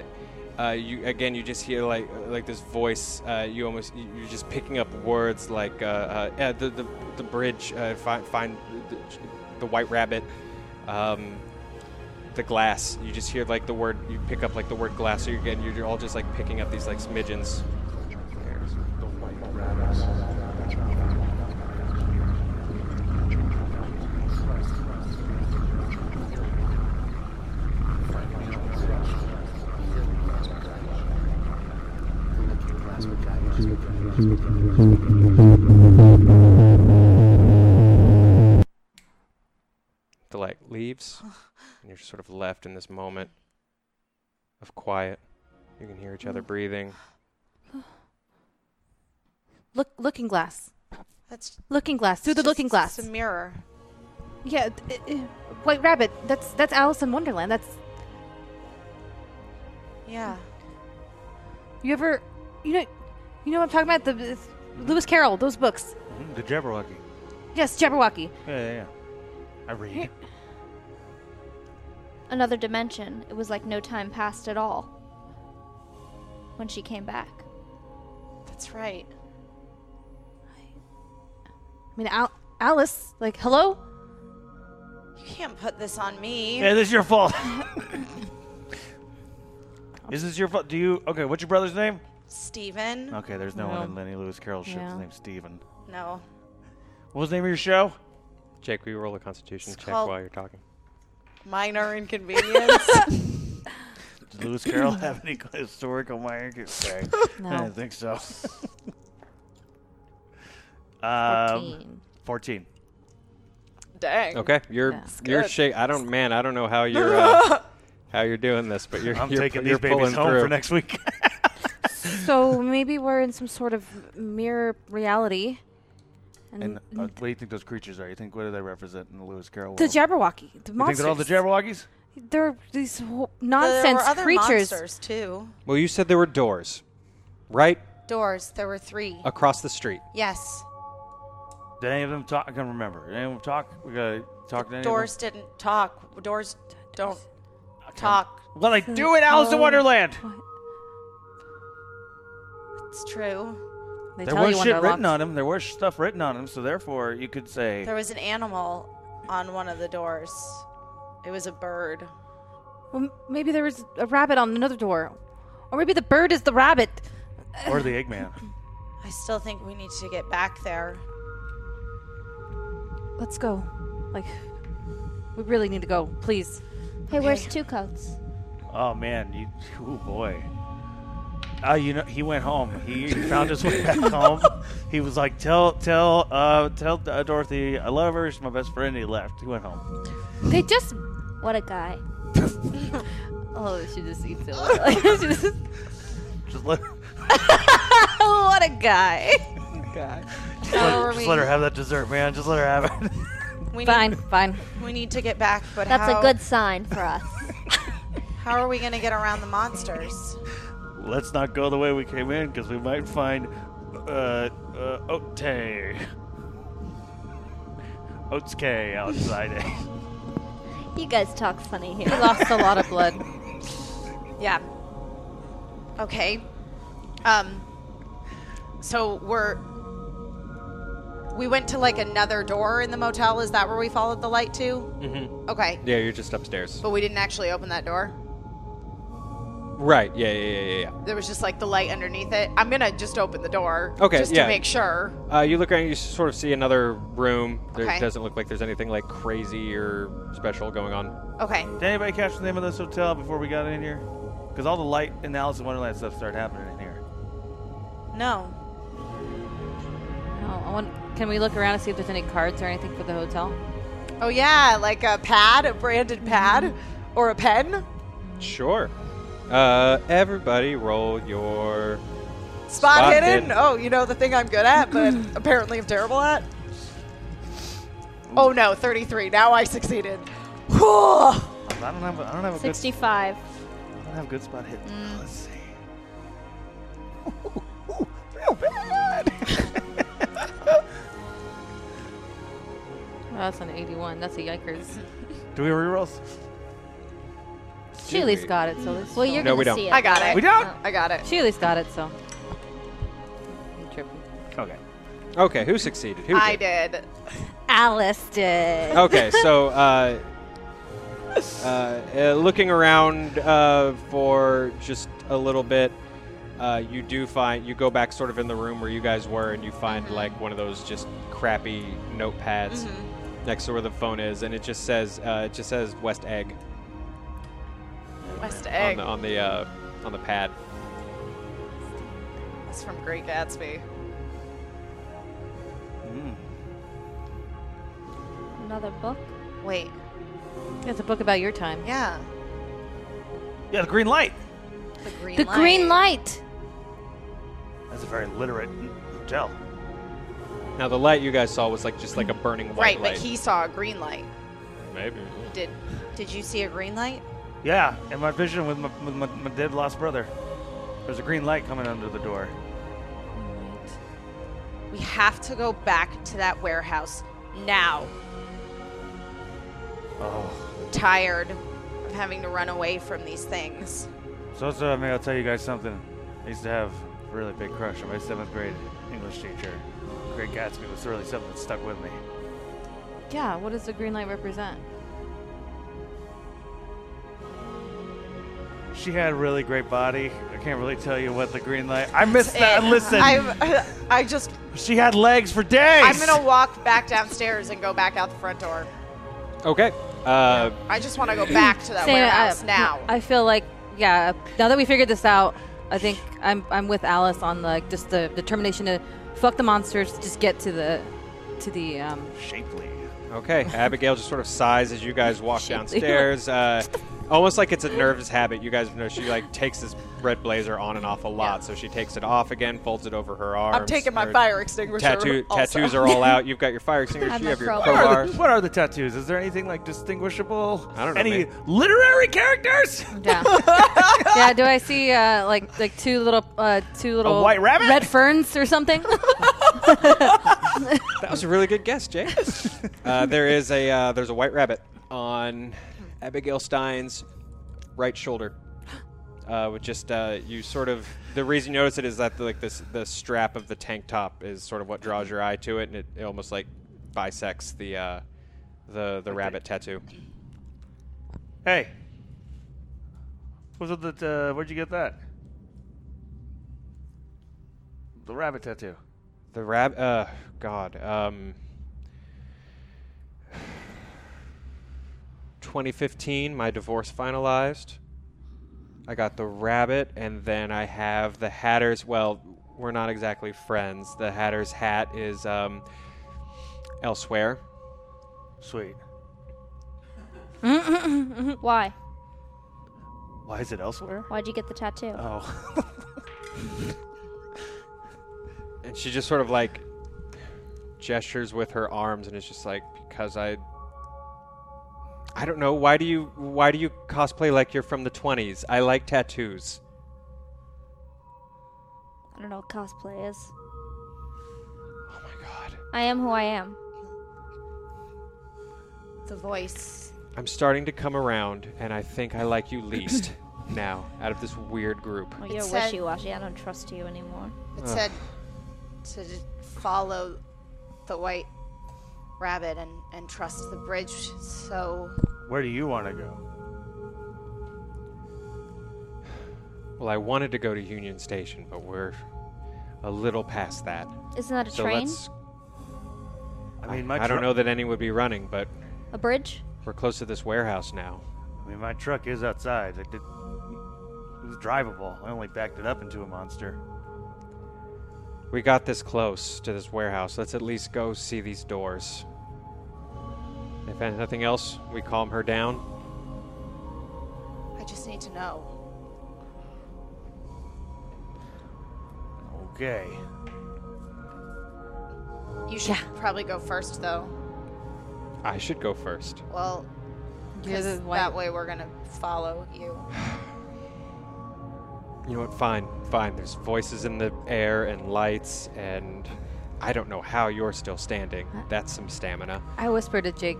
uh, you again you just hear like like this voice uh, you almost you- you're just picking up words like uh, uh, uh, the, the the bridge uh, find find the, the white rabbit um, the glass you just hear like the word you pick up like the word glass so you're again you're all just like picking up these like smidgens the light leaves and you're sort of left in this moment of quiet you can hear each other breathing
Look, looking glass.
That's
Looking glass through the
just-
looking glass.
It's a mirror.
Yeah, th- uh, uh, White Rabbit. That's that's Alice in Wonderland. That's
Yeah.
you ever, you know, you know what I'm talking about. The it's Lewis Carroll, those books.
Mhm, The Jabberwocky.
Yes, Jabberwocky.
Yeah, yeah, yeah. I read.
Another dimension. It was like no time passed at all. When she came back.
That's right.
I mean, Al- Alice. Like, hello.
You can't put this on me.
Eh.
Yeah, this is your fault. is this your fault? Do you? Okay, what's your brother's name?
Steven?
Okay, there's no one in
Well,
Lenny Lewis Carroll's show.
yeah.
His name's Steven.
No.
What was the name of your show?
jake we roll a constitution check
called-
while you're talking
Minor inconvenience.
Does Lewis Carroll have any historical minor? Okay.
No.
I don't think so. um,
Fourteen.
14.
Dang.
Okay, you're
That's
you're shake. I don't, man. I don't know how you're uh, how you're doing this, but you're
I'm
you're,
taking
you're
these babies
pulling
home
through.
for next week.
so maybe we're in some sort of mirror reality.
And uh, what do you think those creatures are? You think what do they represent in the Lewis Carroll?
The
world?
Jabberwocky, the
You think
monsters.
they're all the Jabberwockies?
They're these whole
There were
nonsense
other
creatures.
monsters too.
Well, you said there were doors, right
Doors. There were three.
across the street.
Yes.
Did any of them talk? I can't remember. Did any of them talk? We gotta talk to any
Doors didn't talk. Doors don't talk.
Of them? Well, they do it,
Oh.
Alice in Wonderland.
It's true.
They
There
tell
was
you when
shit
they're
written
locked.
on them. There was stuff written on them. So therefore, you could say
There was an animal on one of the doors. It was a bird.
Well, m- maybe there was a rabbit on another door, or maybe the bird is the rabbit.
or the Eggman.
I still think we need to get back there.
Let's go. Like, we really need to go, please.
Hey, where's two coats?
Oh man, you, oh boy. Uh, you know, he went home. He found his way back home. He was like, "Tell, tell, uh, tell uh, Dorothy I love her. She's my best friend." He left. He went home.
They just.
What a guy.
Oh, she just eats it. She just-
Just let,
what a guy.
just, let, just let her have that dessert, man. Just let her have it.
We
Fine, fine.
Need, we need to get back, but
That's
how,
a good sign for us.
How are we going to get around the monsters?
Let's not go the way we came in because we might find uh, uh, Ote. Oatske outside.
you guys talk funny
He
here.
lost a lot of blood.
Yeah. Okay. Um. So we're. We went to like another door in the motel. Is that where we followed the light to? Mm-hmm. Okay.
Yeah, you're just upstairs.
Oh.
But we didn't actually open that door.
Right. Yeah. Yeah. Yeah. Yeah.
There was just like the light underneath it. I'm gonna just open the door.
Okay,
Just
yeah.
to make sure.
yeah. Uh, you look around. You sort of see another room. There
Okay.
doesn't look like there's anything like crazy or special going on.
Okay.
Did anybody catch the name of this hotel before we got in here? Because all the light and the Alice in Wonderland stuff started happening in here.
No.
No, Oh, I want, can we look around and see if there's any cards or anything for the hotel?
Oh yeah, like a pad, a branded pad,
Mm-hmm.
or a pen.
Sure. Uh, everybody, roll your.
Spot,
Spot
hidden.
hidden.
Oh, you know the thing I'm good at, but apparently I'm terrible at. Oh no, 33. Now I succeeded. Whew.
I don't have. A, I don't have a good.
65.
I don't have a good spot hidden. Let's see.
Oh, that's an 81. That's a yikers.
Do we have rerolls?
She at least got it, so let's.
Well, you're
No, we
gonna
don't.
see it.
I got it.
We don't?
I got it.
She at least got it, so. You tripping.
Okay.
Okay. Who succeeded? Who
I did.
Alice did.
okay, so uh, uh, uh, looking around uh, for just a little bit, uh, you do find you go back sort of in the room where you guys were, and you find
Mm-hmm.
like one of those just crappy notepads
Mm-hmm.
next to where the phone is, and it just says uh, it just says West Egg
West
on
Egg.
the on the, uh, on the pad.
That's from Great Gatsby.
Another book?
Wait.
It's a book about your time.
Yeah.
Yeah, the green light.
The green
The
light.
green light.
That's a very literate hotel.
Now the light you guys saw was like just like a burning white
Right,
light.
but he saw a green light.
Maybe.
Did
Did you see a green light?
Yeah, in my vision with my, with my, my dead lost brother, there's a green light coming under the door.
We have to go back to that warehouse now.
Oh.
I'm tired of having to run away from these things.
So, so I mean, I'll tell you guys something. I used to have a really big crush on my seventh grade English teacher. Great Gatsby was really something that stuck with me.
Yeah, what does the green light represent?
She had a really great body. I can't really tell you what the green light. I
Uh,
missed that.
Eh,
It-
Listen,
I I just
she had legs for days.
I'm gonna walk back downstairs and go back out the front door.
Okay. Uh,
I just want to go back to that
Sam,
warehouse
I,
now.
I feel like, yeah, now that we figured this out, I think I'm I'm with Alice on like just the determination to fuck the monsters, just get to the to the um
Shapely.
Okay, Abigail just sort of sighs as you guys walk
Shapely.
downstairs. Uh, almost like it's a nervous habit. You guys know she like takes this red blazer on and off a lot, so she takes it off again, folds it over her arms.
I'm taking my
her
fire extinguisher.
Tattoo
also.
tattoos are all out. You've got your fire extinguisher.
I'm
You
a
have your
pro.
What are,
crowbar.
the, what are the tattoos? Is there anything like distinguishable?
I don't know,
Any
maybe-
literary characters?
Yeah. yeah. Do I see uh, like like two little uh, two little
white rabbit?
red ferns or something?
That was a really good guess, Jay. uh, there is a uh, there's a white rabbit on Abigail Stein's right shoulder. Uh, with just uh, you sort of the reason you notice it is that the, like this the strap of the tank top is sort of what draws your eye to it, and it, it almost like bisects the uh, the the rabbit tattoo.
hey, was it the? Uh, where'd you get that? The rabbit tattoo.
The rab uh god. Um 2015 my divorce finalized. I got the rabbit and then I have the hatter's well, we're not exactly friends. The hatter's hat is um elsewhere.
Sweet.
Why?
Why is it elsewhere?
Why'd you get the tattoo?
Uh,
Oh,
And she just sort of like gestures with her arms and it's just like because I I don't know why do you why do you cosplay like you're from the 20s? I like tattoos.
I don't know what cosplay is.
Oh my god.
I am who I am.
The voice.
I'm starting to come around, and I think I like you least now out of this weird group.
Well,
It
you're
said-
wishy-washy. I don't trust you anymore.
It said to d- follow the white rabbit and, and trust the bridge. So
where do you want to go?
Well, I wanted to go to Union Station, but we're a little past that.
Isn't that a
So
train?
let's.
I mean, my
I don't
truck-
know that any would be running, but
A bridge?
we're close to this warehouse now.
I mean, my truck is outside. It, did, it was drivable. I only backed it up into a monster.
We got this close to this warehouse. Let's at least go see these doors. If nothing else, we calm her down.
I just need to know.
Okay.
You should probably go first, though.
I should go first.
Well,
You're
'cause
the white-
that way we're gonna follow you.
You know what? Fine, fine. There's voices in the air and lights, and I don't know how you're still standing. That's some stamina.
I whispered to Jake.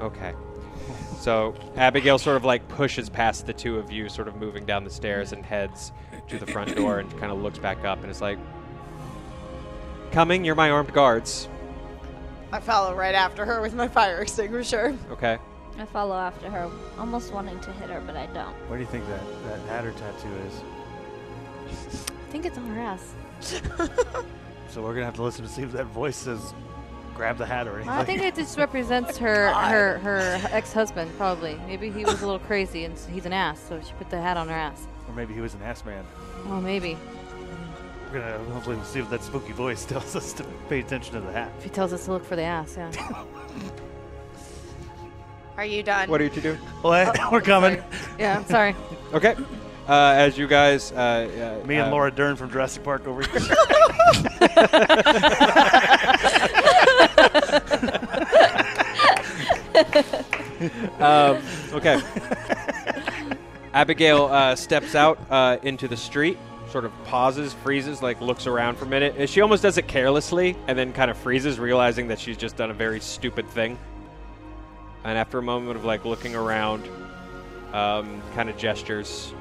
Okay. So Abigail sort of like pushes past the two of you, sort of moving down the stairs and heads to the front door and kind of looks back up and is like, Coming, you're my armed guards.
I follow right after her with my fire extinguisher.
Okay.
I follow after her, almost wanting to hit her, but I don't.
Where do you think that, that hatter tattoo is?
I think it's on her ass.
So we're gonna have to listen to see if that voice says, "Grab the hat" or anything.
I think it just represents her her her ex-husband probably. Maybe he was a little crazy and s- he's an ass, so she put the hat on her ass.
or maybe he was an ass man.
Oh, maybe
We're gonna hopefully see if that spooky voice tells us to pay attention to the hat.
if he tells us to look for the ass, yeah.
Are you done?
What are you to do?
What? we're coming.
yeah, I'm sorry.
Okay. Uh, as you guys, uh, uh,
Me and
uh,
Laura Dern from Jurassic Park over here.
Um, okay. Abigail uh, steps out uh, into the street, sort of pauses, freezes, like looks around for a minute. And She almost does it carelessly, and then kind of freezes, realizing that she's just done a very stupid thing. And after a moment of like looking around, um, kind of gestures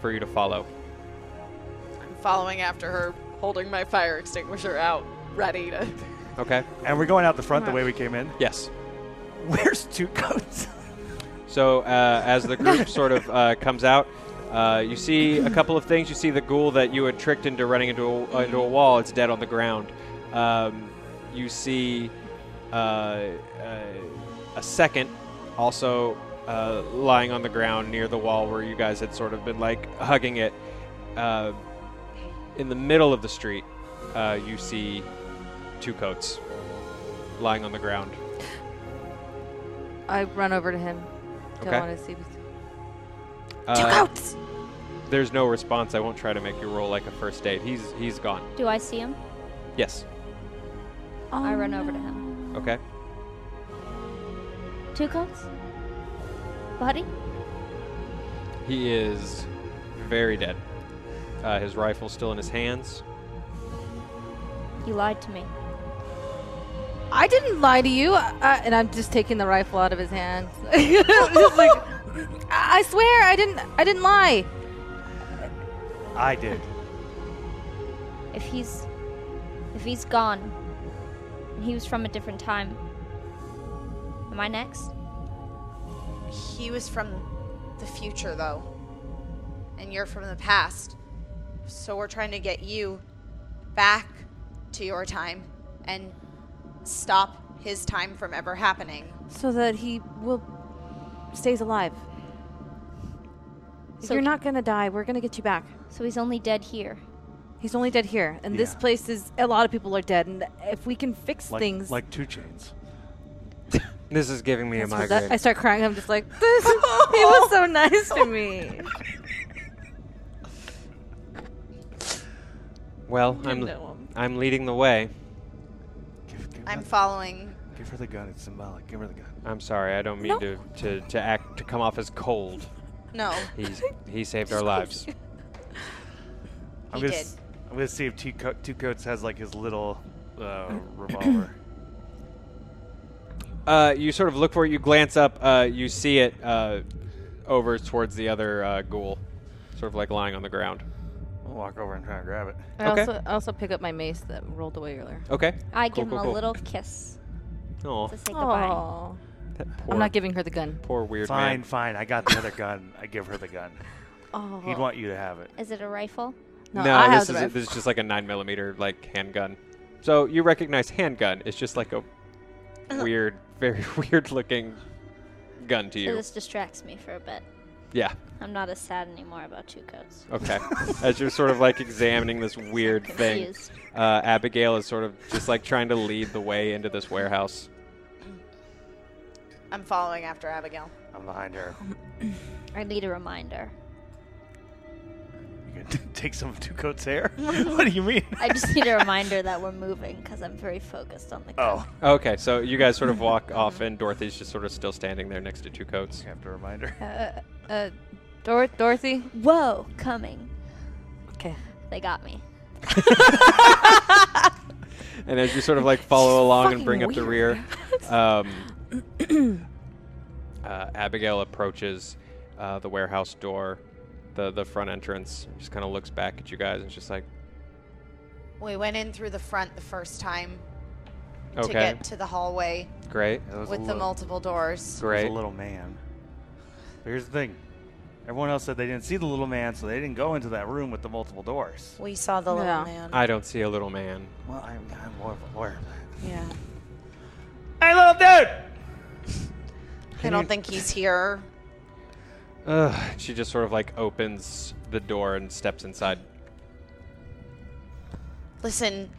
for you to follow.
I'm following after her, holding my fire extinguisher out, ready to.
Okay.
and we're going out the front the way we came in.
Yes.
Where's two coats?
So uh, as the group sort of uh, comes out, uh, you see a couple of things. You see the ghoul that you had tricked into running into a, into a wall. It's dead on the ground. Um, you see uh, uh, a second, also uh, lying on the ground near the wall where you guys had sort of been like hugging it. Uh, in the middle of the street, uh, you see two coats lying on the ground.
I run over to him. Don't
Okay.
want to see. if he's-
Uh, There's no response. I won't try to make you roll like a first aid. He's he's gone.
Do I see him?
Yes.
Oh,
I run over to him.
Okay.
Two coats? Buddy?
He is very dead. Uh, his rifle still in his hands.
You lied to me.
I didn't lie to you, uh, and I'm just taking the rifle out of his hand. Just like, I I swear, I didn't. I didn't lie.
I did.
If he's if he's gone and he was from a different time. Am I next?
He was from the future, though, and you're from the past. So we're trying to get you back to your time and stop his time from ever happening.
so that he will stays alive.
So-
You're not gonna die. We're gonna get you back.
So he's only dead here.
He's only dead here, and this
Yeah.
place is a lot of people are dead. And if we can fix
Like,
things,
like two chains.
This is giving me
That's what that- I start crying. I'm just like, this, he was so nice to me.
Well, I'm
know him.
I'm leading the way.
Give, give,
I'm
her,
following.
give her the gun. It's symbolic. Give her the gun.
I'm sorry. I don't mean to, to to act to come off as cold.
No,
He's he saved our lives.
I'm
He
gonna
did.
s- I'm gonna see if two, co- two coats has like his little uh, revolver.
Uh, you sort of look for it. You glance up. Uh, you see it uh, over towards the other uh, ghoul, sort of like lying on the ground.
I'll walk over and try and grab it.
I
Okay.
also I also pick up my mace that rolled away earlier.
Okay.
I
Cool,
give
cool,
him
cool.
a little kiss
Oh,
to say goodbye.
Oh,
that poor,
I'm not giving her the gun.
poor weird
Fine,
man.
fine. I got the other gun. I give her the gun.
Oh,
He'd want you to have it.
Is it a rifle?
No,
I have
this
the
is
rifle.
this is just like a nine millimeter like handgun. So you recognize handgun. It's just like a weird, very weird looking gun to
So
you.
this distracts me for a bit.
Yeah.
I'm not as sad anymore about two coats.
Okay. As you're sort of like examining this weird thing,
Confused.
uh, Abigail is sort of just like trying to lead the way into this warehouse.
I'm following after Abigail.
I'm behind her.
I need a reminder.
You can take some of two coats' hair. what do you mean?
I just need a reminder that we're moving because I'm very focused on the coat.
Oh,
Okay, so you guys sort of walk off, and Dorothy's just sort of still standing there next to two coats.
I have to remind her.
Uh, Dor- Dorothy.
Whoa, coming.
Okay.
They got me.
And as you sort of like follow along and
fucking
bring up the rear, um, uh, Abigail approaches uh, the warehouse door, the the front entrance. Just kind of looks back at you guys, and is just like,
We went in through the front the first time to
okay,
get to the hallway
great,
That was a
with the
little-
multiple doors.
was
great.
a little man. But here's the thing. Everyone else said they didn't see the little man, so they didn't go into that room with the multiple doors.
We saw the little
Yeah.
man.
I don't see a little man.
Well, I'm, I'm more of aware of that.
yeah.
Hey, little dude!
I don't think he's here.
Ugh. She just sort of like opens the door and steps inside.
Listen,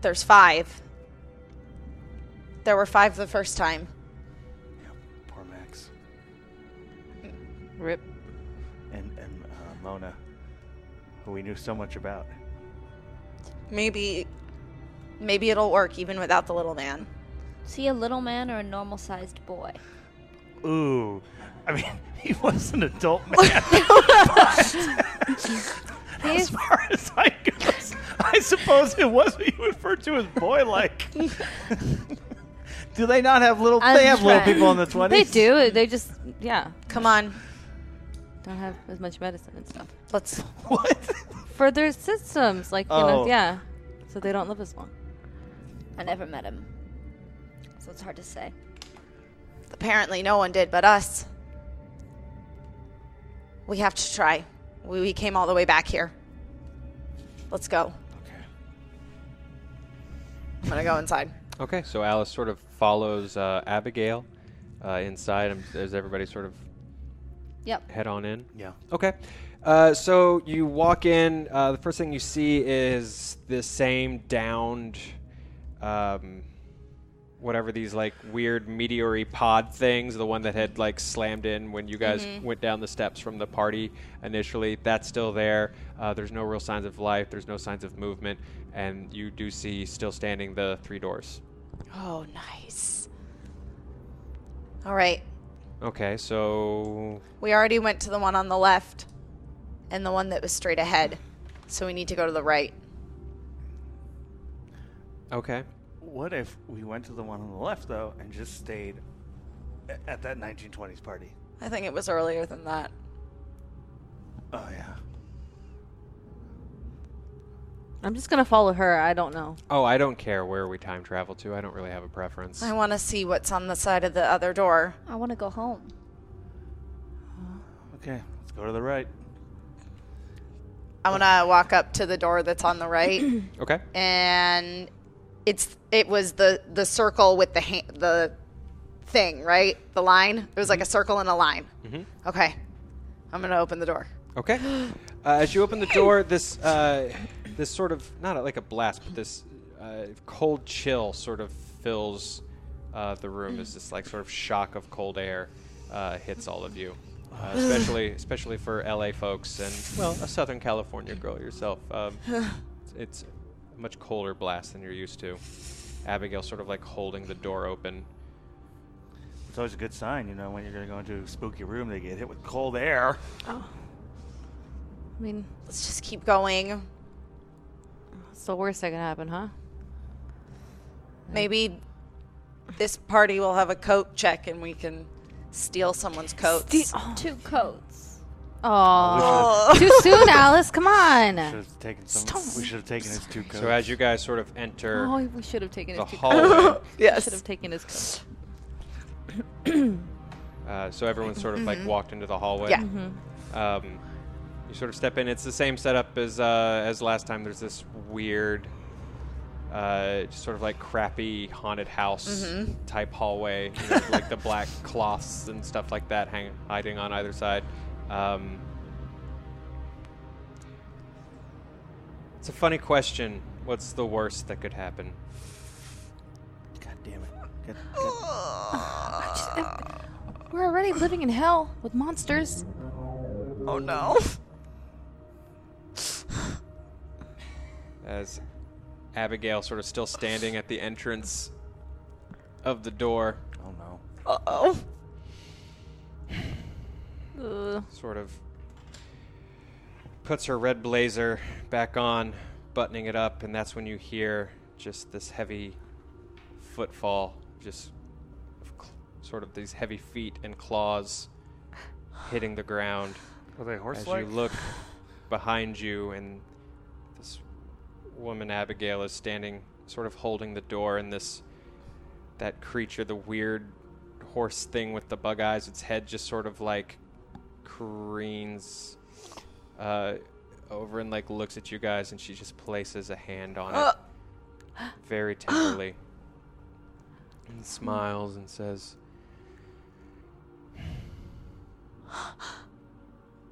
there's five. There were five the first time.
Poor Max.
Rip.
And, and uh, Mona, who we knew so much about.
Maybe maybe it'll work even without the little man.
See a little man or a normal sized boy?
Ooh. I mean, he was an adult man. but as far as I goes, I suppose it was what you referred to as boy like. Do they not have little?
I'm
they have little
trying.
people in the 20s.
They do. They just yeah
Come on.
don't have as much medicine and stuff
Let's
What?
for their systems. Like you
Oh.
know yeah, so they don't live as long.
I never met him. So it's hard to say.
apparently no one did but us. We have to try. We, we came all the way back here. Let's go.
Okay.
I'm gonna go inside.
Okay, so Alice sort of follows uh, Abigail uh, inside. Um, Does everybody sort of
Yep.
head on in?
Yeah.
Okay. Uh, so you walk in. Uh, the first thing you see is the same downed um, whatever these like weird meteory pod things, the one that had like slammed in when you guys went down the steps from the party initially, that's still there. Uh, there's no real signs of life. There's no signs of movement, and you do see still standing the three doors.
Oh, nice. All right.
Okay, so
We already went to the one on the left and the one that was straight ahead. So we need to go to the right.
okay,
What if we went to the one on the left though and just stayed a- at that 1920s party?
I think it was earlier than that.
Oh yeah.
I'm just gonna follow her. I don't know.
Oh, I don't care where we time travel to. I don't really have a preference.
I want to see what's on the side of the other door.
I want to go home.
Okay, let's go to the right.
I want to walk up to the door that's on the right
Okay.
and it's it was the the circle with the ha- the thing, right? The line. There was like a circle and a line. Okay. I'm going to open the door.
Okay. Uh, as you open the door, this uh, this sort of not like a blast, but this uh, cold chill sort of fills uh, the room as this like sort of shock of cold air uh, hits all of you, uh, especially especially for LA folks and well, a Southern California girl yourself. Um, it's a much colder blast than you're used to. Abigail sort of like holding the door open.
It's always a good sign, you know, when you're going to go into a spooky room, they get hit with cold air.
I mean,
Let's just keep going.
it's the worst that can happen, huh?
Maybe this party will have a coat check and we can steal someone's coats.
Oh.
Two coats.
Oh,
Oh.
too soon, Alice. Come on.
Should have taken some. We should have taken his two coats.
So as you guys sort of enter
Oh, we should have taken
the
his.
hallway,
Should have taken his. Coat.
Uh, so everyone sort of like walked into the hallway.
Yeah.
Um, you sort of step in. It's the same setup as uh, as last time. There's this weird, uh, just sort of like crappy haunted house type hallway, you know, with, like the black cloths and stuff like that hang- hiding on either side. Um, it's a funny question. What's the worst that could happen?
God damn it. Good, good.
We're already living in hell with monsters.
Oh no.
as Abigail sort of still standing at the entrance of the door,
Oh no.
Uh oh.
sort of puts her red blazer back on, buttoning it up, and that's when you hear just this heavy footfall, just of cl- sort of these heavy feet and claws hitting the ground.
Are they horse
as you look behind you and this woman abigail is standing sort of holding the door and this that creature the weird horse thing with the bug eyes its head just sort of like careens uh, over and like looks at you guys and she just places a hand on it very tenderly and smiles and says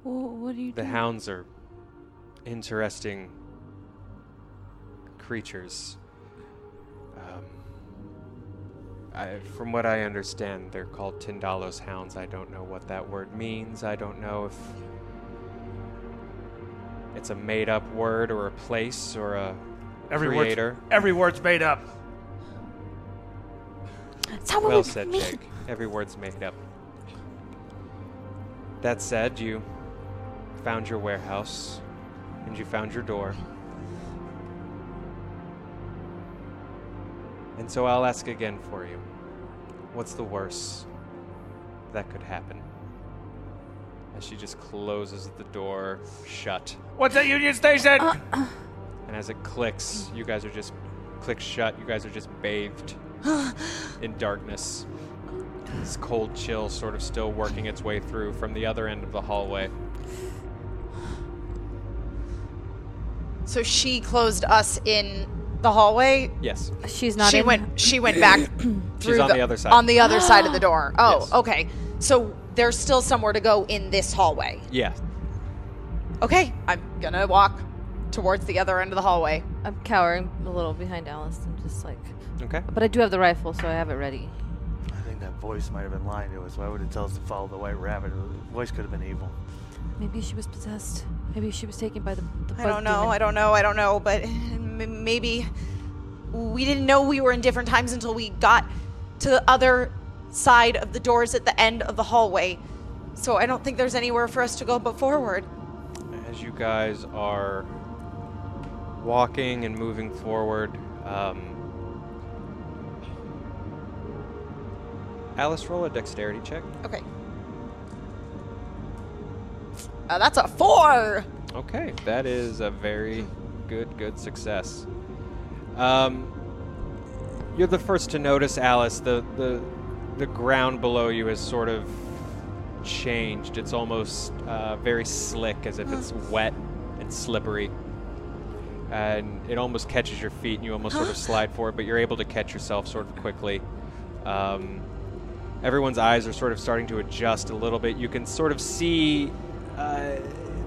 What do you?
The hounds are interesting creatures. Um, I, from what I understand, they're called Tindalo's hounds. I don't know what that word means. I don't know if it's a made up word or a place or a
Every
creator.
Word's, every word's made up.
Someone
Well
would
said,
me-
Jake. Every word's made up. That said, you found your warehouse and you found your door. And so I'll ask again for you what's the worst that could happen? As she just closes the door shut.
What's at Union Station?
Uh, And as it clicks, you guys are just clicks shut. You guys are just bathed in darkness. This cold chill sort of still working its way through from the other end of the hallway.
So she closed us in the hallway.
Yes.
She's not.
she
in-
went. She went back. through
She's on the other side.
On the other side of the door. Oh,
Yes.
okay. So there's still somewhere to go in this hallway.
Yeah.
Okay, I'm gonna walk towards the other end of the hallway.
I'm cowering a little behind Alice. I'm just like,
Okay.
but I do have the rifle, so I have it ready.
I think that voice might have been lying to us. Why would it tell us to follow the white rabbit? The voice could have been evil.
Maybe she was possessed. Maybe she was taken by the. the
I
bug
don't know.
demon.
I don't know. I don't know. But m- maybe we didn't know we were in different times until we got to the other side of the doors at the end of the hallway. So I don't think there's anywhere for us to go but forward.
As you guys are walking and moving forward, um, Alice, roll a dexterity check.
Okay. Uh, that's a four.
Okay, that is a very good, good success. Um, you're the first to notice, Alice. The, the the ground below you has sort of changed. It's almost uh, very slick, as if it's wet and slippery, and it almost catches your feet, and you almost sort of slide forward. But you're able to catch yourself sort of quickly. Um, everyone's eyes are sort of starting to adjust a little bit. You can sort of see uh,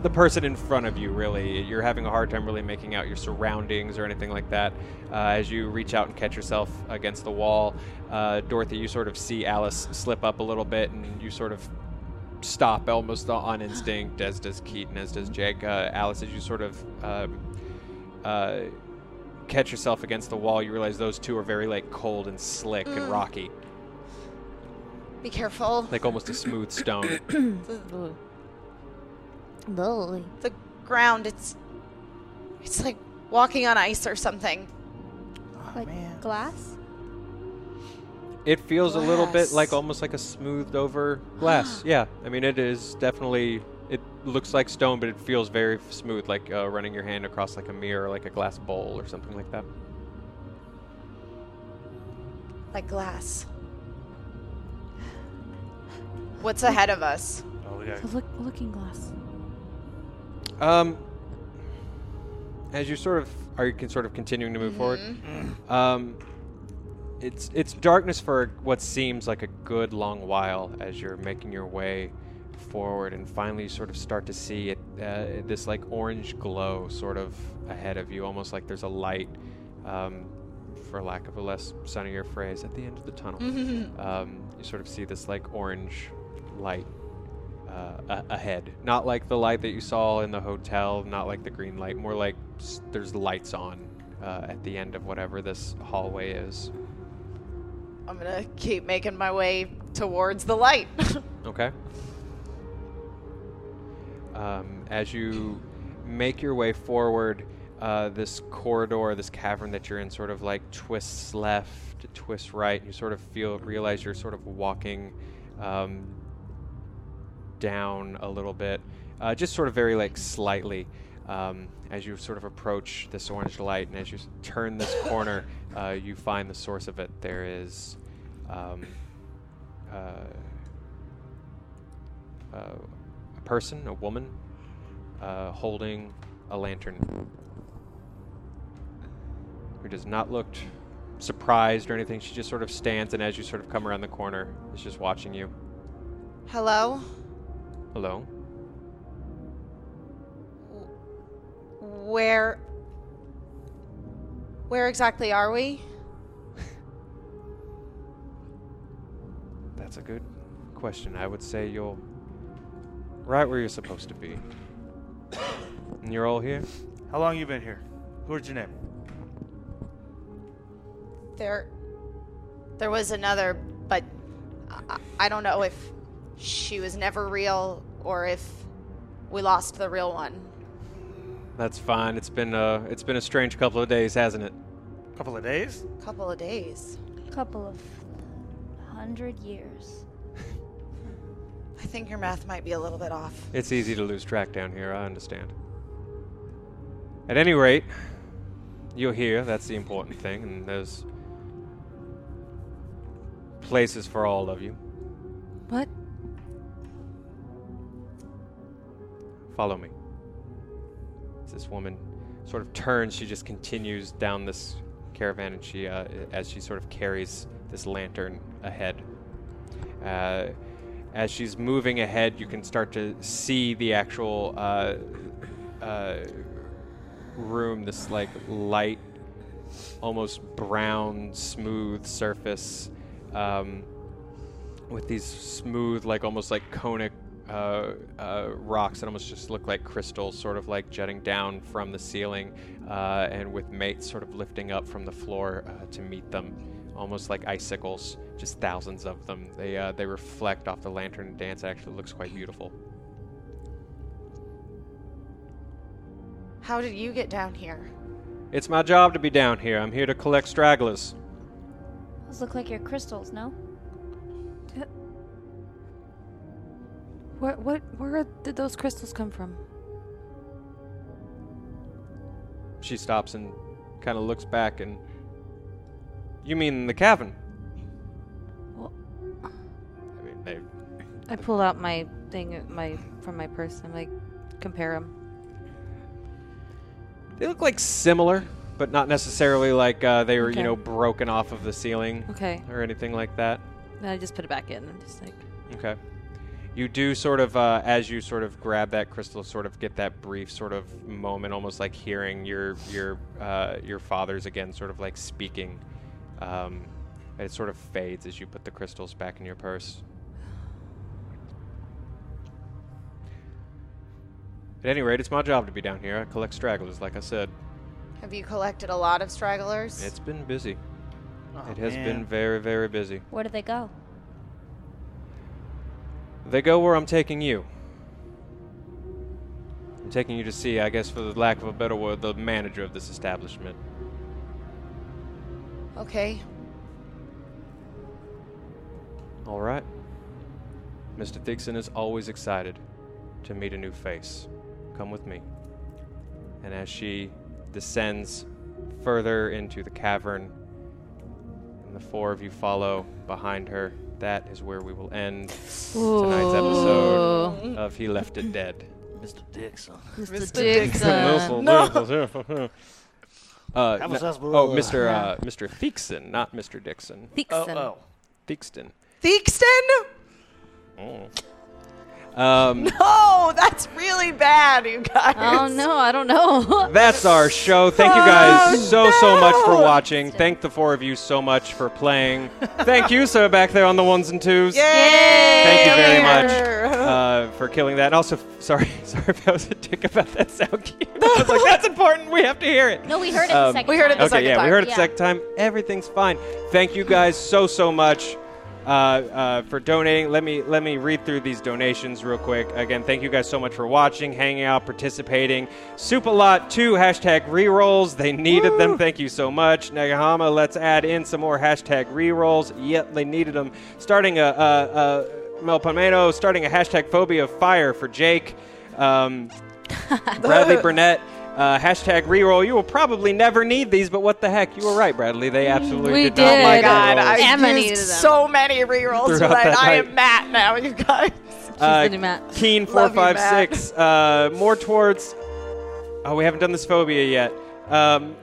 the person in front of you, really. You're having a hard time really making out your surroundings or anything like that. Uh, as you reach out and catch yourself against the wall, uh, Dorothy, you sort of see Alice slip up a little bit and you sort of stop almost on instinct, as does Keaton, as does Jake. Uh, Alice, as you sort of. Um, uh, catch yourself against the wall you realize those two are very like cold and slick and rocky
Be careful.
like almost a smooth stone.
Lily.
The ground. It's it's like walking on ice or something.
Like glass?
it feels a little bit
Glass.
like almost like a smoothed over glass. yeah, I mean it is definitely. It looks like stone, but it feels very f- smooth, like uh, running your hand across like a mirror, like a glass bowl or something like that.
Like glass. What's ahead of us?
Oh, we got
The look, looking glass.
Um, as you sort of are you can sort of continuing to move forward. Um, it's it's darkness for what seems like a good long while as you're making your way forward, and finally you sort of start to see it, uh, this like orange glow sort of ahead of you, almost like there's a light. Um, for lack of a less sunnier phrase, at the end of the tunnel, um, you sort of see this like orange light uh, a- ahead. Not like the light that you saw in the hotel, not like the green light, more like s- there's lights on uh, at the end of whatever this hallway is.
I'm gonna keep making my way towards the light.
Okay? Um, as you make your way forward, uh, this corridor, this cavern that you're in, sort of like twists left, twists right, and you sort of feel realize you're sort of walking um, down a little bit, uh, just sort of very like slightly um, as you sort of approach this orange light, and as you s- turn this corner, uh, you find the source of it. There is. Um, uh, uh, a person, a woman, uh, holding a lantern. Who does not look surprised or anything. She just sort of stands, and as you sort of come around the corner, is just watching you.
Hello?
Hello?
Where Where exactly are we?
That's a good question. I would say you're right where you're supposed to be. and you're all here?
How long you been here? Who's your name?
There There was another, but I, I don't know if she was never real or if we lost the real one.
That's fine. It's been a, it's been a strange couple of days, hasn't it?
Couple of days.
Couple of days.
Couple of hundred years.
I think your math might be a little bit off.
It's easy to lose track down here, I understand. At any rate, you're here, that's the important thing, and there's places for all of you.
What?
Follow me. As this woman sort of turns, she just continues down this caravan, and she, uh, as she sort of carries this lantern ahead. Uh, as she's moving ahead, you can start to see the actual uh, uh, room this like light almost brown smooth surface um, with these smooth like almost like conic uh, uh, rocks that almost just look like crystals sort of like jutting down from the ceiling uh, and with mates sort of lifting up from the floor uh, to meet them almost like icicles just thousands of them they uh, they reflect off the lantern and dance it actually looks quite beautiful
How did you get down here?
It's my job to be down here. I'm here to collect stragglers.
Those look like your crystals, no?
Where, what, where did those crystals come from?
She stops and kind of looks back and. You mean the cavern?
Well-
I mean, they.
I pull out my thing, my from my purse. I'm like, compare them.
They look like similar, but not necessarily like uh, they were,
Okay.
you know, broken off of the ceiling
Okay.
or anything like that.
Then I just put it back in. I'm just like,
Okay. You do sort of, uh, as you sort of grab that crystal, sort of get that brief sort of moment, almost like hearing your your uh, your father's again, sort of like speaking. Um, and it sort of fades as you put the crystals back in your purse. At any rate, it's my job to be down here. I collect stragglers, like I said.
Have you collected a lot of stragglers?
It's been busy.
Aw,
it has been
Oh, man.
very, very busy.
Where do they go?
They go where I'm taking you. I'm taking you to see, I guess, for the lack of a better word, the manager of this establishment.
okay.
All right. Mr. Thigson is always excited to meet a new face. Come with me. And as she descends further into the cavern, and the four of you follow behind her, that is where we will end tonight's episode of He Left It Dead.
Mr. Dixon.
Mr.
Missile,
Dixon.
missile, yeah. Uh,
That was
no-
us,
oh,
Marilla.
Mr. Uh, Mr. Theakson, not Mr. Dixon.
Oh,
Dixon.
oh.
Theakston.
Theakston?
Um,
Oh, that's really bad, you guys.
Oh no, I don't know.
that's our show. Thank you guys so so much for watching. Thank the four of you so much for playing. Thank you, sir, back there on the ones and twos. Thank you very much uh, for killing that. And also, f- sorry, sorry if I was a dick about that sound cue. I was like, that's important. We have to hear it.
No, we heard it the
Um,
second
we heard it
time.
the
okay,
second
yeah, we
time.
heard it the
Yeah.
second time. Everything's fine. Thank you guys so so much uh, uh, for donating. Let me let me read through these donations real quick. Again, thank you guys so much for watching, hanging out, participating. Supalot two hashtag rerolls. They needed them. Thank you so much. Nagahama, let's add in some more hashtag rerolls. Yep, they needed them. Starting a. a, a Mel Palmeno starting a hashtag phobia of fire for Jake. Um, Bradley Burnett. Uh, hashtag reroll. You will probably never need these, but what the heck? You were right, Bradley. They absolutely
We
did.
did.
Not
Oh my
need
god,
the rolls.
I
Emma needed
used
them.
so many rerolls
Throughout
tonight.
that
I
night.
am Matt now, you guys.
Uh,
the new Matt.
Keen four
Love you,
five
Matt.
six. Uh, more towards. Oh, we haven't done this phobia yet. Um,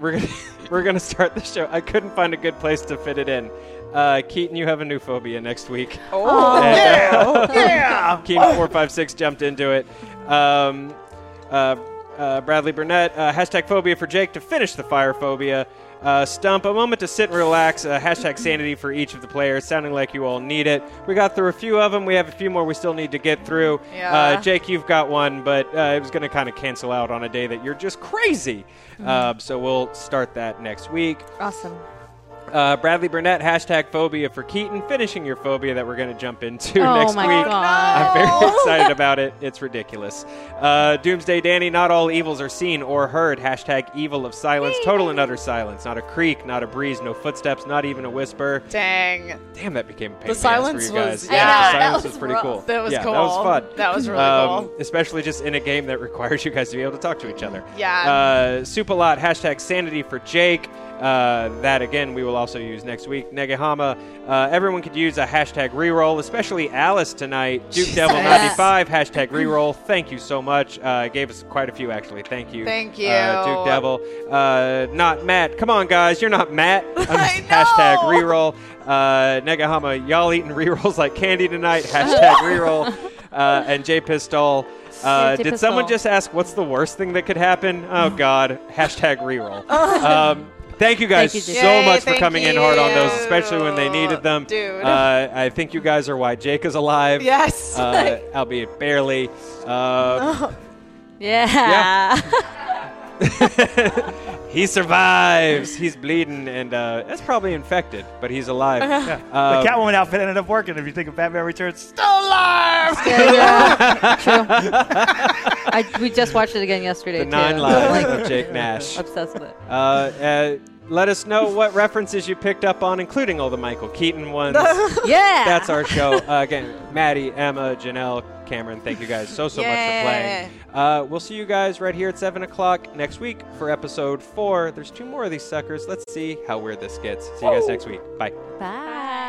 we're gonna we're gonna start the show. I couldn't find a good place to fit it in. Uh, Keaton, you have a new phobia next week.
Oh,
And,
yeah.
Yeah.
Keen four five six jumped into it. Um, uh, uh, Bradley Burnett uh, hashtag phobia for Jake to finish the fire phobia. Uh, Stump a moment to sit and relax. Uh, hashtag sanity for each of the players, sounding like you all need it. We got through a few of them. We have a few more we still need to get through.
Yeah.
Uh, Jake, you've got one, but uh, it was going to kind of cancel out on a day that you're just crazy. Uh, so we'll start that next week.
Mm-hmm. Awesome.
Uh, Bradley Burnett hashtag phobia for Keaton, finishing your phobia that we're going to jump into
Oh
next
my
week.
God.
I'm very excited about it. It's ridiculous. Uh, Doomsday Danny, not all evils are seen or heard. Hashtag evil of silence, total and utter silence. Not a creak, not a breeze, no footsteps, not even a whisper.
Dang.
Damn, that became a pain
The
in ass
silence
for you guys.
was-
yeah,
yeah,
the
that
silence
was
pretty
rough.
cool.
That was
yeah,
cool.
That was fun. Um,
That was really cool.
Especially just in a game that requires you guys to be able to talk to each other.
Yeah.
Uh, Supalot hashtag sanity for Jake. Uh, that again we will also use next week. Negahama. Uh, everyone could use a hashtag reroll, especially Alice tonight. Duke Devil ninety five hashtag reroll. Thank you so much. Uh, gave us quite a few actually. Thank you. uh,
Thank you.
Duke Devil. Uh, not Matt. Come on guys, you're not Matt.
I
Hashtag
know.
reroll. Uh, Negahama. Y'all eating rerolls like candy tonight. Hashtag reroll. Uh, and J Pistol. Uh,
Yeah, dip
did
us
someone
all.
just ask what's the worst thing that could happen? Oh God! Hashtag reroll. um, thank you guys
Thank you,
so
Jay,
much for
thank
coming in hard on those,
you.
especially when they needed them.
Dude.
Uh, I think you guys are why Jake is alive.
Yes.
Uh, albeit barely. Uh,
Yeah.
he survives. He's bleeding, and uh, that's probably infected, but he's alive. Um,
the Catwoman outfit ended up working. If you think of Batman Returns,
Yeah, yeah. True. I, we just watched it again yesterday.
the
too.
nine lives of Jake Nash.
Obsessed with it.
Uh, uh, let us know what references you picked up on, including all the Michael Keaton ones.
Yeah.
That's our show. Uh, again, Maddie, Emma, Janelle, Cameron, thank you guys so, so much for playing. Uh, we'll see you guys right here at 7 o'clock next week for episode 4. There's two more of these suckers. Let's see how weird this gets. See you guys next week. Bye.
Bye.